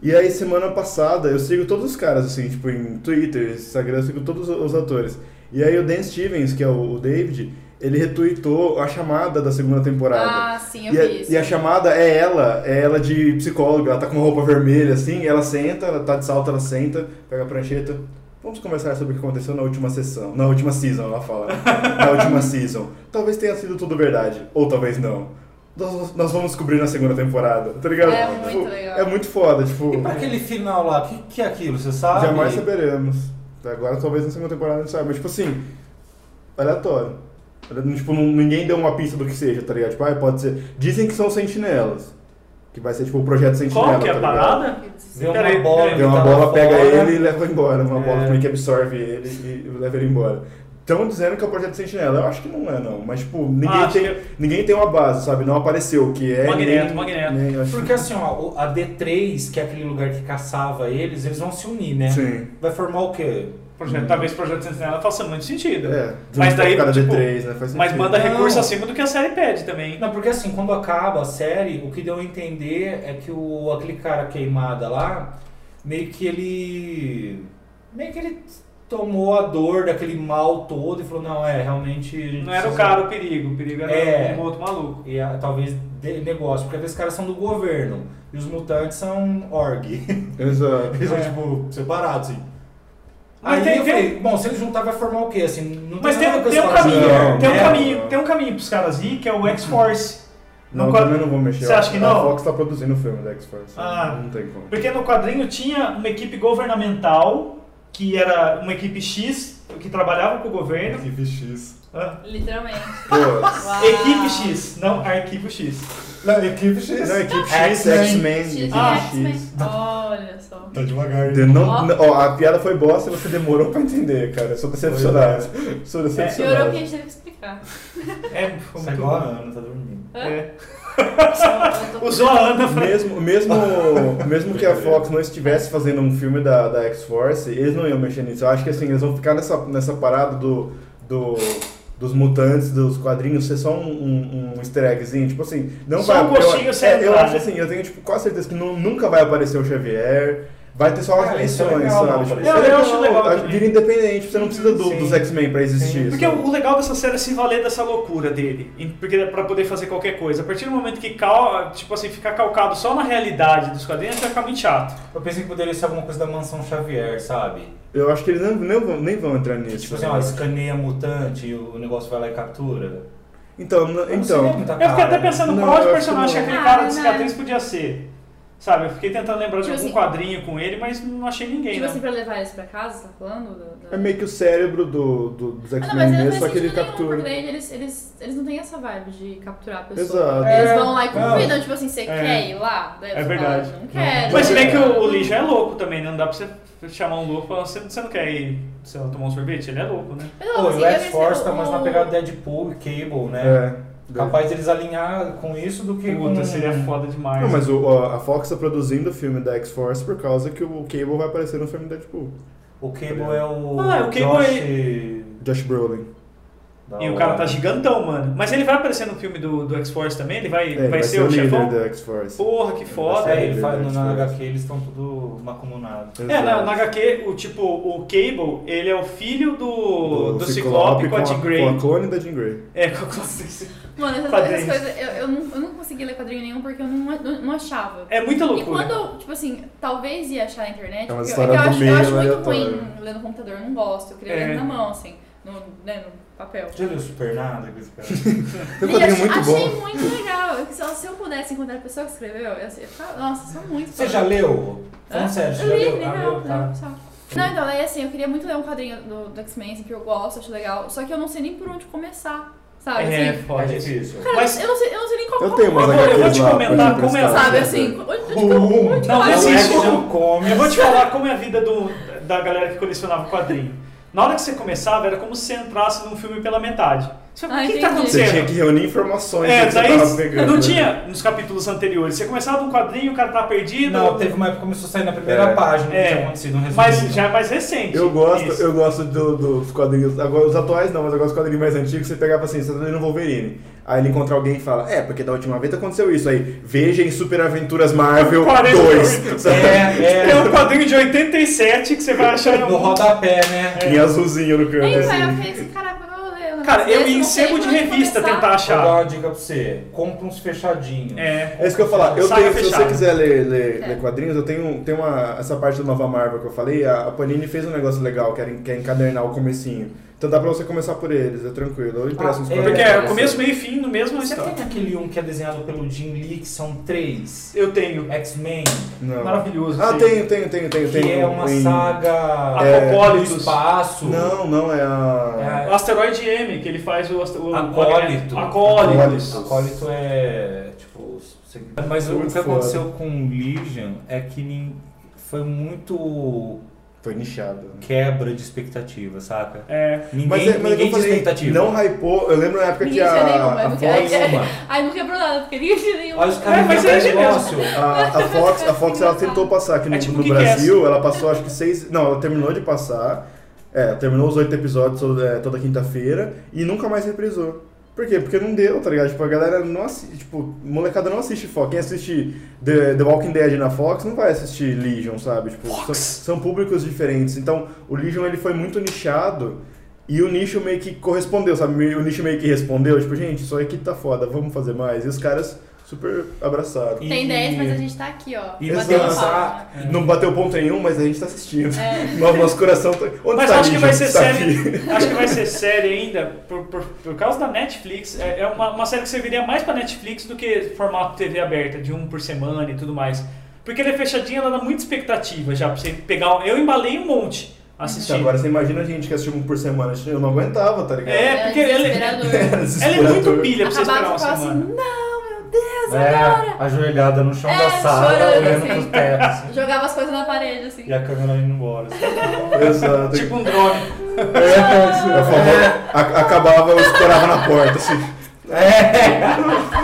S5: E aí semana passada eu sigo todos os caras, assim, tipo, em Twitter, Instagram, eu sigo todos os atores. E aí o Dan Stevens, que é o, o David, ele retweetou a chamada da segunda temporada.
S4: Ah, sim, eu
S5: E
S4: vi
S5: a,
S4: isso.
S5: e a chamada é ela, é ela de psicóloga, ela tá com uma roupa vermelha assim, ela senta, ela tá de salto, ela senta, pega a prancheta. Vamos conversar sobre o que aconteceu na última sessão, na última season,
S4: [laughs]
S5: ela fala. na última season. Talvez tenha sido tudo verdade, ou talvez não. Nós, nós vamos descobrir na segunda temporada, tá ligado?
S4: É muito legal.
S5: É muito foda, tipo,
S3: E pra aquele final lá, o que, que é aquilo, você sabe?
S5: jamais saberemos. Agora talvez na segunda temporada a gente saiba, mas tipo assim, aleatório. Tipo, não- ninguém deu uma pista do que seja, tá ligado? Tipo, ah, pode ser. Dizem que são sentinelas. Que vai ser tipo o projeto sentinela.
S2: qual que é
S5: tá
S2: a
S5: ligado?
S2: parada?
S3: Vê uma
S2: Peraí,
S3: bola.
S2: peraí.
S5: Tem uma
S3: que tá lá
S5: bola, pega
S3: fora.
S5: ele e leva embora. Uma
S3: É.
S5: bola também que absorve ele e leva ele embora. Estão dizendo que é o Projeto Sentinela. Eu acho que não é, não. Mas, tipo, ninguém,
S2: Ah, acho
S5: tem,
S2: que- é.
S5: ninguém tem uma base, sabe? Não apareceu, que é...
S2: Magneto,
S5: nem-
S2: Magneto.
S5: nem- eu acho-
S3: Porque assim, ó, o- a D3, que é aquele lugar que caçava eles, eles vão se unir, né?
S5: Sim.
S3: Vai formar o quê?
S2: Projeto, Talvez o Projeto Sentinela faça muito sentido.
S5: É,
S2: Mas
S5: junto
S2: daí,
S5: com o cara
S2: tipo,
S5: D3, né? Faz
S2: Mas
S5: sentido.
S2: manda recurso
S3: Não.
S2: acima do que a série pede também.
S3: Não, porque assim, quando acaba a série, o que deu a entender é que o, aquele cara queimada lá, meio que ele. meio que ele tomou a dor daquele mal todo e falou: não, é, realmente. a gente
S2: Não era o
S3: precisa-
S2: cara o perigo, o perigo era
S3: É.
S2: um outro maluco.
S3: E ah, talvez de negócio, porque esses caras são do governo e os mutantes são org. [laughs]
S5: Exato.
S3: Eles são, tipo, separados, assim.
S2: É. Mas
S3: Aí
S2: tem-
S3: eu
S2: tem- um-
S3: falei, bom, se eles juntar vai formar o quê? Assim, não
S2: Mas tem,
S3: nada com
S2: tem um
S3: esse
S2: caminho,
S5: Não,
S2: tem um
S5: né?
S2: caminho, tem um caminho pros caras ir, que é o X-Force. No
S5: Não, eu
S2: quad-
S5: também não vou mexer.
S2: Você acha que
S5: A
S2: não?
S5: Fox tá produzindo o filme da X-Force.
S2: Ah.
S5: Não tem como.
S2: Porque no quadrinho tinha uma equipe governamental, que era uma equipe X, que trabalhava pro governo.
S6: Equipe X.
S2: Ah,
S4: Literalmente.
S5: Pô,
S4: Uau.
S2: Equipe X, não arquivo X.
S6: Não, equipe X.
S5: não, Equipe X,
S3: X-Men.
S5: X-Men, Equipe
S4: X,
S5: X.
S4: X-Men. Olha só.
S6: Tá devagar.
S5: De- não-
S4: Ó.
S5: não- ó, a piada foi bosta e você demorou pra entender, cara. Eu sou decepcionado. Sou
S4: Piorou
S5: decepcionado.
S4: é que a gente teve que
S5: [laughs]
S4: explicar.
S2: É, foi muito
S3: Agora
S2: bom.
S3: a Ana tá dormindo.
S2: É.
S4: Eu tô-
S2: Usou a Ana pra...
S5: Mesmo, mesmo, mesmo que a Fox não estivesse fazendo um filme da, da X-Force, eles não iam mexer nisso. Eu acho que assim, eles vão ficar nessa, nessa parada do, do- dos mutantes, dos quadrinhos, ser só um, um, um easter eggzinho. Tipo assim, não
S2: Só
S5: vai
S2: um gostinho
S5: eu,
S2: sem
S5: é, eu
S2: entrar,
S5: acho
S2: né?
S5: assim, eu tenho tipo, quase certeza que nu- nunca vai aparecer o Xavier. Vai ter só umas
S3: Ah, isso é
S5: menções,
S3: legal, não,
S5: sabe?
S3: parece-
S5: isso é
S2: Eu- eu acho legal
S5: acho-
S2: também.
S5: Vira independente, você não precisa do-
S3: Sim.
S5: dos X-Men pra existir.
S3: Sim.
S2: Porque
S5: sabe?
S2: o legal dessa série é se valer dessa loucura dele, em- porque para poder fazer qualquer coisa. A partir do momento que cal, tipo assim, ficar calcado só na realidade dos quadrinhos vai ficar muito chato.
S3: Eu pensei que poderia ser alguma coisa da mansão Xavier, sabe?
S5: Eu acho que eles nem, nem vão, nem vão entrar nisso. né?
S3: Tipo assim, ó, escaneia mutante e o negócio vai lá e captura.
S5: Então, n-
S3: Não seria
S5: então.
S3: muita
S2: Eu fiquei
S3: cara,
S2: até
S3: né?
S2: pensando
S5: Não,
S2: qual
S5: eu
S2: de
S5: acho
S2: personagem
S5: que
S2: que
S5: não.
S2: aquele cara de
S4: Ah,
S2: cicatriz podia ser. Sabe, eu fiquei tentando lembrar de
S4: Tipo
S2: algum
S4: assim-
S2: quadrinho com ele, mas não achei ninguém,
S4: Tipo assim,
S2: né?
S4: pra levar eles pra casa, tá falando? Da- da-
S5: É meio que o cérebro do, do, dos
S4: Ah, não,
S5: X-Men
S4: mas eles não
S5: mesmo, só
S4: faz
S5: que ele
S4: sentido nenhum,
S5: captura.
S4: porque daí eles, eles, eles não têm essa vibe de capturar a pessoa.
S5: Exato.
S4: Eles
S3: É.
S4: vão lá e convidam,
S3: Não.
S4: tipo assim, você
S2: É.
S4: quer ir lá? Daí
S2: É
S4: você fala,
S2: verdade.
S4: não quero.
S2: Mas se bem
S4: né?
S2: que o, o Lee já é louco também, né? Não dá pra você chamar um louco e falar, você, você não quer ir, sei lá, tomar um sorvete? Ele é louco, né?
S4: Mas, não,
S3: Pô, e
S4: assim,
S3: o
S4: eu
S3: X-Force
S4: percebo
S3: tá mais na
S4: o-
S3: pegada Deadpool e Cable, né?
S5: É.
S3: Capaz deles alinhar com isso do que
S2: Puta,
S3: com...
S2: seria foda demais.
S5: Hum. Não, mas o- a Fox tá produzindo o filme da X-Force por causa que o Cable vai aparecer no filme da Deadpool.
S3: O Cable é o
S2: Ah, o Cable é-
S3: Josh...
S5: Josh Brolin.
S3: da
S2: E o cara
S3: hora.
S2: tá gigantão, mano. Mas ele vai aparecer no filme do, do X-Force também? Ele vai,
S5: É,
S2: vai, ser, o
S5: líder
S2: chefão?
S5: da X-Force.
S2: Porra, que foda. É,
S3: É, ele faz, no, na
S5: Verdade.
S3: HQ eles estão tudo macumunados.
S5: Exato.
S2: na, na HQ, o tipo, o Cable, ele é o filho do, do, Ciclope com a Jean Grey.
S5: Com a clone da Jean Grey.
S2: É, com a Clone-
S4: Mano, essas,
S2: Quadrinhos.
S4: essas coisas, eu, eu, não, eu não consegui ler quadrinho nenhum porque eu não, não, não achava.
S2: É muita
S4: E
S2: loucura.
S4: quando, eu, tipo assim, talvez ia achar na internet,
S5: É uma
S4: porque
S5: história
S4: eu,
S5: do
S4: acho,
S5: meio
S4: eu acho muito
S5: aleatório.
S4: ruim ler no computador, eu não gosto, eu queria
S2: É.
S4: ler na mão, assim, no, né, no papel.
S3: Já viu Super Nada com esse cara?
S5: Tem um
S4: E
S5: quadrinho
S4: achei,
S5: muito
S4: achei
S5: bom.
S4: muito legal. Eu- Se eu, se eu pudesse encontrar a pessoa que escreveu, eu, eu ficava, nossa, sou muito
S3: Você já leu?
S4: Hã?
S3: Falando sério, você já
S4: Eu li,
S3: leu?
S4: li, né,
S3: Ah,
S4: não,
S3: leu, tá.
S4: não, só. Não, então, daí assim, eu queria muito ler um quadrinho do, do X-Men, assim, que eu gosto, acho legal, só que eu não sei nem por onde começar, sabe?
S2: É,
S4: assim,
S2: foda.
S3: É difícil.
S4: cara,
S2: Mas-
S4: eu, não sei, eu não sei nem como
S5: Eu tenho
S2: uma-
S4: como-
S2: Eu
S5: umas
S2: vou- eu vou
S5: HQs
S2: te
S5: lá
S2: comentar
S5: pra
S2: como é-
S5: emprestar,
S4: Sabe,
S5: cara.
S4: assim, onde, onde,
S3: Bum.
S4: onde
S2: Não,
S4: vai?
S3: É o
S2: Mas um. existe.
S3: Action Comics.
S2: Eu vou te falar como é a vida do, da galera que colecionava quadrinho. Na hora que você começava, era como se você entrasse num filme pela metade. Você fala,
S4: Ah,
S2: o que, que tá
S4: entendi.
S2: acontecendo?
S5: Você tinha que reunir informações
S2: É,
S5: que você tava
S2: daí
S5: pegando. né?
S2: não tinha nos capítulos anteriores. Você começava um quadrinho, o cara tá perdido.
S3: Não, teve uma época que começou a sair na primeira
S5: É.
S3: página que
S2: É.
S3: tinha acontecido um resumo.
S2: Mas já é mais recente.
S5: Eu gosto,
S2: isso.
S5: eu gosto do- dos quadrinhos. Agora, os atuais não, mas agora os quadrinhos mais antigos, você pegava assim, você tá lendo Wolverine. Aí ele encontra alguém e fala, é, porque da última vez aconteceu isso. Aí, veja em Super Aventuras
S2: [laughs]
S5: Marvel
S2: 48.
S5: 2. [laughs] sabe?
S3: É,
S2: É
S3: é.
S2: um quadrinho de 87 que você vai achar em
S3: No
S2: algum...
S3: rodapé, né?
S2: É.
S5: Em azulzinho no canto.
S4: Aí
S5: assim.
S4: vai, eu falei assim, caraca, eu vou ler. um
S2: Cara,
S4: negócio
S2: eu ia
S4: desse,
S2: em
S4: não sei
S2: sebo de
S4: por onde
S2: revista
S4: começar.
S2: tentar
S3: Vou dar
S2: achar.
S3: uma dica pra você. Compra uns fechadinhos.
S2: É.
S5: É isso que eu ia falar. Eu
S2: Saga
S5: tenho, se você
S2: fechada.
S5: quiser ler, ler-
S4: É.
S5: ler quadrinhos, eu tenho, tenho uma, essa parte do Nova Marvel que eu falei. A, a Panini fez um negócio legal, que é, que é encadernar o comecinho. Então dá pra você começar por eles, é tranquilo. Eu impresso
S3: Ah,
S5: uns
S3: é.
S5: quadrinhos.
S2: Porque é
S5: pra
S2: o
S5: você.
S2: começo, meio e fim no mesmo
S3: Você
S2: história.
S3: tem aquele um que é desenhado pelo Jim Lee, que são três?
S2: Eu
S3: É
S2: tenho.
S3: X-Men.
S5: Não.
S2: Maravilhoso.
S5: Ah,
S2: sim.
S5: tenho, tenho, tenho, tenho.
S3: Que
S5: tenho
S3: é uma
S5: um em-
S3: saga do
S2: Acopólitos.
S3: espaço.
S5: Não, não, é a.
S3: É,
S2: O Asteroide M, que ele faz o... astro- o
S3: Acólito.
S2: Acólitos.
S5: Acólito.
S3: Acólito é tipo. você- Mas o
S5: Muito
S3: que
S5: foda.
S3: aconteceu com o Legion é que nin- foi muito
S5: Foi nichado. né?
S3: quebra de expectativa, saca?
S2: É.
S3: Ninguém,
S5: Mas, é- mas é que
S3: ninguém
S5: eu falei,
S3: tinha expectativa.
S5: não hypou. Eu lembro na época que
S4: Ninguém
S5: a,
S4: tinha nenhuma.
S5: a
S4: eu não-
S3: voz,
S4: ai,
S3: É mano.
S4: Ai, não quebrou nada, porque ninguém tinha nenhuma.
S3: Olha os caras
S2: É, mas é
S3: é,
S2: ele
S3: negócio.
S5: A, a Fox, a Fox ela tentou passar aqui no,
S2: É tipo
S5: no
S2: que
S5: Brasil, ela passou acho que seis. Não, ela terminou de passar. É, terminou os oito episódios toda, é, toda quinta-feira e nunca mais reprisou. Por quê? Porque não deu, tá ligado? Tipo, a galera não assiste. Tipo, molecada não assiste Fox. Quem assiste The, The Walking Dead na Fox não vai assistir Legion, sabe? Tipo, são, são públicos diferentes. Então, o Legion ele foi muito nichado e o nicho meio que correspondeu, sabe? O nicho meio que respondeu, tipo, gente, isso aqui tá foda, vamos fazer mais. E os caras super abraçaram.
S3: E-
S4: Tem 10, mas a gente tá aqui, ó.
S3: E
S4: batendo
S3: lançar-
S4: palma.
S5: É. Não bateu ponto nenhum, mas a gente tá assistindo. [laughs]
S4: É.
S5: Nosso, nosso coração tá. Onde
S2: Mas
S5: tá
S2: acho que
S5: Legion?
S2: vai ser
S5: Tá aqui.
S2: série. [laughs] Acho que vai ser série ainda, por, por, por causa da Netflix. É, é uma, uma série que serviria mais pra Netflix do que formato TV aberta, de um por semana e tudo mais. Porque ela é fechadinha, ela dá muita expectativa já pra você pegar. um- Eu embalei um monte
S5: Então,
S2: assistindo.
S5: Agora você imagina a gente que assistiu um por semana, eu não aguentava, tá ligado? [laughs]
S2: É, porque ela é,
S4: desesperador.
S2: ela é muito pilha pra você esperar
S4: Acabava
S2: uma
S4: e falava assim,
S2: semana.
S4: não, meu Deus,
S3: É,
S4: agora!
S3: ajoelhada no chão
S4: É,
S3: da sala,
S4: chorando,
S3: olhando
S4: assim.
S3: pros tetos. assim.
S4: Jogava as coisas na parede, assim.
S3: E a câmera indo embora. assim.
S5: Exato.
S2: Tipo um drone.
S5: É, a famosa- a- acabava, eu estourava na porta, assim.
S3: É,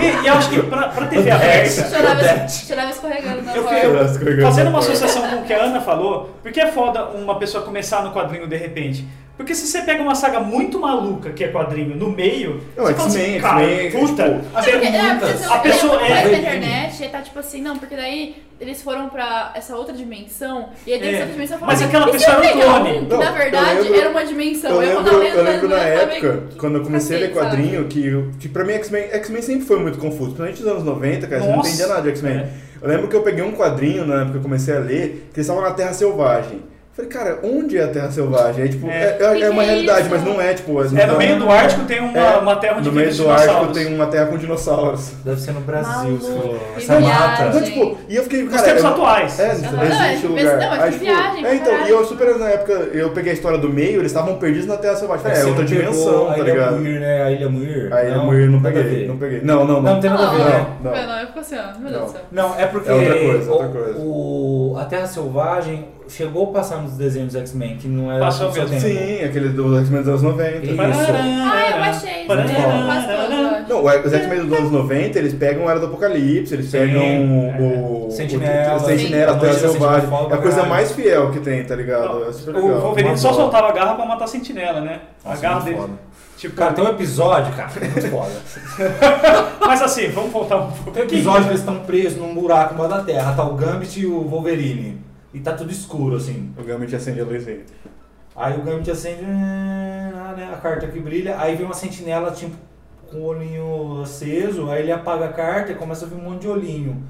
S2: E, e acho que pra, pra TV aberta.
S4: Chorava, chorava escorregando na
S2: Eu
S4: porta.
S2: fiquei-
S5: Elas escorregando
S2: Fazendo
S5: na
S2: uma
S5: porta.
S2: associação com o que a Ana falou, porque é foda uma pessoa começar no quadrinho de repente. Porque se você pega uma saga muito maluca que é quadrinho no meio,
S5: Não,
S2: você fala
S5: X-Men,
S2: assim, cara,
S5: X-Men,
S2: puta,
S5: tipo,
S2: você-
S4: Porque, é, porque
S3: muitas.
S4: se
S2: A
S4: eu-
S2: pessoa
S4: eu
S2: é
S4: é, na
S3: bem-
S4: internet e tá tipo assim, não, porque daí eles foram pra essa outra dimensão e aí dessa
S2: É,
S4: outra dimensão
S2: mas
S4: falaram,
S2: aquela
S4: "E se
S2: pessoa
S4: eu
S2: era um
S4: pegar
S2: clone?"
S4: um que,
S5: Não,
S4: na
S5: eu
S4: verdade,
S5: lembro-
S4: era uma dimensão.
S5: Eu
S4: quando
S5: lembro, eu
S4: lendo,
S5: lembro na
S4: eu sabia
S5: época,
S4: que-
S5: quando eu comecei a ler
S4: cacete, sabe?
S5: quadrinho, que, eu- que pra mim X-Men X-Men sempre foi muito confuso, principalmente nos anos 90, cara, você não
S2: Nossa.
S5: entendia nada de X-Men.
S2: É.
S5: Eu lembro que eu peguei um quadrinho na época que eu comecei a ler, que eles estavam na Terra Selvagem. Eu Falei, cara, onde é a Terra Selvagem? É, tipo, é,
S2: É.
S5: é-
S4: Que
S5: é uma
S4: que é
S5: realidade,
S4: isso?
S5: mas não é, tipo... eles não
S2: É, no
S5: tão-
S2: meio do Ártico tem uma,
S5: É,
S2: uma terra onde
S5: No
S2: vive
S5: meio
S2: os
S5: do Ártico
S2: dinossauros.
S5: tem um uma terra com dinossauros.
S3: Deve ser no Brasil, você falou.
S4: Maluco.
S3: Essa
S4: Viagem.
S5: Então,
S3: mata.
S5: tipo, e eu fiquei,
S2: Nos
S5: cara...
S2: tempos
S5: eu-
S2: atuais.
S5: É,
S4: Aham.
S5: existe
S4: Não,
S5: o
S4: mas-
S5: lugar.
S4: não, mas
S5: Aí,
S4: que
S5: tipo,
S4: viagem,
S5: É, então,
S4: caralho.
S5: e eu super na época, eu peguei a história do meio, eles estavam perdidos na Terra Selvagem. Falei, É,
S3: Você
S5: outra
S3: não pegou
S5: dimensão,
S3: a
S5: tá
S3: Ilha
S5: ligado?
S3: Muir, né? A Ilha Muir.
S5: Aí não, eu não
S3: nada a
S5: peguei,
S3: ver.
S5: não peguei. Não, não,
S3: Não,
S5: não.
S3: não tem nada a ver,
S4: Não,
S3: né?
S5: não.
S4: Não, não, eu fico assim, ó, meu
S5: Não.
S4: Deus do céu.
S3: Não, é porque
S5: É outra coisa,
S3: o,
S5: outra coisa.
S3: o- a Terra Selvagem chegou a passar nos desenhos dos X-Men, que não era
S2: Passou
S3: do seu
S2: mesmo.
S3: tempo.
S5: Sim, aquele do X-Men dos anos 90.
S3: Isso.
S4: Ah, eu achei.
S2: Parará,
S4: né?
S3: Não.
S4: Quase todos, eu acho.
S5: Não, os X-Men dos anos 90, eles pegam a Era do Apocalipse, eles
S3: Sim,
S5: pegam
S3: é.
S5: o... o-
S3: Sentinela,
S5: o Sentinela,
S3: sim.
S5: a Terra
S3: Noite da
S5: Selvagem.
S3: Sentinela,
S5: É a coisa
S3: caralho.
S5: mais fiel que tem, tá ligado? É super
S2: O
S5: legal.
S2: Wolverine
S3: Uma
S2: só
S3: bola.
S2: soltava a garra pra matar a sentinela, né? a
S5: Nossa,
S2: garra
S5: muito
S2: dele.
S5: foda.
S2: Tipo,
S3: Cara, tem um episódio, cara, muito foda.
S2: mas assim, vamos voltar um pouco.
S3: Tem um episódio que eles estão presos num buraco embaixo da terra, tá o Gambit e o Wolverine. E tá tudo escuro, assim.
S5: O Gambit é acende a luzinha.
S3: Aí o Gambit acende ah, né, a carta que brilha, aí vem uma sentinela, tipo, com o olhinho aceso, aí ele apaga a carta e começa a vir um monte de olhinho.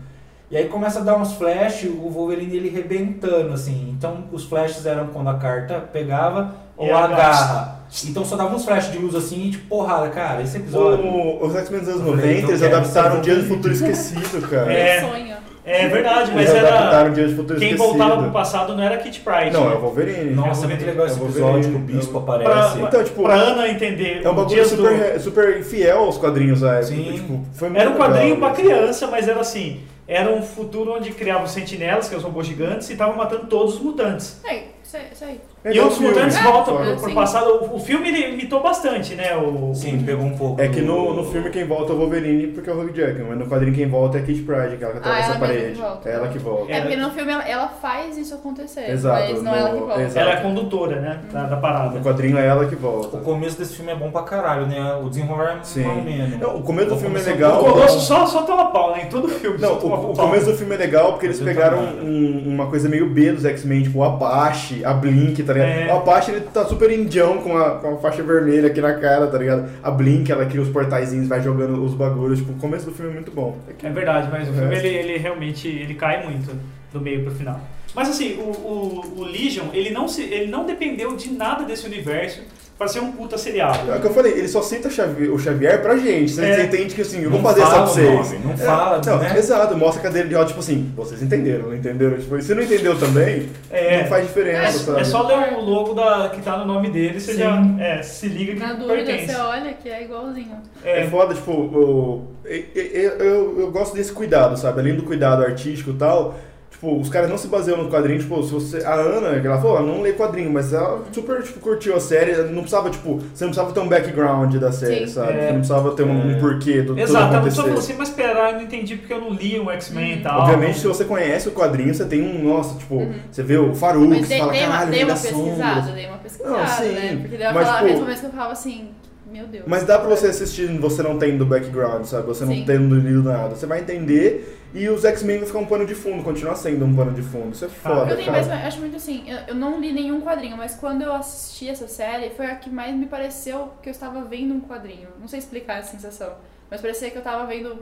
S3: E aí começa a dar uns flash, o Wolverine ele rebentando, assim. Então os flashes eram quando a carta pegava ou
S2: E
S3: a
S2: agarra.
S3: garra. Então só dava uns flash de luz assim e tipo, porrada, cara, esse episódio.
S5: O- Os X-Men dos anos
S3: Eu falei,
S5: 90,
S3: então
S5: eles
S3: quero
S5: adaptaram
S3: ser
S5: o Dia do Futuro Esquecido, cara.
S2: É.
S4: Meu sonho.
S2: É verdade, mas
S5: Eles adaptaram
S2: era.
S5: o Dia do Futuro
S2: Quem
S5: Esquecido.
S2: voltava pro passado não era a Kit Pride.
S5: Não, é
S2: né?
S5: o Wolverine.
S3: Nossa,
S2: É o
S3: muito legal esse
S5: Wolverine,
S3: episódio que o
S5: é o-
S3: bispo
S2: Pra,
S3: aparece.
S5: Então, tipo,
S2: pra Ana entender.
S5: É um
S2: o
S5: bagulho
S2: Dias do-
S5: super, super fiel aos quadrinhos à época.
S3: Sim.
S5: Tipo, foi muito
S2: Era um quadrinho
S5: legal.
S2: pra criança, mas era assim. Era um futuro onde criavam sentinelas, que eram os robôs gigantes, e estavam matando todos os mutantes.
S4: Sai, sai, sai.
S5: É
S2: e
S5: igual
S2: os
S5: filme,
S2: mutantes
S5: né?
S2: voltam
S4: é,
S2: pro, pro
S4: sim.
S2: passado. O, o filme ele imitou bastante, né? O,
S3: Sim, pegou um pouco.
S5: É que no, no filme quem volta é o Wolverine porque é o Hugh Jackman, mas no quadrinho quem volta é a Kit Pride, que ela que atravessa
S4: Ah, ela
S5: a
S4: mesma
S5: parede.
S4: que volta.
S5: É ela que volta.
S4: É porque no filme ela, ela faz isso acontecer.
S5: Exato,
S4: Mas não
S5: no-
S4: é ela que volta.
S5: exato.
S2: Ela é a condutora, né? Da, da parada.
S5: No quadrinho é ela que
S3: O
S5: volta.
S3: começo desse filme é bom pra caralho, né? O desenrolar é
S5: Sim.
S3: mal menos.
S5: Não, o começo do
S3: Vou
S5: filme é
S3: começar
S5: legal.
S2: O Colosso só, só toma pau, né? Em todo filme.
S5: Não,
S2: só toma
S5: o, o
S2: pau.
S5: começo do filme é legal porque eles
S3: Eu
S5: pegaram
S3: também.
S5: um- uma coisa meio B dos X-Men, tipo o Apache, a Blink, tá ligado?
S2: É.
S5: O Apache ele tá super indião com a, com a faixa vermelha aqui na cara, tá ligado? A Blink ela cria os portaizinhos, vai jogando os bagulhos. Tipo, o começo do filme é muito bom. É que-
S2: É verdade, mas o
S5: É.
S2: filme ele, ele realmente ele cai muito do meio pro final. Mas assim, o, o, o Legion, ele não, se, ele não dependeu de nada desse universo pra ser um puta seriado.
S5: É o que eu falei, ele só cita Xavi- o Xavier pra gente. Você
S2: É.
S5: entende que assim, eu
S3: Não
S5: vou fazer só pra
S3: fala o
S5: vocês. É,
S3: nome, não fala,
S5: não,
S3: né?
S5: Exato, mostra a cadeira de roda, tipo assim, vocês entenderam, não entenderam? Tipo, se não entendeu também,
S2: É.
S5: não faz diferença, sabe?
S2: É, é só ler o logo da, que tá no nome dele, você
S3: Sim.
S2: já é, se liga que
S4: Na dúvida,
S2: pertence.
S4: você olha que é igualzinho.
S5: É
S2: É,
S5: foda, tipo, o- e- e- eu, eu, eu gosto desse cuidado, sabe? Além do cuidado artístico e tal, Tipo, os caras não se baseiam no quadrinho, tipo, se você. A Ana, ela falou, ela não lê quadrinho, mas ela super, tipo, curtiu a série. ela Não precisava, tipo, você não precisava ter um background da série,
S4: Sim.
S5: sabe?
S2: É.
S5: Você não precisava ter um, um porquê do tudo
S2: Exato, a
S5: acontecer.
S2: pessoa falou assim, "Ah, mas pera, eu não entendi porque eu não li o
S4: Hum.
S2: X-Men e tal.
S5: Obviamente, se você conhece o quadrinho, você tem um, nossa, tipo, você vê o Faruk,
S4: Uhum. Mas
S5: você
S4: dei,
S5: fala,
S4: dei uma,
S5: caralho,
S4: dei
S5: ele
S4: uma
S5: dá sombra.
S4: pesquisada, dei uma pesquisada,
S5: Não, sim,
S4: né? Porque daí eu
S5: mas,
S4: falava,
S5: pô-
S4: nesse momento que eu falava assim, meu Deus.
S5: Mas dá pra você assistir você não tendo background, sabe? Você não
S4: Sim.
S5: tendo lido nada. Você vai entender e os X-Men vai ficar um pano de fundo, continuar sendo um pano de fundo.
S2: Ah,
S5: Isso é foda,
S4: Eu tenho, mas
S5: cara.
S4: eu acho muito assim, eu, eu não li nenhum quadrinho, mas quando eu assisti essa série, foi a que mais me pareceu que eu estava vendo um quadrinho. Não sei explicar essa sensação, mas parecia que eu estava vendo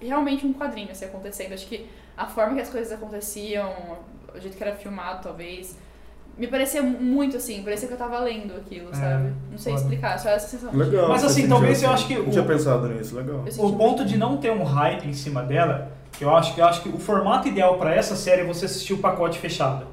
S4: realmente um quadrinho assim acontecendo. Acho que a forma que as coisas aconteciam, o jeito que era filmado, talvez, me parecia mu- muito assim, parecia que eu estava lendo aquilo, sabe? Não sei
S2: É, foda.
S4: explicar, só essa sensação.
S5: Legal.
S2: Mas,
S5: você
S2: assim,
S5: sentiu
S2: talvez eu acho que
S5: Não
S2: o-
S5: tinha pensado nisso, legal.
S4: Eu senti
S2: O
S4: muito.
S2: ponto de não ter um hype em cima dela, que eu acho que eu acho que o formato ideal pra essa série é você assistir o pacote fechado.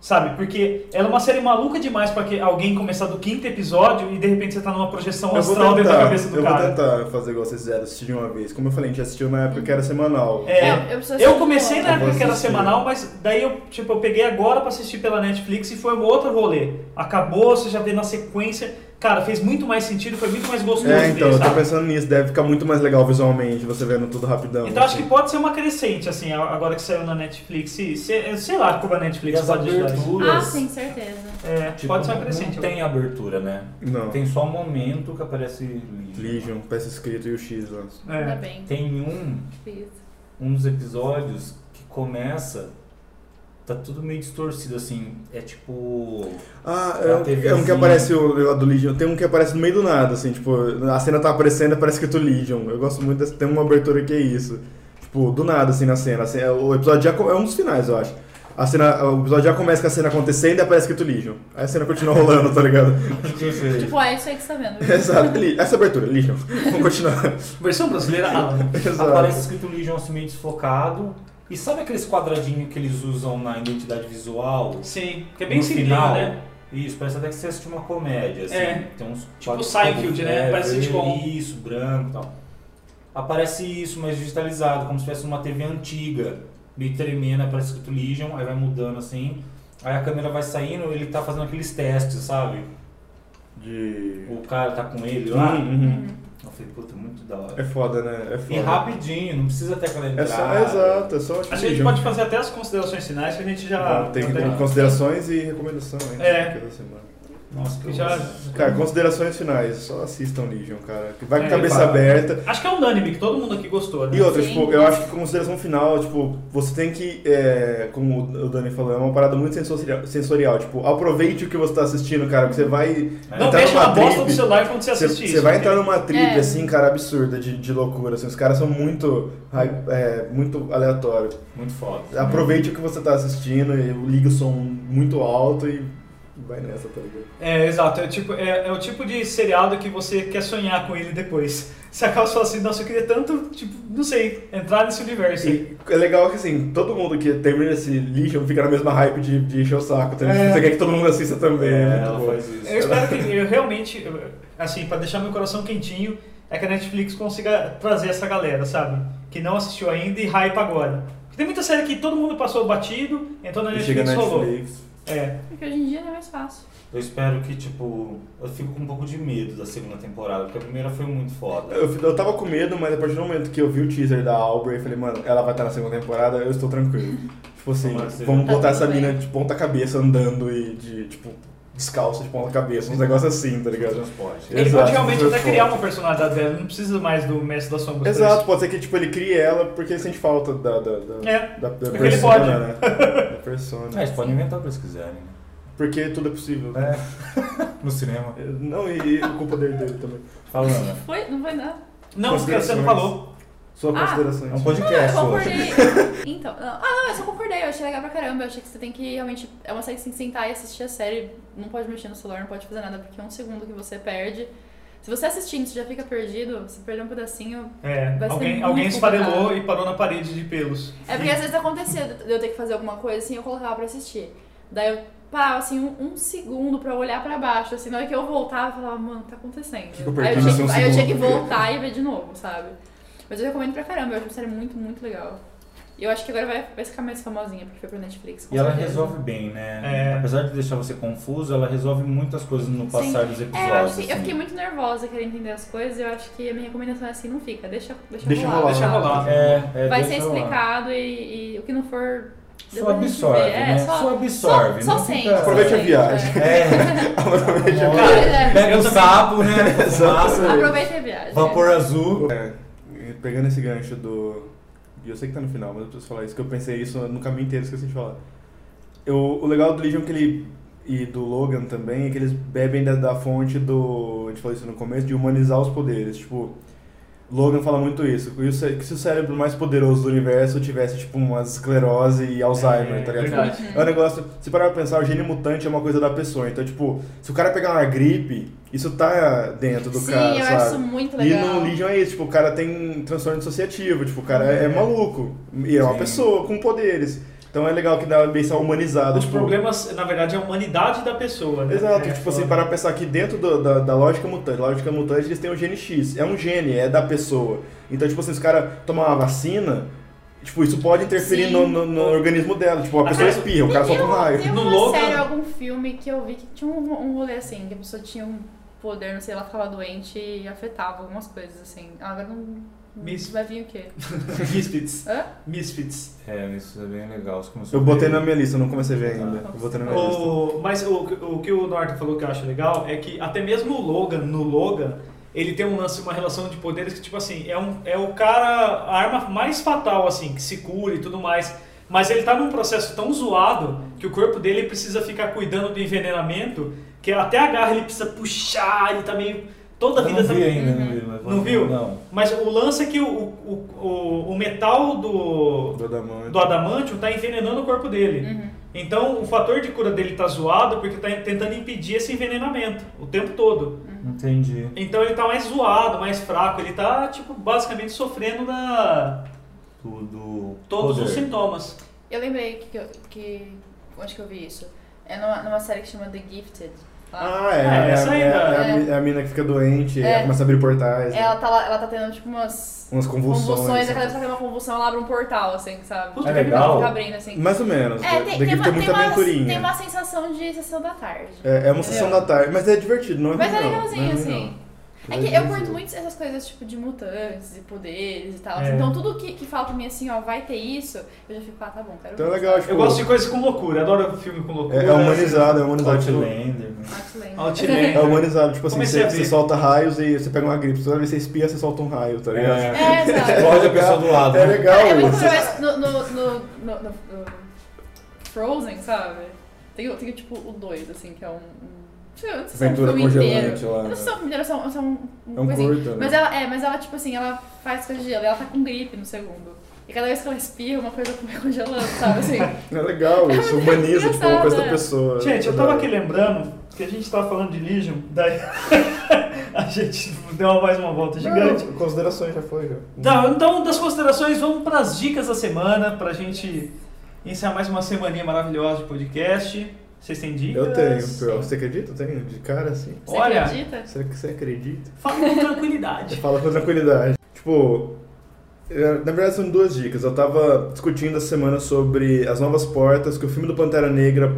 S2: Sabe? Porque ela é uma série maluca demais pra que alguém começar do quinto episódio e de repente você tá numa projeção
S5: Eu vou
S2: astral dentro da
S5: tentar,
S2: cabeça do
S5: eu vou
S2: cara.
S5: tentar fazer igual vocês fizeram, assistir de uma vez. Como eu falei, a gente assistiu na época que era semanal.
S2: É,
S4: Não, eu preciso
S2: Eu
S4: assistir
S2: comecei
S4: de
S2: na
S4: novo.
S2: época que era
S5: assistir.
S2: semanal, mas daí eu, tipo, eu peguei agora pra assistir pela Netflix e foi um outro rolê. Acabou, você já vê na sequência. Cara, fez muito mais sentido, foi muito mais gostoso
S5: É,
S2: ver,
S5: então, eu tô
S2: sabe?
S5: pensando nisso, deve ficar muito mais legal visualmente, você vendo tudo rapidão.
S2: Então acho
S5: assim.
S2: que pode ser uma crescente, assim, agora que saiu na Netflix. Se, se- sei lá como a
S3: E
S2: Netflix
S3: as
S2: pode ajudar. isso.
S4: Ah,
S3: aberturas.
S4: sim, certeza.
S2: É,
S3: tipo,
S2: pode ser uma crescente.
S3: Não tem abertura, né?
S5: Não.
S3: Tem só um momento que aparece Legion.
S5: Legion, peça escrito e o X né? lá.
S4: Ainda
S2: É.
S4: bem.
S3: Tem um,
S4: Fiz.
S3: um dos episódios que começa. Tá tudo meio distorcido, assim. É tipo.
S5: Ah,
S3: É
S5: é,
S3: a
S5: um- é um que
S3: TVzinha.
S5: aparece o lá do Legion. Tem um que aparece no meio do nada, assim, tipo, a cena tá aparecendo e aparece escrito Legion. Eu gosto muito dessa. Tem uma abertura que é isso. Tipo, do nada, assim, na cena. Assim, é- o episódio já co- é um dos finais, eu acho. A cena, o episódio já começa com a cena acontecendo e aparece escrito Legion. Aí a cena continua rolando, tá ligado? [laughs]
S4: Tipo, ah, é isso aí que você tá vendo. viu?
S5: Exato. Li- Essa abertura, Legion. Vamos continuar. [laughs]
S2: Versão brasileira, Alan.
S5: Exato.
S3: Aparece escrito Legion assim meio desfocado. E sabe aqueles quadradinhos que eles usam na identidade visual?
S2: Sim, que é bem
S3: No
S2: similar,
S3: final,
S2: né?
S3: Isso, parece até que você assiste uma comédia, assim.
S2: É.
S3: Tem uns
S2: Tipo
S3: quadros-
S2: Seinfeld, né?
S3: É,
S2: Parece
S3: verde,
S2: sitcom.
S3: Isso, branco e tal. Aparece isso, mas digitalizado, como se fosse uma TV antiga, meio tremenda, parece escrito Legion, aí vai mudando assim. Aí a câmera vai saindo, ele tá fazendo aqueles testes, sabe?
S5: De.
S3: O cara tá com ele lá.
S5: Uhum, uhum.
S3: Eu falei, puta, muito da
S5: É
S3: hora.
S5: foda, né? É foda.
S3: E rapidinho, não precisa ter aquela
S5: É
S3: entrada.
S5: só, é exato, é só tipo,
S2: Acho que a gente
S5: Legion.
S2: pode fazer até as considerações finais que a gente já.
S5: Ah, tem
S2: até-
S5: tem considerações e né, recomendação, hein?
S2: É.
S5: Cada semana.
S3: Nossa, que
S2: Já-
S3: osso.
S5: Cara, considerações finais. Só assistam Legion, cara. Vai com
S2: É,
S5: a cabeça
S3: fala.
S5: aberta.
S2: Acho que é unânime, que todo mundo aqui gostou, né?
S5: E outra,
S4: Sim.
S5: tipo, eu acho que consideração final, tipo, você tem que, é, como o Dani falou, é uma parada muito sensorial, sensorial. Tipo, aproveite o que você tá assistindo, cara, porque você vai
S3: É,
S2: Não
S5: entrar
S2: deixa
S5: numa
S2: na bosta do
S5: trip.
S2: celular quando você
S5: Você,
S2: assistir
S5: você
S2: isso.
S5: vai
S2: porque-
S5: entrar numa trip,
S4: É.
S5: assim, cara, absurda de, de loucura. Assim, os caras são muito, ai, é, muito aleatório.
S3: Muito foda.
S5: Aproveite o que você tá assistindo, e liga o som muito alto e vai nessa, tá ligado?
S2: É, exato. É, tipo, é, é o tipo de seriado que você quer sonhar com ele depois. Você acaba falando assim, nossa, eu queria tanto, tipo, não sei, entrar nesse universo. aí.
S5: E é legal que assim, todo mundo que termina esse lixo fica na mesma hype de, de encher o saco. Tá? ligado?
S2: É.
S5: Você quer que todo mundo assista também.
S3: É,
S5: né?
S3: ela
S5: Muito bom.
S3: faz isso.
S2: Eu espero que, eu realmente, eu- assim, pra deixar meu coração quentinho, é que a Netflix consiga trazer essa galera, sabe? Que não assistiu ainda e hype agora. Porque tem muita série que todo mundo passou batido, entrou na
S5: E chega
S2: Netflix
S5: na
S2: e rolou.
S5: Netflix.
S2: É.
S4: Porque hoje em dia não é mais fácil.
S3: Eu espero que, tipo, eu fico com um pouco de medo da segunda temporada, porque a primeira foi muito foda.
S5: Eu, eu tava com medo, mas a partir do momento que eu vi o teaser da Aubrey, eu falei, mano, ela vai estar na segunda temporada, eu
S2: [laughs]
S5: estou tranquilo. tipo assim,
S3: Tomara que seja. um
S5: vamos
S4: Tá
S5: botar
S4: tudo
S5: essa
S4: bem.
S5: mina de ponta cabeça andando e de, tipo, descalça de ponta cabeça, uns negócios assim, tá ligado?
S3: Transporte.
S2: Ele
S5: Exato,
S2: pode realmente até
S5: transporte.
S2: criar uma personalidade dela, não precisa mais do Mestre das Sombras. pra
S5: Exato, pode ser que tipo, ele crie ela porque ele sente falta da, da, da,
S2: É.
S5: da, da
S2: Porque ele
S5: persona,
S2: pode.
S5: né? Da
S2: [laughs]
S3: É,
S5: persona.
S3: eles podem inventar o que eles quiserem, né?
S5: Porque tudo é possível. né?
S3: É, [laughs] No cinema.
S5: Não, e, e com o poder dele também.
S3: Falando.
S4: Foi? Não foi nada.
S2: isso. Não, você não
S5: Considerações.
S2: falou.
S5: Só
S4: Ah,
S5: considerações.
S3: É um
S4: Eu
S3: podcast hoje.
S4: concordei. então, não. ah, não, eu só concordei. Eu achei legal pra caramba. Eu achei que você tem que realmente. É uma série que você tem que sentar e assistir a série. Não pode mexer no celular, não pode fazer nada, porque é um segundo que você perde. Se você assistindo, você já fica perdido, você perdeu um pedacinho.
S2: É,
S4: Vai ser
S2: alguém,
S4: muito
S2: alguém
S4: complicado.
S2: esfarelou e parou na parede de pelos.
S4: É porque às vezes acontecia de eu ter que fazer alguma coisa assim, eu colocava pra assistir. Daí eu parava assim um, um segundo pra olhar pra baixo, assim, na hora que eu voltava, eu falava, mano, tá acontecendo.
S5: que eu perdi
S4: aí, eu
S5: nesse
S4: tinha que,
S5: um
S4: aí eu tinha que
S5: segundo?
S4: voltar e ver de novo, sabe? Mas eu recomendo pra caramba, eu acho uma série muito, muito legal. E eu acho que agora vai, vai ficar mais famosinha, porque foi pro Netflix. com
S3: E ela
S4: certeza.
S3: resolve bem, né?
S2: É.
S3: Apesar de deixar você confuso, ela resolve muitas coisas no passar dos episódios.
S4: É, eu, acho que- eu
S3: assim.
S4: fiquei muito nervosa querendo entender as coisas. Eu acho que a minha recomendação é assim: não fica, deixa, deixa,
S5: Deixa
S4: rolar.
S5: rolar.
S2: Deixa rolar.
S3: É, é,
S4: Vai
S3: deixa
S4: ser
S3: eu lá.
S4: explicado e, e o que não for.
S3: Só
S4: depois a gente
S3: absorve,
S4: vê. É,
S3: né? Só, absorve.
S4: Só,
S3: não
S4: sente.
S3: fica-
S5: Aproveite a
S4: só sente,
S5: viagem.
S3: É,
S4: [laughs]
S3: [laughs]
S4: É. É.
S3: pega o sapo, [laughs] né? Fumaça,
S4: Aproveite a viagem.
S3: vapor azul.
S5: E Pegando esse gancho do. E eu sei que tá no final, mas eu preciso falar isso, que eu pensei isso no caminho inteiro, esqueci de falar. Eu, o legal do Legion é que ele. E do Logan também, é que eles bebem da, da fonte do. A gente falou isso no começo, de humanizar os poderes. Tipo, Logan fala muito isso. Que se- que se o cérebro mais poderoso do universo tivesse, tipo, uma esclerose e Alzheimer,
S2: É,
S5: tá ligado?
S2: verdade.
S5: É um negócio. Se parar pra pensar, o gene mutante é uma coisa da pessoa. Então, tipo, se o cara pegar uma gripe, isso tá dentro do
S4: Sim,
S5: cara.
S4: eu
S5: sabe?
S4: acho muito
S5: E
S4: legal.
S5: no Legion é isso, tipo, o cara tem transtorno dissociativo, tipo, o cara é,
S4: Uhum.
S5: maluco. E é uma
S3: Sim.
S5: pessoa com poderes. Então é legal que dá uma benção humanizada.
S2: Os
S5: tipo,
S2: problemas, na verdade, é a humanidade da pessoa, né?
S5: Exato,
S2: É,
S5: tipo assim,
S2: foda.
S5: para pensar que dentro do- da, da lógica mutante, lógica mutante, eles têm o gene X, é um gene, é da pessoa. Então, tipo assim, os caras tomam uma vacina, tipo, isso pode interferir
S4: Sim.
S5: no, no- no organismo dela. Tipo, a
S2: Ah,
S5: pessoa
S2: cara,
S5: espirra, o cara solta um raio.
S4: Tem
S2: No
S4: uma
S2: Logan-
S4: série, algum filme que eu vi que tinha um, um rolê assim, que a pessoa tinha um poder, não sei, ela ficava doente e afetava algumas coisas assim. Agora não.
S2: Miss-
S4: Vai vir o quê?
S2: [laughs] Misfits.
S4: Hã?
S2: Misfits.
S3: É, isso é bem legal. isso começou
S5: Eu botei
S3: bem.
S5: na minha lista, não comecei a ver ainda.
S4: Ah.
S5: Eu botei
S3: é
S5: na minha lista.
S2: O, mas o, o que o Norton falou que eu acho legal é que até mesmo o Logan, no Logan, ele tem um lance, uma relação de poderes que, tipo assim, é, um, é o cara, a arma mais fatal, assim, que se cura e tudo mais. Mas ele tá num processo tão zoado que o corpo dele precisa ficar cuidando do envenenamento, que até a garra ele precisa puxar, ele tá meio. Toda a
S3: Eu
S2: vida
S3: não
S2: tá
S3: vi ainda, não
S4: Uhum.
S3: vi. mas-
S2: Não viu?
S3: Não.
S2: Mas o lance é que o, o, o, o metal do,
S5: Do Adamante.
S2: do adamantium tá envenenando o corpo dele. Então o fator de cura dele tá zoado porque tá tentando impedir esse envenenamento o tempo todo.
S4: Uhum.
S3: Entendi.
S2: Então ele tá mais zoado, mais fraco, ele tá tipo basicamente sofrendo da
S3: Tudo.
S2: todos os
S3: poder.
S2: sintomas.
S4: Eu lembrei que, eu- que. Onde que eu vi isso? É numa, numa série que chama The Gifted. tá?
S5: Ah, é.
S2: É,
S5: É,
S2: essa
S5: a-
S2: aí,
S5: é a-
S2: né?
S5: é a mi- é a mina que fica doente,
S4: É.
S5: ela começa a abrir portais. né?
S4: ela, tá lá- ela tá tendo tipo umas.
S5: Umas convulsões.
S4: Convulsões,
S5: sabe?
S4: aquela pessoa que tem uma convulsão, ela abre um portal, assim, sabe?
S2: Puta,
S3: É legal.
S4: Ela fica abrindo, assim.
S5: Mais ou menos.
S4: É,
S5: da-
S4: tem,
S5: daqui
S4: tem, uma, tem,
S5: tem muita
S4: uma,
S5: aventurinha.
S4: tem uma sensação de sessão da tarde.
S5: É, é uma sessão da tarde, mas é divertido, não é
S4: Mas é
S5: ruim, não.
S4: legalzinho,
S5: Não é ruim, não.
S4: assim. É
S5: Mas
S4: que eu
S5: é
S4: curto
S5: legal.
S4: muito essas coisas, tipo, de mutantes e poderes e tal.
S2: É.
S4: Então tudo que, que fala pra mim, assim, ó, vai ter isso, eu já fico, ah, tá bom, quero
S5: Então é
S4: ver,
S5: legal,
S4: sabe?
S5: tipo,
S2: Eu gosto de coisas com loucura, adoro filme com loucura.
S5: é, é humanizado, é humanizado. tipo,
S3: Outlander. né?
S4: Outlander.
S5: é
S2: Outlander.
S5: humanizado, tipo assim,
S2: Comecei
S5: você,
S2: a
S5: você
S2: ver.
S5: solta raios e você pega uma gripe. Toda vez que você espia, você solta um raio, tá ligado?
S3: É.
S4: É, sabe?
S3: Explode a pessoa do lado.
S5: É
S3: né?
S5: legal.
S4: Cara, é muito
S5: você-
S4: curioso no, no, no, no- no- no Frozen, sabe? Tem, o- tem o, tipo o 2, assim, que é um. um não sei, não sei se é um
S5: Tipo, Aventura
S4: filme
S5: congelante
S4: inteiro.
S5: lá. né?
S4: Eu não sei se é um filme inteiro, é só um, só um, um
S5: É um
S4: coisinho.
S5: curta, né?
S4: Mas ela, é, mas ela, tipo assim, ela faz coisa de gelo, ela tá com gripe no segundo. E cada vez que ela espirra, uma coisa vai congelando, sabe?
S2: [laughs]
S4: Assim.
S5: É legal isso, humaniza, tipo, uma coisa
S4: engraçado,
S5: da
S4: é.
S5: pessoa.
S2: Gente, eu tava aqui lembrando que a gente tava falando de Legion, daí [laughs] a gente deu mais uma volta gigante.
S5: Gigante. Considerações já foi, já.
S2: Tá, então das considerações, vamos para as dicas da semana, pra gente encerrar mais uma semaninha maravilhosa de podcast. Vocês têm dicas?
S5: Eu tenho, pior. Você acredita? Eu tenho, de cara assim.
S4: Você
S2: Olha.
S4: acredita?
S5: Será que você acredita?
S2: Fala com
S5: Você
S2: tranquilidade.
S5: fala com tranquilidade. [laughs] Tipo, eu- na verdade são duas dicas. Eu tava discutindo essa semana sobre as novas portas que o filme do Pantera Negra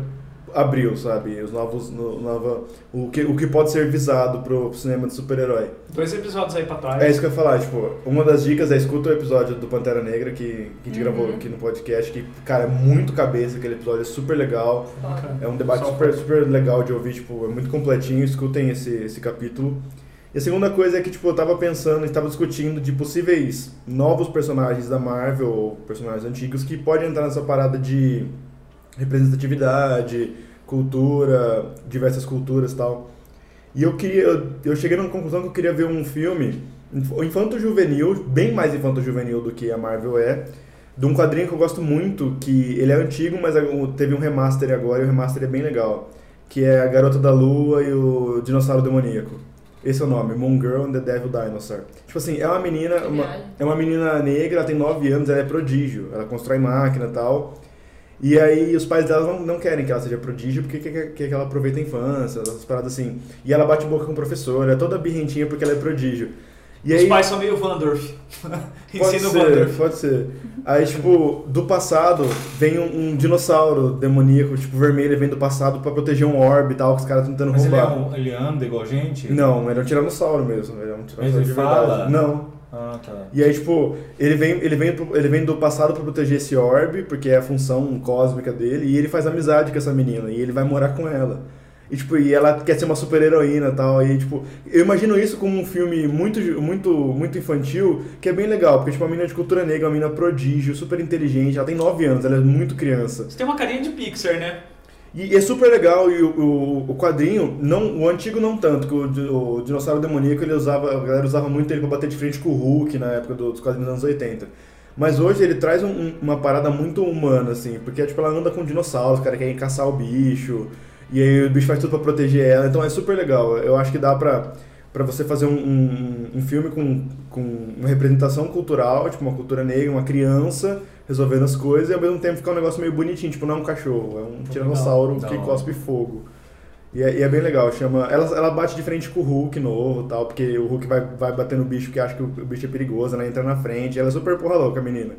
S5: abriu, sabe? Os novos. no- nova, o, que, o que pode ser visado pro cinema de super-herói.
S2: [laughs] Dois episódios aí pra trás.
S5: É isso que eu ia falar, tipo, uma das dicas é escuta o episódio do Pantera Negra que, que a gente
S4: Uhum.
S5: gravou aqui no podcast, que, cara, é muito cabeça, aquele episódio é super legal.
S4: Foda.
S5: É um debate
S2: Só-
S5: super, super legal de ouvir, tipo, é muito completinho, escutem esse, esse capítulo. E a segunda coisa é que, tipo, eu tava pensando, e tava discutindo de possíveis novos personagens da Marvel, ou personagens antigos, que podem entrar nessa parada de representatividade, cultura, diversas culturas e tal. E eu queria, eu, eu cheguei numa conclusão que eu queria ver um filme inf- infanto-juvenil, bem mais infanto-juvenil do que a Marvel é, de um quadrinho que eu gosto muito, que ele é antigo, mas agora- teve um remaster agora e o remaster é bem legal, que é A Garota da Lua e o Dinossauro Demoníaco. Esse é o nome, Moon Girl and the Devil Dinosaur. Tipo assim, é uma menina,
S4: Que
S5: uma-
S4: viagem.
S5: é uma menina negra, ela tem 9 anos, ela é prodígio, ela constrói máquina e tal. E aí os pais dela não, não querem que ela seja prodígio porque quer, quer que ela aproveite a infância, essas paradas assim. E ela bate boca com o professor, é toda birrentinha porque ela é prodígio. E
S2: Os
S5: aí,
S2: pais são meio [laughs] Vandorf.
S5: pode
S2: Ensino
S5: ser,
S2: Vandorf.
S5: pode ser. Aí, tipo, do passado vem um, um dinossauro demoníaco, tipo, vermelho, ele vem do passado pra proteger um orbe e tal, que os caras tentando
S3: Mas ele, é
S5: roubar.
S3: um, ele anda igual a gente?
S5: Não, ele é um tiranossauro mesmo. Ele é um tiranossauro
S3: ele
S5: de verdade.
S3: fala?
S5: Não.
S3: Ah, tá.
S5: E aí, tipo, ele vem, ele, vem pro- ele vem do passado pra proteger esse orbe, porque é a função cósmica dele, e ele faz amizade com essa menina, e ele vai morar com ela. E, tipo, e ela quer ser uma super heroína e tal, e, tipo, eu imagino isso como um filme muito, ju- muito, muito infantil, que é bem legal, porque, tipo, a menina de cultura negra, é uma menina prodígio, super inteligente, ela tem 9 anos, ela é muito criança.
S2: Você tem uma carinha de Pixar, né?
S5: E é super legal, e o, o, o quadrinho, não, o antigo não tanto, que o, di- o Dinossauro Demoníaco ele usava, a galera usava muito ele pra bater de frente com o Hulk na época do- dos quadrinhos dos anos 80. Mas hoje ele traz um- um- uma parada muito humana, assim, porque tipo, ela anda com dinossauros, os caras querem caçar o bicho, e aí o bicho faz tudo pra proteger ela, então é super legal. Eu acho que dá pra, pra você fazer um, um, um filme com, com uma representação cultural, tipo uma cultura negra, uma criança resolvendo as coisas, e ao mesmo tempo ficar um negócio meio bonitinho, tipo, não é um cachorro, é um tiranossauro
S3: Da
S5: que
S3: hora.
S5: cospe fogo. E é, e é bem legal, chama. Ela, ela bate de frente com o Hulk novo e tal, porque o Hulk vai, vai bater no bicho que acha que o, o bicho é perigoso, ela entra na frente, ela é super porra louca, a menina.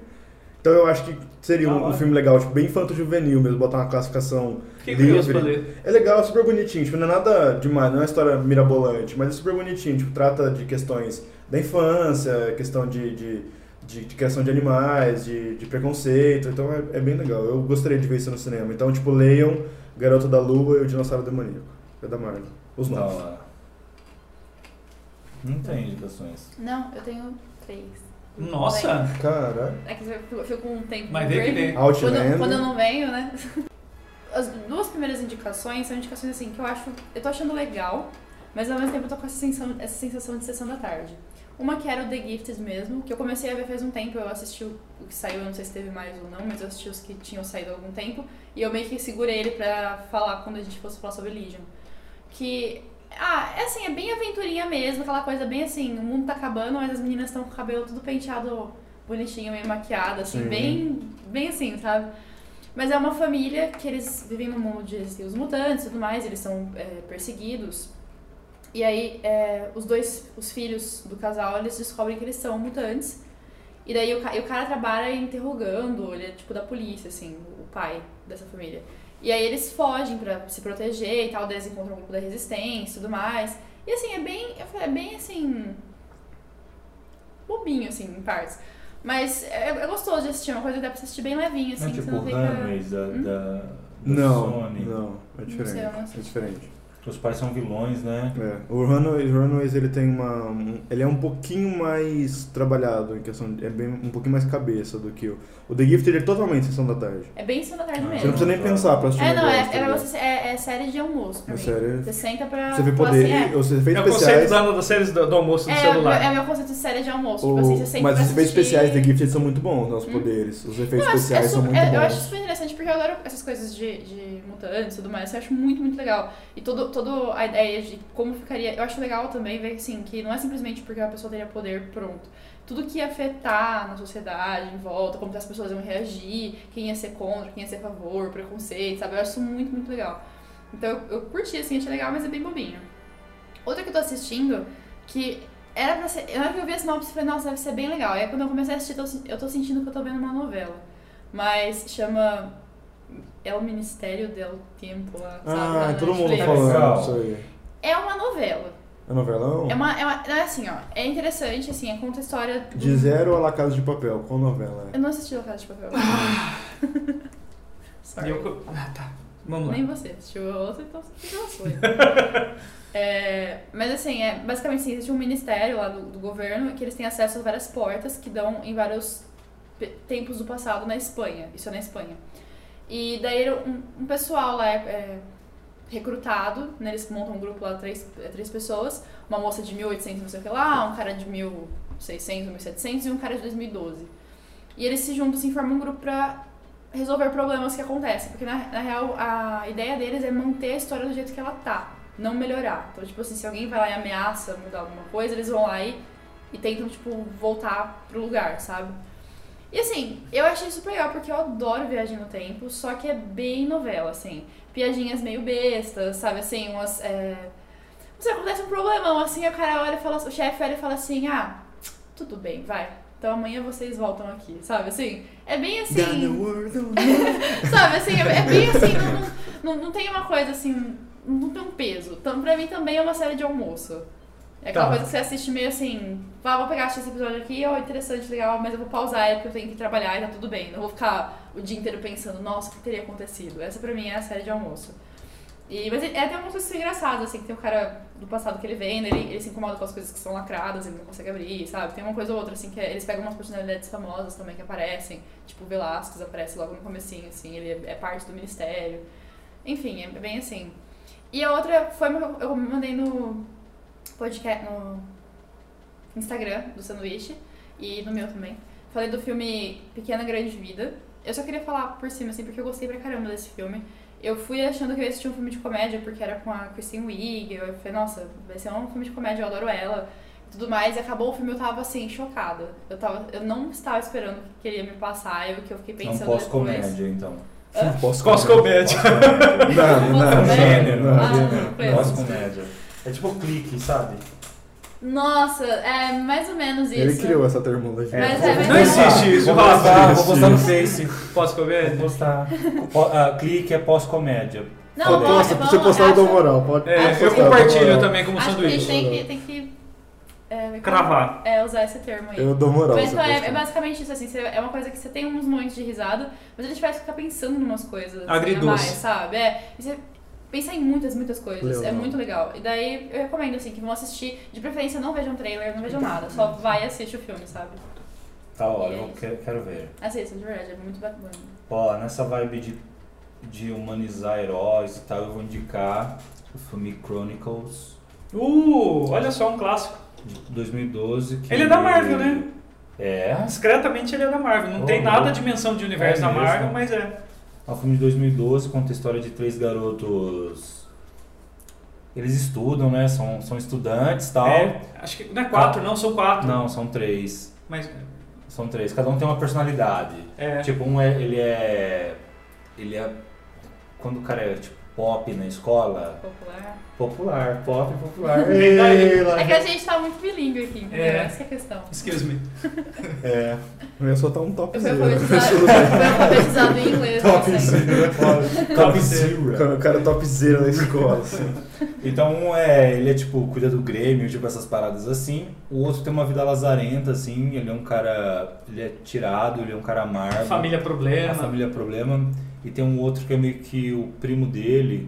S5: Então eu acho que seria
S2: Da
S5: um, um
S2: hora.
S5: filme legal, tipo, bem infanto-juvenil mesmo, botar uma classificação
S2: Fiquei curioso pra
S5: livre.
S2: ler.
S5: É legal, é super bonitinho, tipo, não é nada demais, não é uma história mirabolante, mas é super bonitinho, tipo, trata de questões da infância, questão de, de, de, de criação de animais, de, de preconceito, então é, é bem legal. Eu gostaria de ver isso no cinema. Então, tipo, leiam Garota da Lua e o Dinossauro Demoníaco. É da Marvel. Os
S3: Da
S5: novos.
S3: hora. Não tem indicações.
S4: Não, eu tenho três.
S2: Nossa,
S5: Caralho.
S4: É que eu fico com um tempo.
S2: mas vê que
S4: grande.
S2: vem.
S5: Outlander.
S4: Quando, quando eu não venho, né? [laughs] As duas primeiras indicações são indicações assim que eu acho. Eu tô achando legal, mas ao mesmo tempo eu tô com essa sensação, essa sensação de sessão da tarde. Uma que era o The Gifted mesmo, que eu comecei a ver faz um tempo, eu assisti o o que saiu, eu não sei se teve mais ou não, mas eu assisti os que tinham saído há algum tempo, e eu meio que segurei ele pra falar quando a gente fosse falar sobre Legion. Que. Ah, é assim, é bem aventurinha mesmo, aquela coisa bem assim, o mundo tá acabando, mas as meninas estão com o cabelo tudo penteado bonitinho, meio maquiado, assim,
S5: Sim.
S4: bem. bem assim, sabe? Mas é uma família que eles vivem no mundo de existem os mutantes e tudo mais, eles são é, perseguidos. E aí, é, os dois, os filhos do casal, eles descobrem que eles são mutantes. E daí, o, ca- e o cara trabalha interrogando, ele é tipo da polícia, assim, o pai dessa família. E aí, eles fogem pra se proteger e tal, daí eles encontram o grupo da resistência e tudo mais. E assim, é bem, eu falei, é bem assim. bobinho, assim, em partes. Mas é, é gostoso de assistir, é uma coisa que dá pra assistir bem levinho,
S3: não
S4: assim,
S3: é
S4: que
S3: tipo
S4: você não Hum? fica.
S3: Runaways da, da, da
S5: Não,
S3: Sony.
S5: não. É diferente.
S4: sei, eu não assisti.
S5: É diferente.
S3: Os pais são vilões, né?
S5: É. O Runaways, Runaways, ele tem uma. um- Ele é um pouquinho mais trabalhado em questão. de- É bem, um pouquinho mais cabeça do que o. O The Gift ele é totalmente sessão da tarde.
S4: É bem sessão da tarde
S3: Ah,
S5: Você não
S4: mesmo.
S5: precisa nem pensar pra assistir.
S4: É,
S5: um
S4: não, é,
S5: negócio, tá
S4: é,
S5: ligado?
S4: você- é- é série de almoço pra
S5: É
S4: mim.
S5: sério.
S4: Você senta pra.
S5: Você vê
S4: falar
S5: poder.
S4: assim,
S5: Os
S2: É
S5: efeitos
S2: o
S5: especiais.
S2: conceito da, da série do, do almoço
S4: é,
S2: no
S4: é, o meu-
S2: celular.
S4: é o meu conceito de série de almoço.
S5: o-
S4: Tipo assim, você senta
S5: mas
S4: pra
S5: os efeitos
S4: assistir.
S5: especiais The Gift eles são muito bons, nossos poderes. Os efeitos
S4: Eu acho-
S5: especiais
S4: é
S5: são
S4: super- é-
S5: muito
S4: Eu
S5: bons.
S4: acho super interessante porque eu adoro essas coisas de, de mutantes e tudo mais. Eu acho muito, muito legal. E todo, toda a ideia de como ficaria. Eu acho legal também ver assim, que não é simplesmente porque a pessoa teria poder pronto. Tudo que ia afetar na sociedade, em volta, como que as pessoas iam reagir, quem ia ser contra, quem ia ser a favor, preconceito, sabe? Eu acho isso muito, muito legal. Então eu, eu curti, assim, achei legal, mas é bem bobinho. Outra que eu tô assistindo, que era pra ser. Na hora que eu vi a sinopse, eu falei, nossa, deve ser bem legal. Aí quando eu comecei a assistir, eu tô sen- eu tô sentindo que eu tô vendo uma novela. Mas chama. É o Ministério del Tempo lá, sabe? lá
S5: Ah,
S4: na
S5: todo mundo
S4: Netflix.
S5: falando
S3: Legal.
S5: isso aí.
S4: É uma novela.
S5: É novelão?
S4: É uma. É uma não, é assim, ó. É interessante, assim, é conta a história. do-
S5: De zero a La Casa de Papel, qual novela é?
S4: Eu não assisti o Casa de Papel.
S2: E
S4: [laughs] Sorry.
S2: eu co- Ah, tá. Vamos lá.
S4: Nem você assistiu a outra, então você já foi.
S2: [laughs]
S4: É, mas assim, é, basicamente assim, existe um ministério lá do, do governo que eles têm acesso a várias portas que dão em vários pe- tempos do passado na Espanha. Isso é na Espanha. E daí um, um pessoal lá é, é recrutado, né, eles montam um grupo lá, três, é, três pessoas, uma moça de 1800 não sei o que lá, um cara de 1600, 1700 e um cara de 2012. E eles se juntam, se formam um grupo pra resolver problemas que acontecem. Porque, na, na real, a ideia deles é manter a história do jeito que ela tá, não melhorar. Então, tipo assim, se alguém vai lá e ameaça mudar alguma coisa, eles vão lá e, e tentam, tipo, voltar pro lugar, sabe? E assim, eu achei super legal porque eu adoro Viagem no Tempo, só que é bem novela, assim. Piadinhas meio bestas, sabe? Assim, umas. é, Mas acontece um problemão, assim, a cara olha e fala, o chefe olha e fala assim, ah, tudo bem, vai. Então amanhã vocês voltam aqui, sabe assim? É bem assim.
S5: um
S4: sabe assim, é é bem assim, não, não, não, não tem uma coisa assim, não tem um peso. Então, pra mim também é uma série de almoço. É aquela
S3: Tá.
S4: coisa que você assiste meio assim, vá, vou pegar assistir esse episódio aqui, ó, interessante, legal, mas eu vou pausar é porque eu tenho que trabalhar e tá tudo bem. Não vou ficar o dia inteiro pensando, nossa, o que teria acontecido? Essa pra mim é a série de almoço. E, mas é até uma coisa engraçada, assim, que tem um cara do passado que ele vem, né, ele, ele se incomoda com as coisas que são lacradas, ele não consegue abrir, sabe? Tem uma coisa ou outra, assim, que é- eles pegam umas personalidades famosas também que aparecem, tipo o Velasquez aparece logo no comecinho, assim, ele é- é parte do ministério. Enfim, é bem assim. E a outra foi uma que eu mandei no podcast, no Instagram do Sanduíche e no meu também. Falei do filme Pequena Grande Vida. Eu só queria falar por cima, assim, porque eu gostei pra caramba desse filme. Eu fui achando que eu ia assistir um filme de comédia, porque era com a Kristen Wiig. Eu falei, nossa, vai ser um filme de comédia, eu adoro ela. e Tudo mais, e acabou o filme, eu tava assim, chocada. Eu, tava, eu não estava esperando o que queria me passar, e o que eu fiquei
S3: É um
S4: pensando depois.
S3: pós-comédia, então.
S5: Posso É
S2: Coscomédia.
S5: tipo- Não, não,
S4: Posso
S3: É um Gênero.
S5: não.
S4: Ah, não, foi.
S3: Pós-comédia.
S6: É tipo clique, sabe?
S4: Nossa, é mais ou menos isso.
S5: Ele criou essa terminologia.
S4: Mas é, mas
S2: Não
S4: é.
S2: existe isso,
S3: Vou
S2: vou
S3: postar,
S2: postar,
S3: vou
S2: vou
S3: postar
S2: no
S3: no
S2: Face.
S3: Vou
S2: Pós-comédia?
S3: postar. Po- ah, clique é pós-comédia.
S4: Não,
S5: Pô,
S4: vamos-
S5: Nossa, pra
S4: vamos-
S5: você postar eu dou
S4: acho-
S5: moral. Pode,
S2: É,
S5: pode
S2: eu
S5: postar, dou
S2: compartilho
S5: moral.
S2: também como
S4: Acho que a gente
S2: sanduíche.
S4: tem que, tem que é,
S2: Cravar.
S4: é, usar esse termo aí.
S5: Eu dou moral.
S4: mas
S5: se
S4: então,
S5: eu
S4: é,
S5: postar.
S4: é basicamente isso, assim, você- é uma coisa que você tem uns momentos de risada, mas a gente vai ficar pensando em umas coisas. assim, a
S2: Agridoce.
S4: mais, sabe? É, e você pensa em muitas, muitas coisas. É
S5: Legal.
S4: muito legal. E daí eu recomendo, assim, que vão assistir. De preferência, não vejam trailer, não vejam nada. Só vai e assiste o filme, sabe?
S3: Tá, olha, eu quero, quero ver.
S4: Assista, de verdade, é muito bacana.
S3: Ó, nessa vibe de, de humanizar heróis e tal, eu vou indicar o filme Chronicles
S2: Uh, olha só, um clássico.
S3: de 2012. que-
S2: Ele é da Marvel, né?
S3: É.
S2: Discretamente ele é da Marvel. Não
S3: Oh,
S2: tem nada
S3: meu.
S2: de menção de universo
S3: É
S2: da
S3: mesmo.
S2: Marvel, mas é.
S3: É um filme de 2012, conta a história de três garotos. Eles estudam, né? São, são estudantes e tal.
S2: é. Acho que não é quatro, não, são quatro.
S3: Não, são três.
S2: Mas
S3: São três. Cada um tem uma personalidade.
S2: é.
S3: Tipo, um é, ele é. Ele é. Quando o cara é tipo pop na escola.
S4: Popular.
S3: Popular, pop popular.
S2: [laughs]
S3: tá né?
S5: Ei, lá-
S4: É que a gente tá muito bilíngue aqui, entendeu?
S2: É.
S4: Essa que é a questão.
S2: Excuse me.
S5: É. Eu ia soltar um top
S4: Eu fui
S5: zero.
S4: alfabetizado, fui alfabetizado em inglês. né? não sei.
S3: é Top
S5: O
S3: Zero.
S5: cara- O cara top zero na escola. assim.
S3: Então um é, ele é tipo, cuida do Grêmio, tipo essas paradas assim. O outro tem uma vida lazarenta, assim, ele é um cara. Ele é tirado, ele é um cara amargo.
S2: Família
S3: A
S2: Problema.
S3: família é problema. E tem um outro que é meio que o primo dele,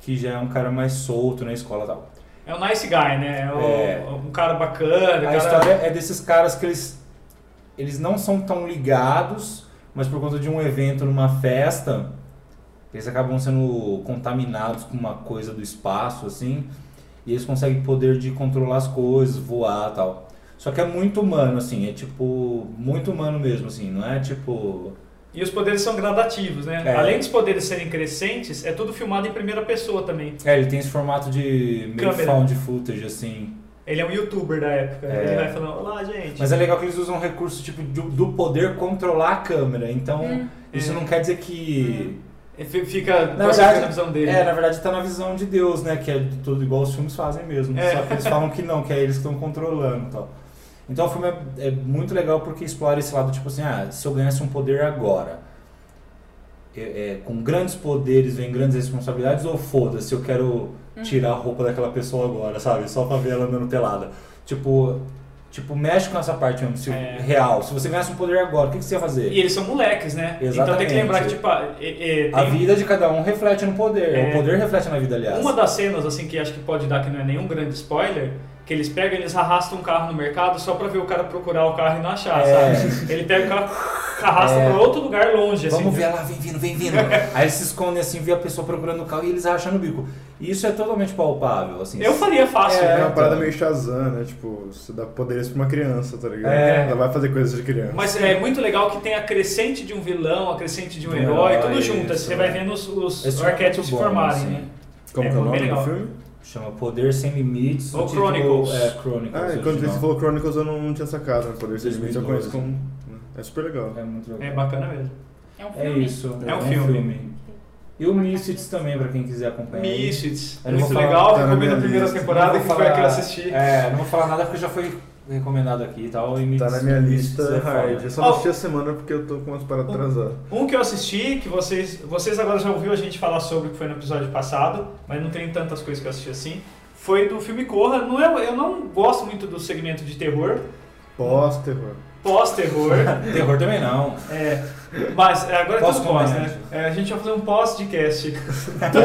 S3: que já é um cara mais solto na escola e tal.
S2: É um nice guy, né? É, o-
S3: É.
S2: um cara bacana.
S3: A
S2: cara...
S3: história é desses caras que eles, eles não são tão ligados, mas por conta de um evento numa festa, eles acabam sendo contaminados com uma coisa do espaço, assim, e eles conseguem poder de controlar as coisas, voar e tal. Só que é muito humano, assim, é tipo, muito humano mesmo, assim, não é tipo.
S2: E os poderes são gradativos, né?
S3: É.
S2: Além dos poderes serem crescentes, é tudo filmado em primeira pessoa também.
S3: É, ele tem esse formato de meio
S2: Câmera.
S3: found footage, assim.
S2: Ele é um youtuber da época.
S3: É.
S2: Ele vai falando, olá, gente.
S3: Mas é legal que eles usam um recurso tipo do, do poder controlar a câmera. Então,
S4: Uhum.
S3: isso
S2: É.
S3: não quer dizer que.
S2: E fi- Fica
S3: Na
S2: você fica
S3: verdade,
S2: na visão dele.
S3: É, na verdade tá na visão de Deus, né? Que é de tudo igual os filmes fazem mesmo.
S2: É.
S3: Só que eles falam que não, que é eles que estão controlando e tal. Então o filme é, é muito legal porque explora esse lado, tipo assim, ah, se eu ganhasse um poder agora. é- é, com grandes poderes vem grandes responsabilidades, ou foda-se, eu quero
S2: Uhum.
S3: tirar a roupa daquela pessoa agora, sabe? Só pra ver ela andando pelada. Tipo, tipo mexe com essa parte mesmo, se-
S2: É.
S3: real. Se você ganhasse um poder agora, o que, que você ia fazer?
S2: E eles são moleques, né? Então tem
S3: Exatamente.
S2: que lembrar que, tipo, ah, é- é,
S3: A
S2: tem-
S3: vida de cada um reflete no poder.
S2: É.
S3: O poder reflete na vida, aliás.
S2: uma das cenas, assim, que acho que pode dar que não é nenhum grande spoiler, que eles pegam, eles arrastam um carro no mercado só pra ver o cara procurar o carro e não achar,
S3: É.
S2: sabe? Ele pega o carro, arrasta
S3: É.
S2: pra outro lugar longe, assim.
S3: Vamos ver lá, vem vindo, vem vindo. [laughs] Aí eles se escondem assim, vê a pessoa procurando o carro e eles rachando o bico. E isso é totalmente palpável, assim.
S2: Eu faria fácil.
S5: É
S2: né?
S5: uma parada meio Shazam, né? Tipo, você dá poderes pra uma criança, tá ligado?
S3: É.
S5: Ela vai fazer coisas de criança.
S2: Mas é muito legal que tem a crescente de um vilão, a crescente de um
S3: Do
S2: herói,
S3: herói,
S2: tudo junto. assim.
S3: Ah, isso,
S2: Você
S3: é.
S2: vai vendo os, os
S3: Esse filme é
S2: arquétipos se
S3: muito bom,
S2: formarem,
S3: assim.
S2: né?
S5: Como
S2: é,
S5: que é o nome
S2: bem
S5: do
S2: legal.
S5: filme?
S3: Chama Poder Sem Limites.
S2: Ou
S3: título
S2: Chronicles.
S3: É, Chronicles.
S5: Ah, e quando
S3: original.
S5: você falou Chronicles eu não tinha sacado, né? Poderes Sem Limites eu conheço
S3: 2012.
S5: como... É super legal.
S3: É muito
S2: É
S3: legal.
S2: bacana mesmo.
S4: É um
S3: É
S4: filme.
S3: isso.
S2: É um filme.
S3: E o Misfits também, pra quem quiser acompanhar.
S2: Misfits.
S3: É. Eu não vou
S2: Muito
S3: falar-
S2: legal,
S5: tá na
S2: recomendo
S5: minha
S2: a primeira
S5: lista.
S2: temporada
S3: Não
S2: que
S3: vou
S2: foi
S3: falar-
S2: aqui assistir.
S3: É, não vou falar nada porque já foi recomendado aqui e tal. E
S5: Tá
S3: Misfits-
S5: na minha
S3: Misfits
S5: lista
S3: é foda.
S5: hard. Eu só
S2: Ó.
S5: não assisti a semana porque eu tô com umas paradas atrasadas.
S2: Um que eu assisti, que vocês. Vocês agora já ouviram a gente falar sobre, que foi no episódio passado, mas não tem tantas coisas que eu assisti assim. Foi do filme Corra. Não é, eu não gosto muito do segmento de terror,
S5: Pós,
S2: [laughs]
S5: terror. [laughs]
S2: pós-terror.
S3: Terror também não.
S2: é, mas é, agora é tudo pós,
S3: Pós-comédia.
S2: né? É, a gente vai fazer um pós-podcast,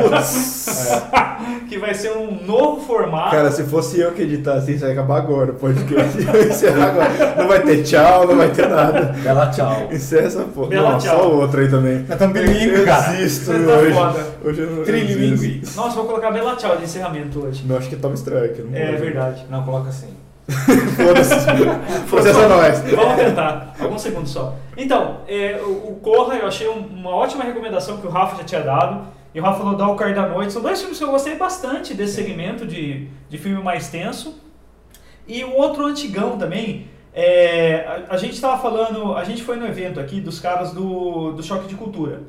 S5: Putz!
S2: [laughs]
S3: É,
S2: que vai ser um novo formato.
S5: Cara, se fosse eu que editasse isso, ia acabar agora o podcast. [laughs] Ia encerrar agora. Não vai ter tchau, não vai ter nada.
S3: Bela
S5: [laughs]
S3: tchau.
S5: Encerra essa porra.
S2: Bela
S5: não,
S2: tchau.
S5: só outra aí também.
S6: É tão
S5: Eu
S6: bilíngue, cara.
S5: existo
S2: Você tá
S5: hoje.
S2: foda.
S5: Hoje eu não
S3: Trilingue.
S5: existo.
S2: Nossa, vou colocar Bela Tchau de encerramento hoje.
S5: Não, acho que toma strike. Não
S2: É
S5: vou.
S2: verdade.
S3: Não, coloca assim.
S2: [laughs]
S5: Foda-se. Foda-se a nós.
S2: Vamos tentar, alguns segundos só. Então, é, o, o Corra eu achei um- uma ótima recomendação que o Rafa já tinha dado. E o Rafa falou Dá o Cair da Noite. São dois filmes que eu gostei bastante desse segmento de, de filme mais tenso. E o outro antigão também. é, a, a gente estava falando, a gente foi no evento aqui dos caras do, do Choque de Cultura.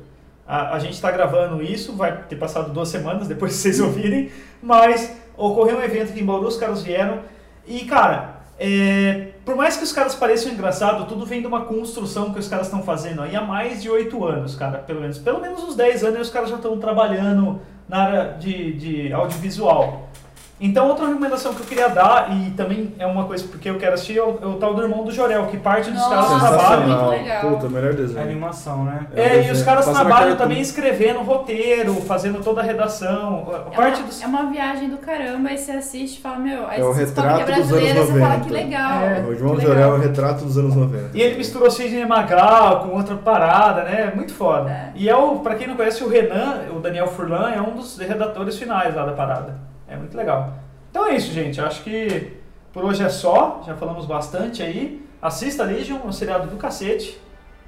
S2: A, a gente está gravando isso, vai ter passado duas semanas depois que vocês ouvirem, mas ocorreu um evento aqui em Bauru, os caras vieram. E, cara, é, por mais que os caras pareçam engraçado, tudo vem de uma construção que os caras estão fazendo aí há mais de oito anos, cara, pelo menos. Pelo menos uns 10 anos aí os caras já estão trabalhando na área de, de audiovisual. Então, outra recomendação que eu queria dar, e também é uma coisa porque eu quero assistir, é o, é o tal do Irmão do Jorel, que parte dos
S4: Nossa,
S2: caras trabalham
S4: muito legal.
S5: Puta, melhor
S3: É
S5: desenho.
S3: animação, né?
S2: é, e os caras
S5: Passa na
S2: trabalham
S5: Cartoon.
S2: também escrevendo roteiro, fazendo toda a redação. A
S4: É
S2: parte
S4: uma,
S2: dos.
S4: é uma viagem do caramba, aí você assiste e fala, meu, aí
S5: É o
S4: você descobre que é
S5: retrato dos
S4: brasileiro,
S5: anos
S4: você fala que
S5: 90.
S4: legal.
S2: É,
S5: O João
S4: que
S5: Jorel é
S4: legal.
S5: o retrato dos anos 90.
S2: E ele misturou Sidney Magal com outra parada, né? Muito foda.
S4: É.
S2: E é o, pra quem não conhece, o Renan, o Daniel Furlan, é um dos redatores finais lá da parada. É muito legal. Então é isso, gente. Acho que por hoje é só. Já falamos bastante aí. Assista Legion, um seriado do cacete.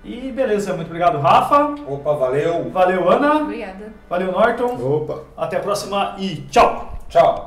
S2: E beleza, muito obrigado, Rafa.
S3: Opa, valeu.
S2: Valeu, Ana.
S4: Obrigada.
S2: Valeu, Norton.
S5: Opa.
S2: Até a próxima e tchau!
S3: Tchau.